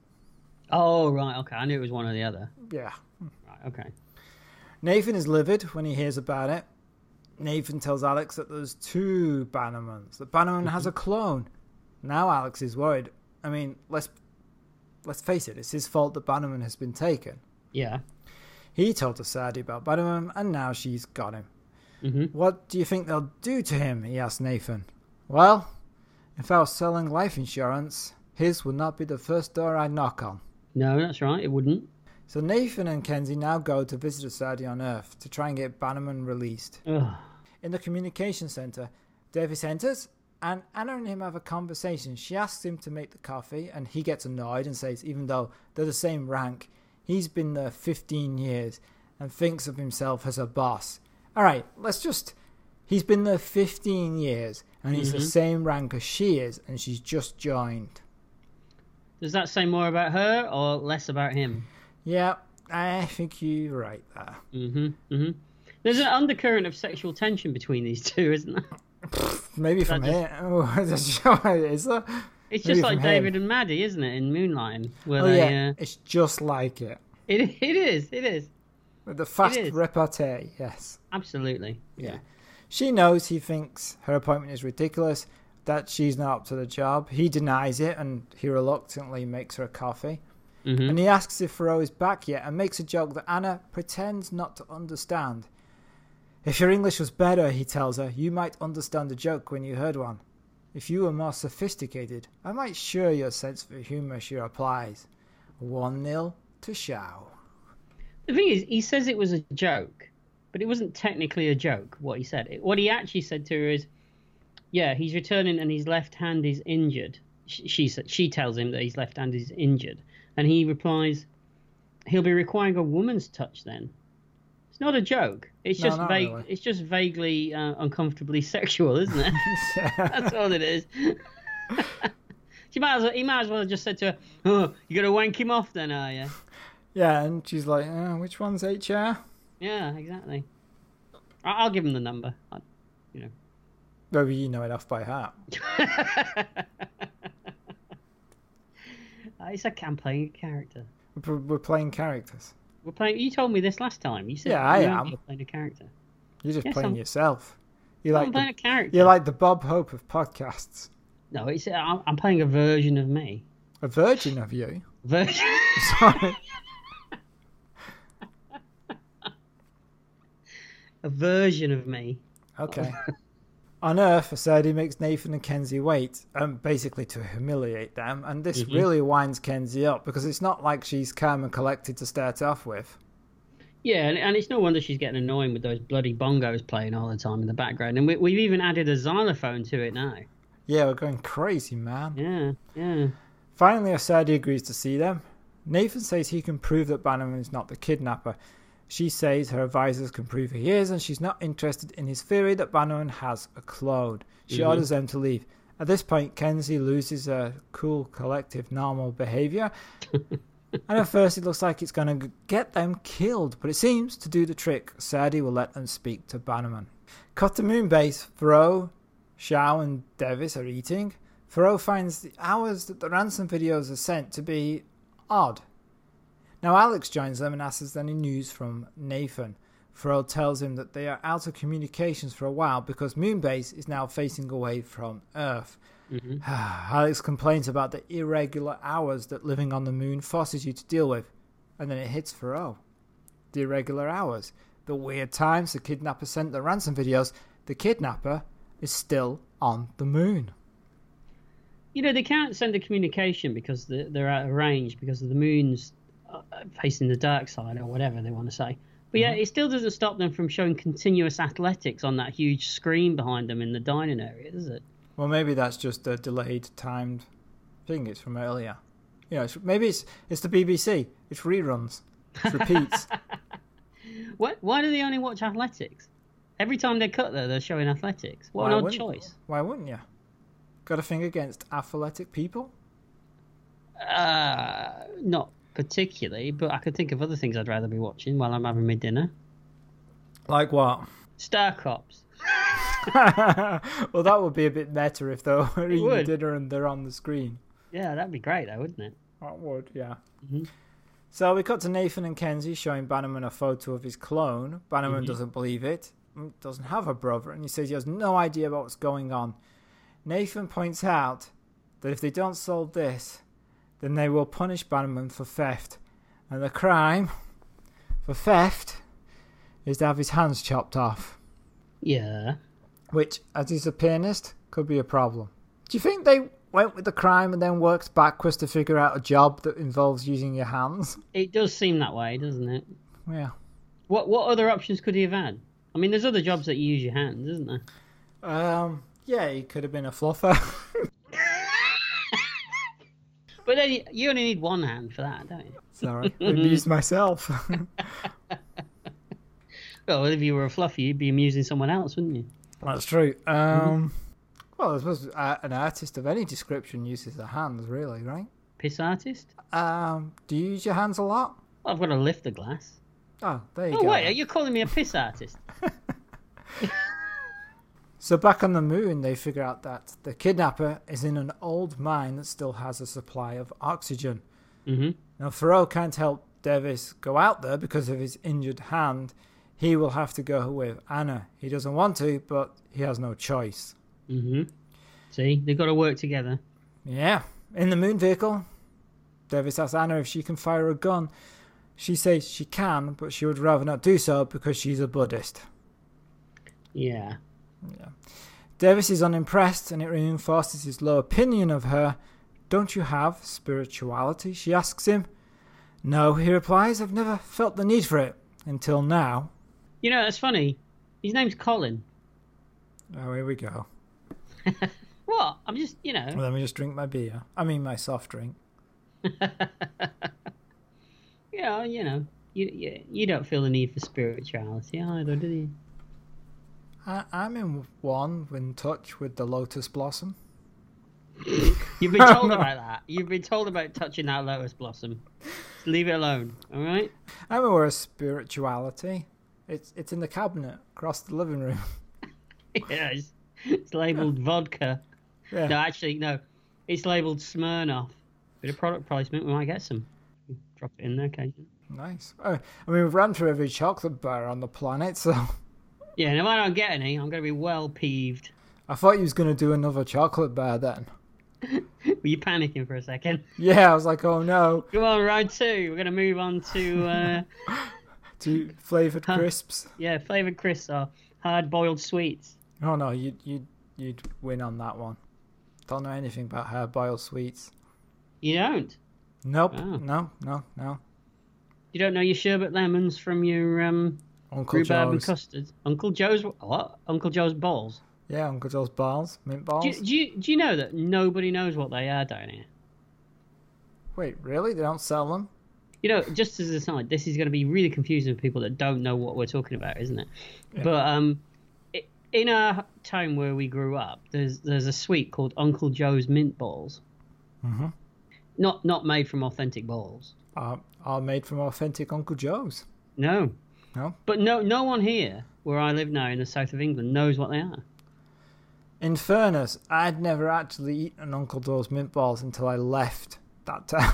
Oh right. Okay, I knew it was one or the other. Yeah. Right. Okay. Nathan is livid when he hears about it. Nathan tells Alex that there's two Bannermans. That Bannerman has a clone. Now Alex is worried. I mean, let's let's face it, it's his fault that Bannerman has been taken. Yeah. He told Asadi about Bannerman, and now she's got him. Mhm. What do you think they'll do to him? He asked Nathan. Well, if I was selling life insurance, his would not be the first door I'd knock on. No, that's right. It wouldn't. So Nathan and Kenzie now go to visit Asadi on Earth to try and get Bannerman released. Ugh. In the communication center, Davis enters and Anna and him have a conversation. She asks him to make the coffee and he gets annoyed and says, even though they're the same rank, he's been there 15 years and thinks of himself as a boss. All right, let's just. He's been there 15 years and he's the same rank as she is and she's just joined. Does that say more about her or less about him? Yeah, I think you're right there. hmm hmm There's an undercurrent of sexual tension between these two, isn't there? Maybe from just- here. Oh, is there? Maybe It's just like from him. David and Maddie, isn't it, in Moonlight? Where Oh, they, yeah. uh, It's just like it. it, it is, it is. The fast is. repartee, yes. Absolutely. Yeah. She knows he thinks her appointment is ridiculous, that she's not up to the job. He denies it and he reluctantly makes her a coffee. Mm-hmm. And he asks if Thoreau is back yet and makes a joke that Anna pretends not to understand. If your English was better, he tells her, you might understand a joke when you heard one. If you were more sophisticated, I might share your sense for humour, she replies. 1 0 to Shao. The thing is, he says it was a joke, but it wasn't technically a joke, what he said. It- What he actually said to her is, yeah, he's returning and his left hand is injured. She, she, sa- she tells him that his left hand is injured. And he replies, he'll be requiring a woman's touch then. It's not a joke. It's No, just not vague. really. It's just vaguely uh, uncomfortably sexual, isn't it? That's all it is. she might as well, he might as well have just said to her, "Oh, you gonna wank him off then, are you?" yeah, and she's like, uh, which one's HR? Yeah, exactly. I- I'll give him the number. I, you know, Maybe you know it off by heart. Uh, it's a campaign character. We're we're playing characters. We're playing. You told me this last time. You said Yeah, I you know am. You're playing a character. You're just Yes, playing I'm- yourself. You I'm like playing a the, character. you're like the Bob Hope of podcasts. No, it's uh, I'm, I'm playing a version of me. A virgin of you. Version. Sorry. a version of me. Okay. On Earth, Asadi makes Nathan and Kenzie wait, um, basically to humiliate them, and this Mm-hmm. really winds Kenzie up because it's not like she's calm and collected to start off with. Yeah, and, and it's no wonder she's getting annoying with those bloody bongos playing all the time in the background. And we, we've even added a xylophone to it now. Yeah, we're going crazy, man. Yeah, yeah. Finally, Asadi agrees to see them. Nathan says he can prove that Bannerman is not the kidnapper. She says her advisors can prove he is, and she's not interested in his theory that Bannerman has a clone. She orders them to leave. At this point, Kenzie loses her cool, collective, normal behavior, and at first it looks like it's going to get them killed, but it seems to do the trick. Asadi will let them speak to Bannerman. Cut to Moon Base, Thoreau, Shao, and Davis are eating. Thoreau finds the hours that the ransom videos are sent to be odd. Now Alex joins them and asks any news from Nathan. Thoreau tells him that they are out of communications for a while because Moonbase is now facing away from Earth. Alex complains about the irregular hours that living on the moon forces you to deal with, and then it hits Thoreau. The irregular hours, the weird times the kidnapper sent the ransom videos, the kidnapper is still on the moon. You know, they can't send a communication because the, they're out of range because of the moon's uh, facing the dark side or whatever they want to say. But Mm-hmm. yeah, it still doesn't stop them from showing continuous athletics on that huge screen behind them in the dining area, does it? Well, maybe that's just a delayed timed thing. It's from earlier. You know, it's, maybe it's it's the BBC. It's reruns. It's repeats. What, why do they only watch athletics? Every time they cut there, they're showing athletics. What Why an odd wouldn't- choice. Why wouldn't you? Got a thing against athletic people? Uh, not particularly, but I could think of other things I'd rather be watching while I'm having my dinner. Like what? Star Cops. well, that would be a bit meta if they were eating would. dinner and they're on the screen. Yeah, that'd be great, though, wouldn't it? That would, yeah. So we cut to Nathan and Kenzie showing Bannerman a photo of his clone. Bannerman doesn't believe it, mm, doesn't have a brother, and he says he has no idea about what's going on. Nathan points out that if they don't solve this, then they will punish Bannerman for theft. And the crime for theft is to have his hands chopped off, Yeah. which, as he's a pianist, could be a problem. Do you think they went with the crime and then worked backwards to figure out a job that involves using your hands? It does seem that way, doesn't it? Yeah. What What other options could he have had? I mean, there's other jobs that you use your hands, isn't there? Um, yeah, he could have been a fluffer. But then you, you only need one hand for that, don't you? Sorry, amused myself. Well, if you were a fluffy, you'd be amusing someone else, wouldn't you? That's true. Um, well, I suppose uh, an artist of any description uses their hands, really, right? Piss artist? Um, do you use your hands a lot? I've got to lift the glass. Oh, there you Oh, go. wait, are you calling me a piss artist? So back on the moon, they figure out that the kidnapper is in an old mine that still has a supply of oxygen. Mm-hmm. Now Thoreau can't help Davis go out there because of his injured hand. He will have to go with Anna. He doesn't want to, but he has no choice. See, they've got to work together. Yeah. In the moon vehicle, Davis asks Anna if she can fire a gun. She says she can, but she would rather not do so because she's a Buddhist. Yeah. Davis is unimpressed and it reinforces his low opinion of her. Don't you have spirituality? She asks him. No, he replies, I've never felt the need for it until now. You know, that's funny. His name's Colin. Oh, here we go. What? I'm just, you know. Let me just drink my beer. I mean, my soft drink. Yeah, yeah, you know, you, you you don't feel the need for spirituality either, do you? I, I'm in one, in touch with the lotus blossom. You've been told about that. You've been told about touching that lotus blossom. Just leave it alone. All right. I'm aware of spirituality. It's it's in the cabinet across the living room. Yeah, it's, it's labeled vodka. Yeah. No, actually, no. It's labeled Smirnoff. Bit of product placement. We might get some. Drop it in there occasionally. Nice. Oh, I mean, we've run through every chocolate bar on the planet, so Yeah, and if I don't get any, I'm going to be well peeved. I thought you was gonna do another chocolate bar then. Were you panicking for a second? Yeah, I was like, oh no, Come on, round two. We're going to move on to, uh, two flavored crisps. yeah, flavoured crisps or hard boiled sweets. Oh no, you'd you'd you'd win on that one. Don't know anything about hard boiled sweets. You don't. Nope. Oh. No. No. No. You don't know your sherbet lemons from your um, Uncle rhubarb and Joe's. custard. Uncle Joe's what? Uncle Joe's balls. yeah, Uncle Joe's balls, mint balls. Do, you- do you do you know that nobody knows what they are down here? Wait, really? They don't sell them? You know, just as an aside, this is going to be really confusing for people that don't know what we're talking about, isn't it? But um, i- in our town where we grew up, there's there's a sweet called Uncle Joe's mint balls. Mm-hmm. Not not made from authentic balls. Are Uh, are made from authentic Uncle Joe's. No. No? But no no one here where I live now in the south of England knows what they are. In fairness, I'd never actually eaten Uncle Joe's mint balls until I left that town.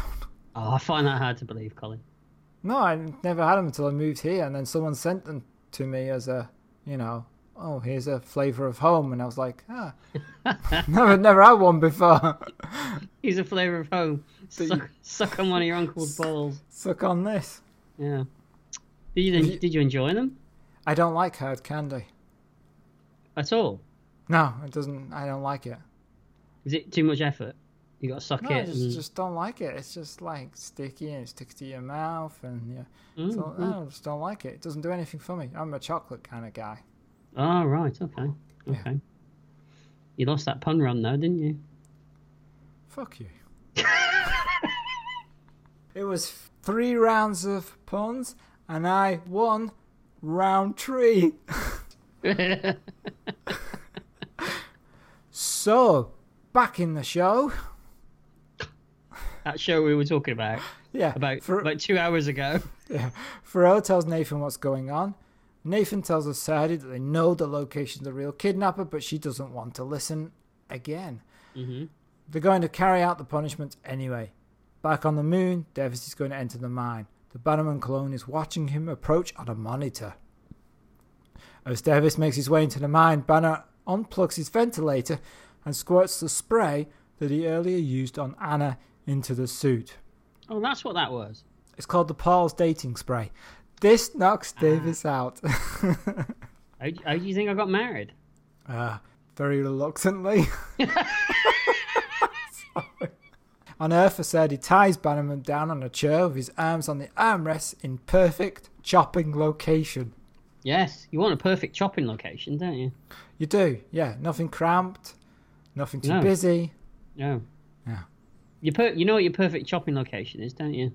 Oh, I find that hard to believe, Colin. No, I never had them until I moved here, and then someone sent them to me as a, you know, oh, here's a flavor of home, and I was like, ah, never, never had one before. He's a flavour of home. But Suck, you- suck on one of your uncle's balls. Suck on this. Yeah. Did you, you- did you enjoy them I don't like hard candy. at all? No, it doesn't. I don't like it. Is it too much effort? You got to suck No, I it. just, and- just don't like it. It's just like sticky and it sticks to your mouth, and yeah, so, I just don't like it. It doesn't do anything for me. I'm a chocolate kind of guy. Oh, right. Okay. Okay. You lost that pun run though, didn't you? Fuck you. it was three rounds of puns, and I won round three. so, back in the show. That show we were talking about Yeah, about for, about two hours ago. Pharrell tells Nathan what's going on. Nathan tells Sadie that they know the location's the real kidnapper, but she doesn't want to listen again. They're going to carry out the punishment anyway. Back on the moon, Davis is going to enter the mine. The Bannerman clone is watching him approach on a monitor. As Davis makes his way into the mine, Banner unplugs his ventilator and squirts the spray that he earlier used on Anna into the suit. Oh, that's what that was. It's called the Paul's Dating Spray. This Ah. knocks Davis out. How, d- how do you think I got married? uh, Ah. very reluctantly. Sorry. On Earth, I said he ties Bannerman down on a chair with his arms on the armrests in perfect chopping location. Yes, you want a perfect chopping location, don't you? You do, yeah. Nothing cramped, nothing too No. busy. No. Yeah. You per- you know what your perfect chopping location is, don't you?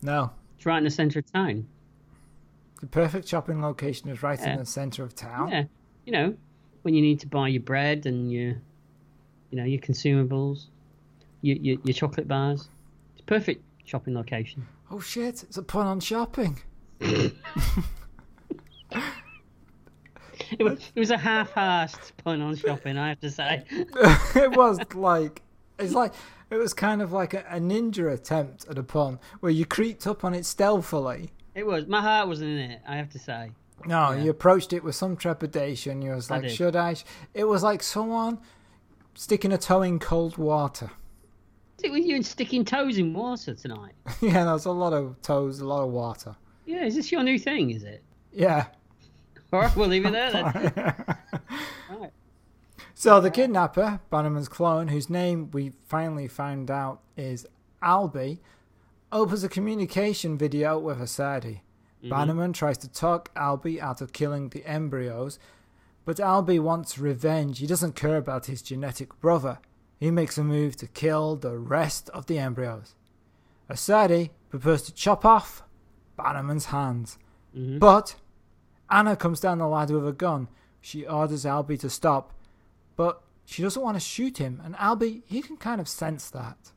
No, It's right in the centre of town. the perfect chopping location is right Yeah. in the centre of town. Yeah. You know, when you need to buy your bread and your, you know, your consumables, your your, your chocolate bars. It's a perfect shopping location. Oh shit, it's a pun on shopping. It was, it was a half-assed pun on shopping, I have to say. it was like it's like it was kind of like a, a ninja attempt at a pun where you creeped up on it stealthily. It was. My heart wasn't in it, I have to say. No, you approached it with some trepidation. You was like, did. should I? sh-" It was like someone sticking a toe in cold water. Stick with you and sticking toes in water tonight. yeah, there was a lot of toes, a lot of water. Yeah, is this your new thing, is it? Yeah. All right, we'll leave it there then. Right. So the kidnapper, Bannerman's clone, whose name we finally found out is Albie, opens a communication video with Asadi. Bannerman tries to talk Albie out of killing the embryos, but Albie wants revenge. He doesn't care about his genetic brother. He makes a move to kill the rest of the embryos. Asadi prefers to chop off Bannerman's hands. But Anna comes down the ladder with a gun. She orders Albie to stop, but she doesn't want to shoot him, and Albie, he can kind of sense that.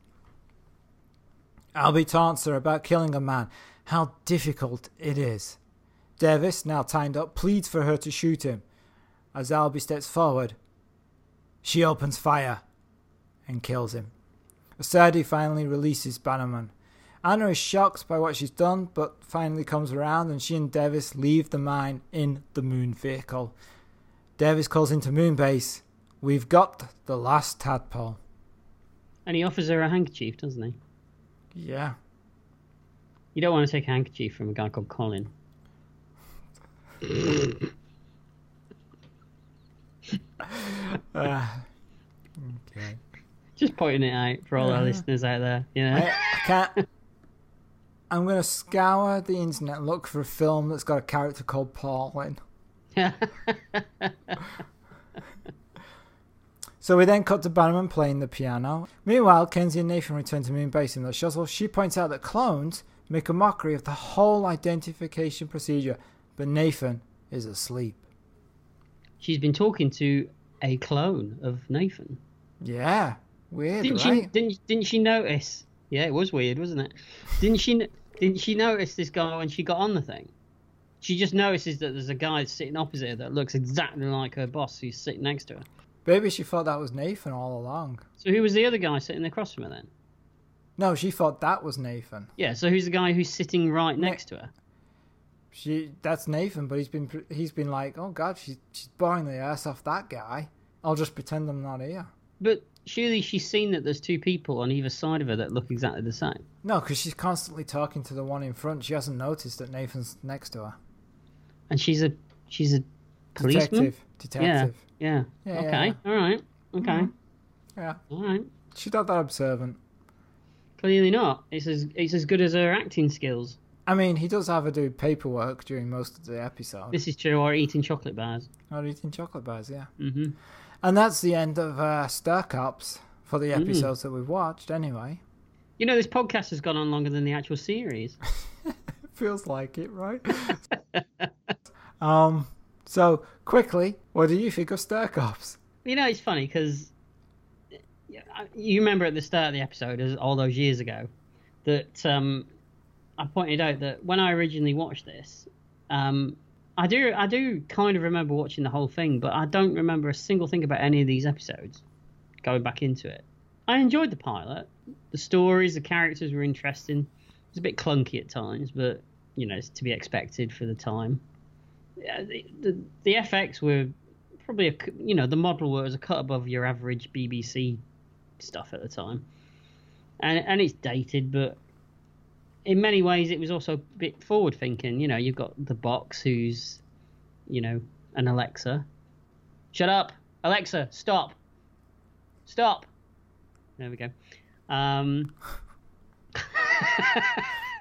Albie taunts her about killing a man, how difficult it is. Davis, now tied up, pleads for her to shoot him. As Albie steps forward, she opens fire and kills him. Asadi finally releases Bannerman. Anna is shocked by what she's done, but finally comes around and she and Davis leave the mine in the moon vehicle. Davis calls into Moonbase, We've got the last tadpole. And he offers her a handkerchief, doesn't he? Yeah. You don't want to take a handkerchief from a guy called Colin. Okay. Just pointing it out for all our listeners out there. You know, I can't. I'm going to scour the internet and look for a film that's got a character called Paul in. so we then cut to Bannerman playing the piano. Meanwhile, Kenzie and Nathan return to Moonbase in the shuttle. She points out that clones make a mockery of the whole identification procedure, but Nathan is asleep. she's been talking to a clone of Nathan. Yeah, weird, Didn't right? she? Didn't Didn't she notice? Yeah, it was weird, wasn't it? Didn't she? n- Didn't she notice this guy when she got on the thing? She just notices that there's a guy sitting opposite her that looks exactly like her boss who's sitting next to her. Maybe she thought that was Nathan all along. So who was the other guy sitting across from her then? No, she thought that was Nathan. Yeah. So who's the guy who's sitting right next to her? She that's Nathan, but he's been pr- he's been like, oh god, she's she's boring the ass off that guy. I'll just pretend I'm not here. But surely she's seen that there's two people on either side of her that look exactly the same. No, because she's constantly talking to the one in front. She hasn't noticed that Nathan's next to her. And she's a she's a policeman. Detective, detective. Yeah. Yeah. Yeah, okay. yeah, All right. Okay. Yeah, All right. she's not that observant. Clearly not. It's as it's as good as her acting skills. I mean, he does have her do paperwork during most of the episode. This is true. Or eating chocolate bars. Or eating chocolate bars, yeah. Mm-hmm. And that's the end of uh, Star Cops for Mm. the episodes that we've watched, anyway. You know, this podcast has gone on longer than the actual series. Feels like it, right? um. So quickly, what do you think of Star Cops? you know, it's funny because you remember at the start of the episode, as all those years ago, that um, I pointed out that when I originally watched this, um, I do I do kind of remember watching the whole thing, but I don't remember a single thing about any of these episodes. Going back into it, I enjoyed the pilot. The stories, the characters were interesting. It was a bit clunky at times, but you know, it's to be expected for the time. Yeah, the, the, the FX were probably a c you know the model was a cut above your average BBC stuff at the time, and and it's dated, but in many ways it was also a bit forward thinking. You know, you've got the box who's, you know, an Alexa. Shut up, Alexa! Stop, stop. There we go. Um,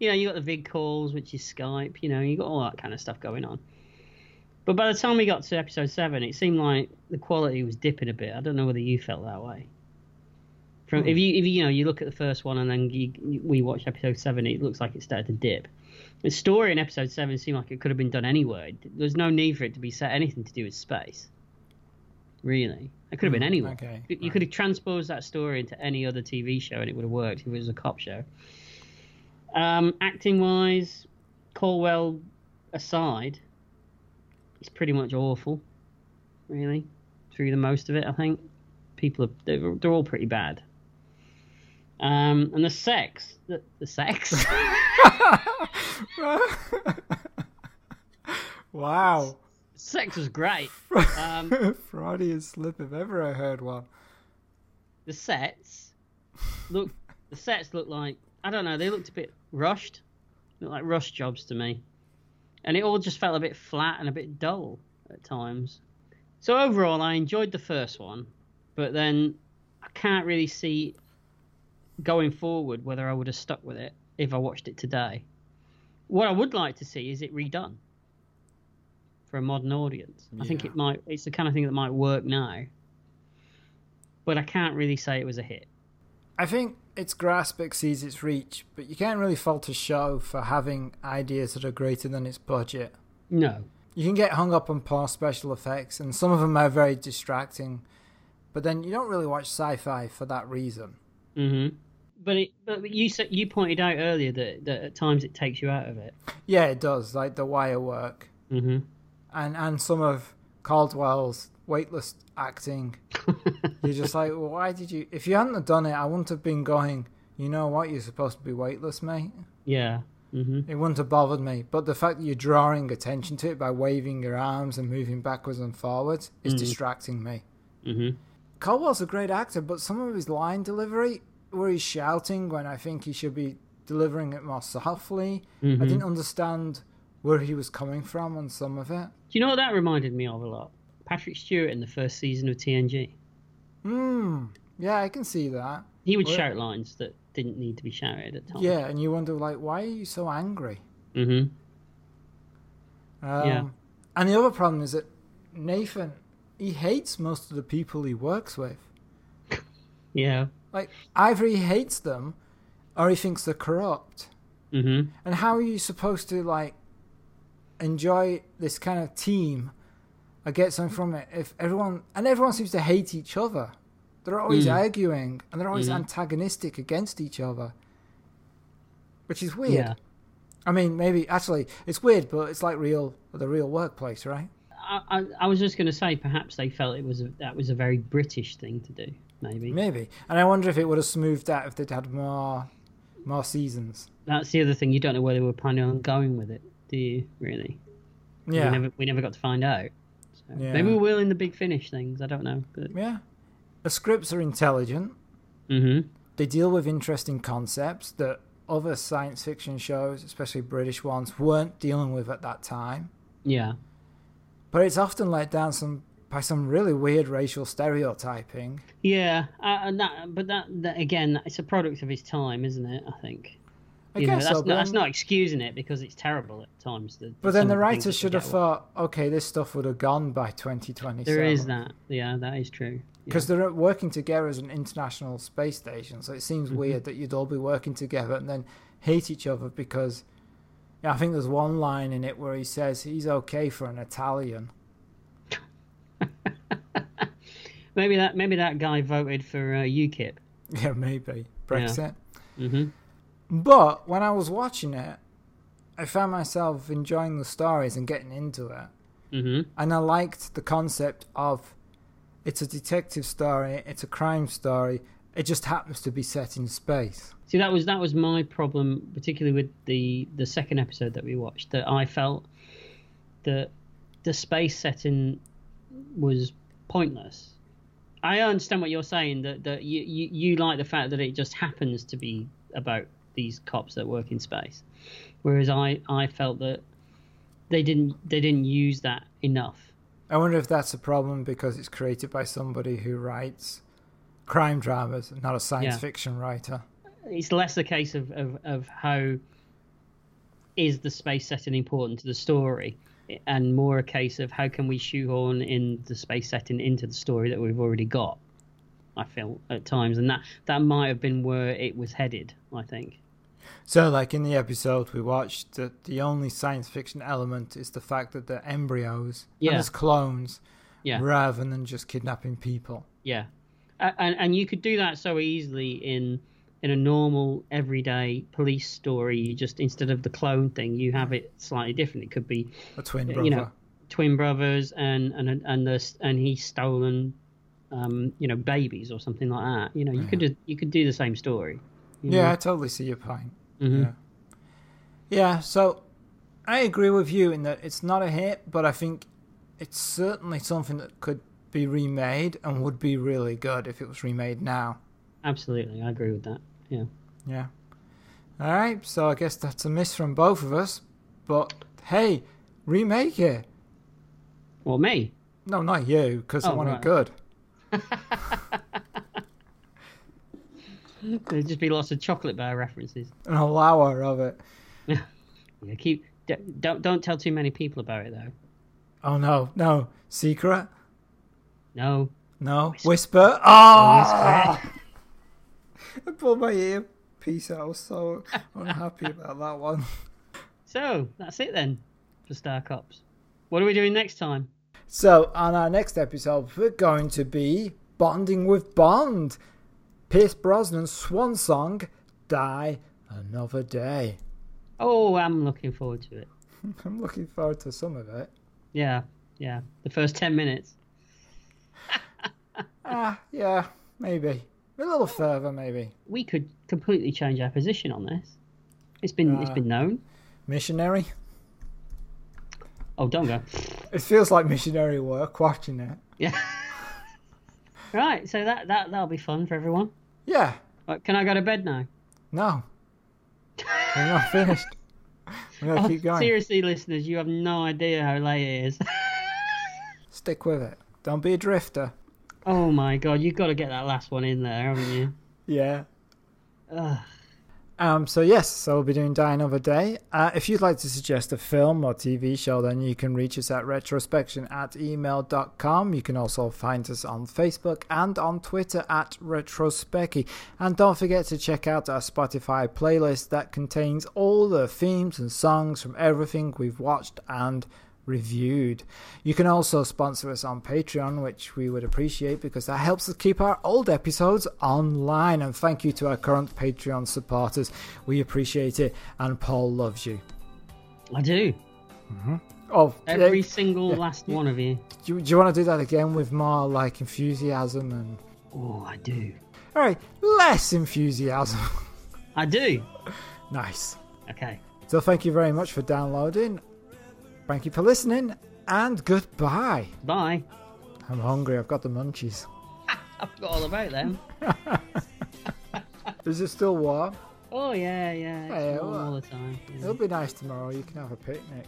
you know, you got the vid calls, which is Skype. You know, you got all that kind of stuff going on. But by the time we got to episode seven, it seemed like the quality was dipping a bit. I don't know whether you felt that way. From if you if you know you look at the first one and then you, you, we watch episode seven, it looks like it started to dip. The story in episode seven seemed like it could have been done anywhere. There's no need for it to be set anything to do with space. Really, it could have been anywhere. okay, You- You could have transposed that story into any other TV show and it would have worked. If it was a cop show. Um, acting wise, Corwell aside, it's pretty much awful, really, through the most of it. I think people are they're, they're all pretty bad. Um, and the sex, the, the sex, Wow, sex was great. Um, Freudian slip if ever I heard one. the sets look, the sets look like I don't know. They looked a bit rushed, looked like rush jobs to me, and it all just felt a bit flat and a bit dull at times. So overall, I enjoyed the first one, but then I can't really see going forward whether I would have stuck with it if I watched it today. What I would like to see is it redone for a modern audience. I think it might. It's the kind of thing that might work now, but I can't really say it was a hit. I think its grasp exceeds its reach, but you can't really fault a show for having ideas that are greater than its budget. No. You can get hung up on poor special effects, and some of them are very distracting, but then you don't really watch sci fi for that reason. Mm-hmm. hmm But it, but you said you pointed out earlier that, that at times it takes you out of it. Yeah, it does, like the wire work. hmm and and some of Caldwell's weightless acting. You're just like, well, why did you? If you hadn't have done it, I wouldn't have been going. You know what? You're supposed to be weightless, mate. Yeah. hmm It wouldn't have bothered me. But the fact that you're drawing attention to it by waving your arms and moving backwards and forwards is distracting me. hmm Caldwell's a great actor, but some of his line delivery, where he's shouting when I think he should be delivering it more softly, I didn't understand where he was coming from on some of it. Do you know what that reminded me of a lot? Patrick Stewart in the first season of TNG. Hmm. Yeah, I can see that. He would Well- shout lines that didn't need to be shouted at times. Yeah, and you wonder like, why are you so angry? hmm Um, Yeah. And the other problem is that Nathan, he hates most of the people he works with. Yeah. Like either he hates them, or he thinks they're corrupt. hmm And how are you supposed to like enjoy this kind of team or get something from it if everyone and everyone seems to hate each other? They're always Mm. arguing and they're Mm-hmm. always antagonistic against each other, which is weird. Yeah. I mean, maybe actually it's weird, but it's like real the real workplace, right? I, I, I was just going to say perhaps they felt it was a, that was a very British thing to do. Maybe Maybe. And I wonder if it would have smoothed out if they'd had more more seasons. that's the other thing. You don't know where they were planning on going with it, do you? Really? Yeah. We never, we never got to find out. So Yeah. Maybe we will in the big finish things. I don't know. But Yeah. The scripts are intelligent. hmm They deal with interesting concepts that other science fiction shows, especially British ones, weren't dealing with at that time. yeah, But it's often let down some by some really weird racial stereotyping. yeah. Uh, and that, but that, that again, it's a product of his time, isn't it? I think. I You know, guess that's, so, not, but that's then- not excusing it because it's terrible at times. The, But some then of the things writers that should they have get thought, okay, this stuff would have gone by 2027. There is that. Yeah, that is true. Yeah. Because they're working together as an international space station, so it seems Mm-hmm. weird that you'd all be working together and then hate each other because yeah, I think there's one line in it where he says he's okay for an Italian. Maybe that maybe that guy voted for uh, UKIP. Yeah, maybe. Brexit. Mhm. But when I was watching it, I found myself enjoying the stories and getting into it. hmm and I liked the concept of it's a detective story, it's a crime story. It just happens to be set in space. See, that was that was my problem, particularly with the the second episode that we watched. That I felt that the space setting was pointless. I understand what you're saying. That that you, you you like the fact that it just happens to be about these cops that work in space, whereas I I felt that they didn't they didn't use that enough. I wonder if that's a problem because it's created by somebody who writes crime dramas, not a science Yeah. fiction writer. it's less a case of, of, of how is the space setting important to the story and more a case of how can we shoehorn in the space setting into the story that we've already got i feel at times and that that might have been where it was headed i think So, like in the episode we watched, that the only science fiction element is the fact that they're embryos Yeah. and there's clones, Yeah. rather than just kidnapping people. yeah A- and and you could do that so easily in in a normal everyday police story you just instead of the clone thing you have it slightly different it could be A twin brother. you know twin brothers and and and the and he's stolen um you know babies or something like that you know you could do, you could do the same story you Yeah, know? I totally see your point. Mhm. Yeah. Yeah, so I agree with you in that it's not a hit, but I think it's certainly something that could be remade and would be really good if it was remade now. absolutely i agree with that yeah Yeah. All right, so I guess that's a miss from both of us, but hey, remake it. well me No, not you, because I Oh, want right. it good. there'd just be lots of chocolate bar references An allower of it. yeah keep d- don't don't tell too many people about it though Oh no, no. Secret? no No. Whisper? Oh! I Ah! pulled my earpiece out. I was so unhappy about that one. So that's it then for Star Cops. What are we doing next time? So, on our next episode, we're going to be bonding with Bond. Pierce Brosnan's swan song, Die Another Day. Oh, I'm looking forward to it. I'm looking forward to some of it. Yeah, yeah. The first ten minutes. Ah, yeah, maybe. A little further, maybe. We could completely change our position on this. It's been Uh, it's been known. Missionary? Oh, don't go. It feels like missionary work watching it. Yeah. right. So that that that'll be fun for everyone. Yeah, Right, can I go to bed now? no. We're not finished. We're going to keep going. Seriously, listeners, you have no idea how late it is. Stick with it. Don't be a drifter. oh my god, you've got to get that last one in there, haven't you? Yeah. Ugh. Um, so yes, so we'll be doing Die Another Day. Uh, if you'd like to suggest a film or TV show, then you can reach us at retrospection at email.com. You can also find us on Facebook and on Twitter at retrospecky. And don't forget to check out our Spotify playlist that contains all the themes and songs from everything we've watched and reviewed. You can also sponsor us on Patreon, which we would appreciate because that helps us keep our old episodes online. And thank you to our current Patreon supporters. We appreciate it, and Paul loves you. I do. Oh, Every eh, single last one of you. do, you- do you want to do that again with more like enthusiasm and. Oh, I do. All right, less enthusiasm. I do. nice. Okay. So thank you very much for downloading. Thank you for listening, and goodbye. Bye. I'm hungry, I've got the munchies. I forgot all about them. Is it still warm? Oh yeah, yeah. It's Hey, all, what? all the time. yeah. It'll be nice tomorrow. You can have a picnic.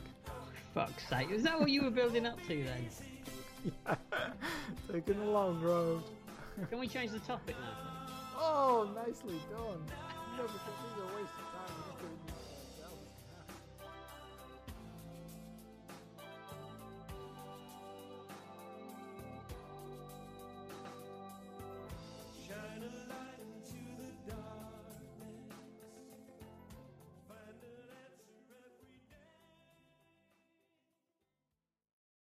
Fuck's sake. Is that what you were building up to then? Taking the long road. Can we change the topic now? Oh, nicely done. Never could be a waste of time.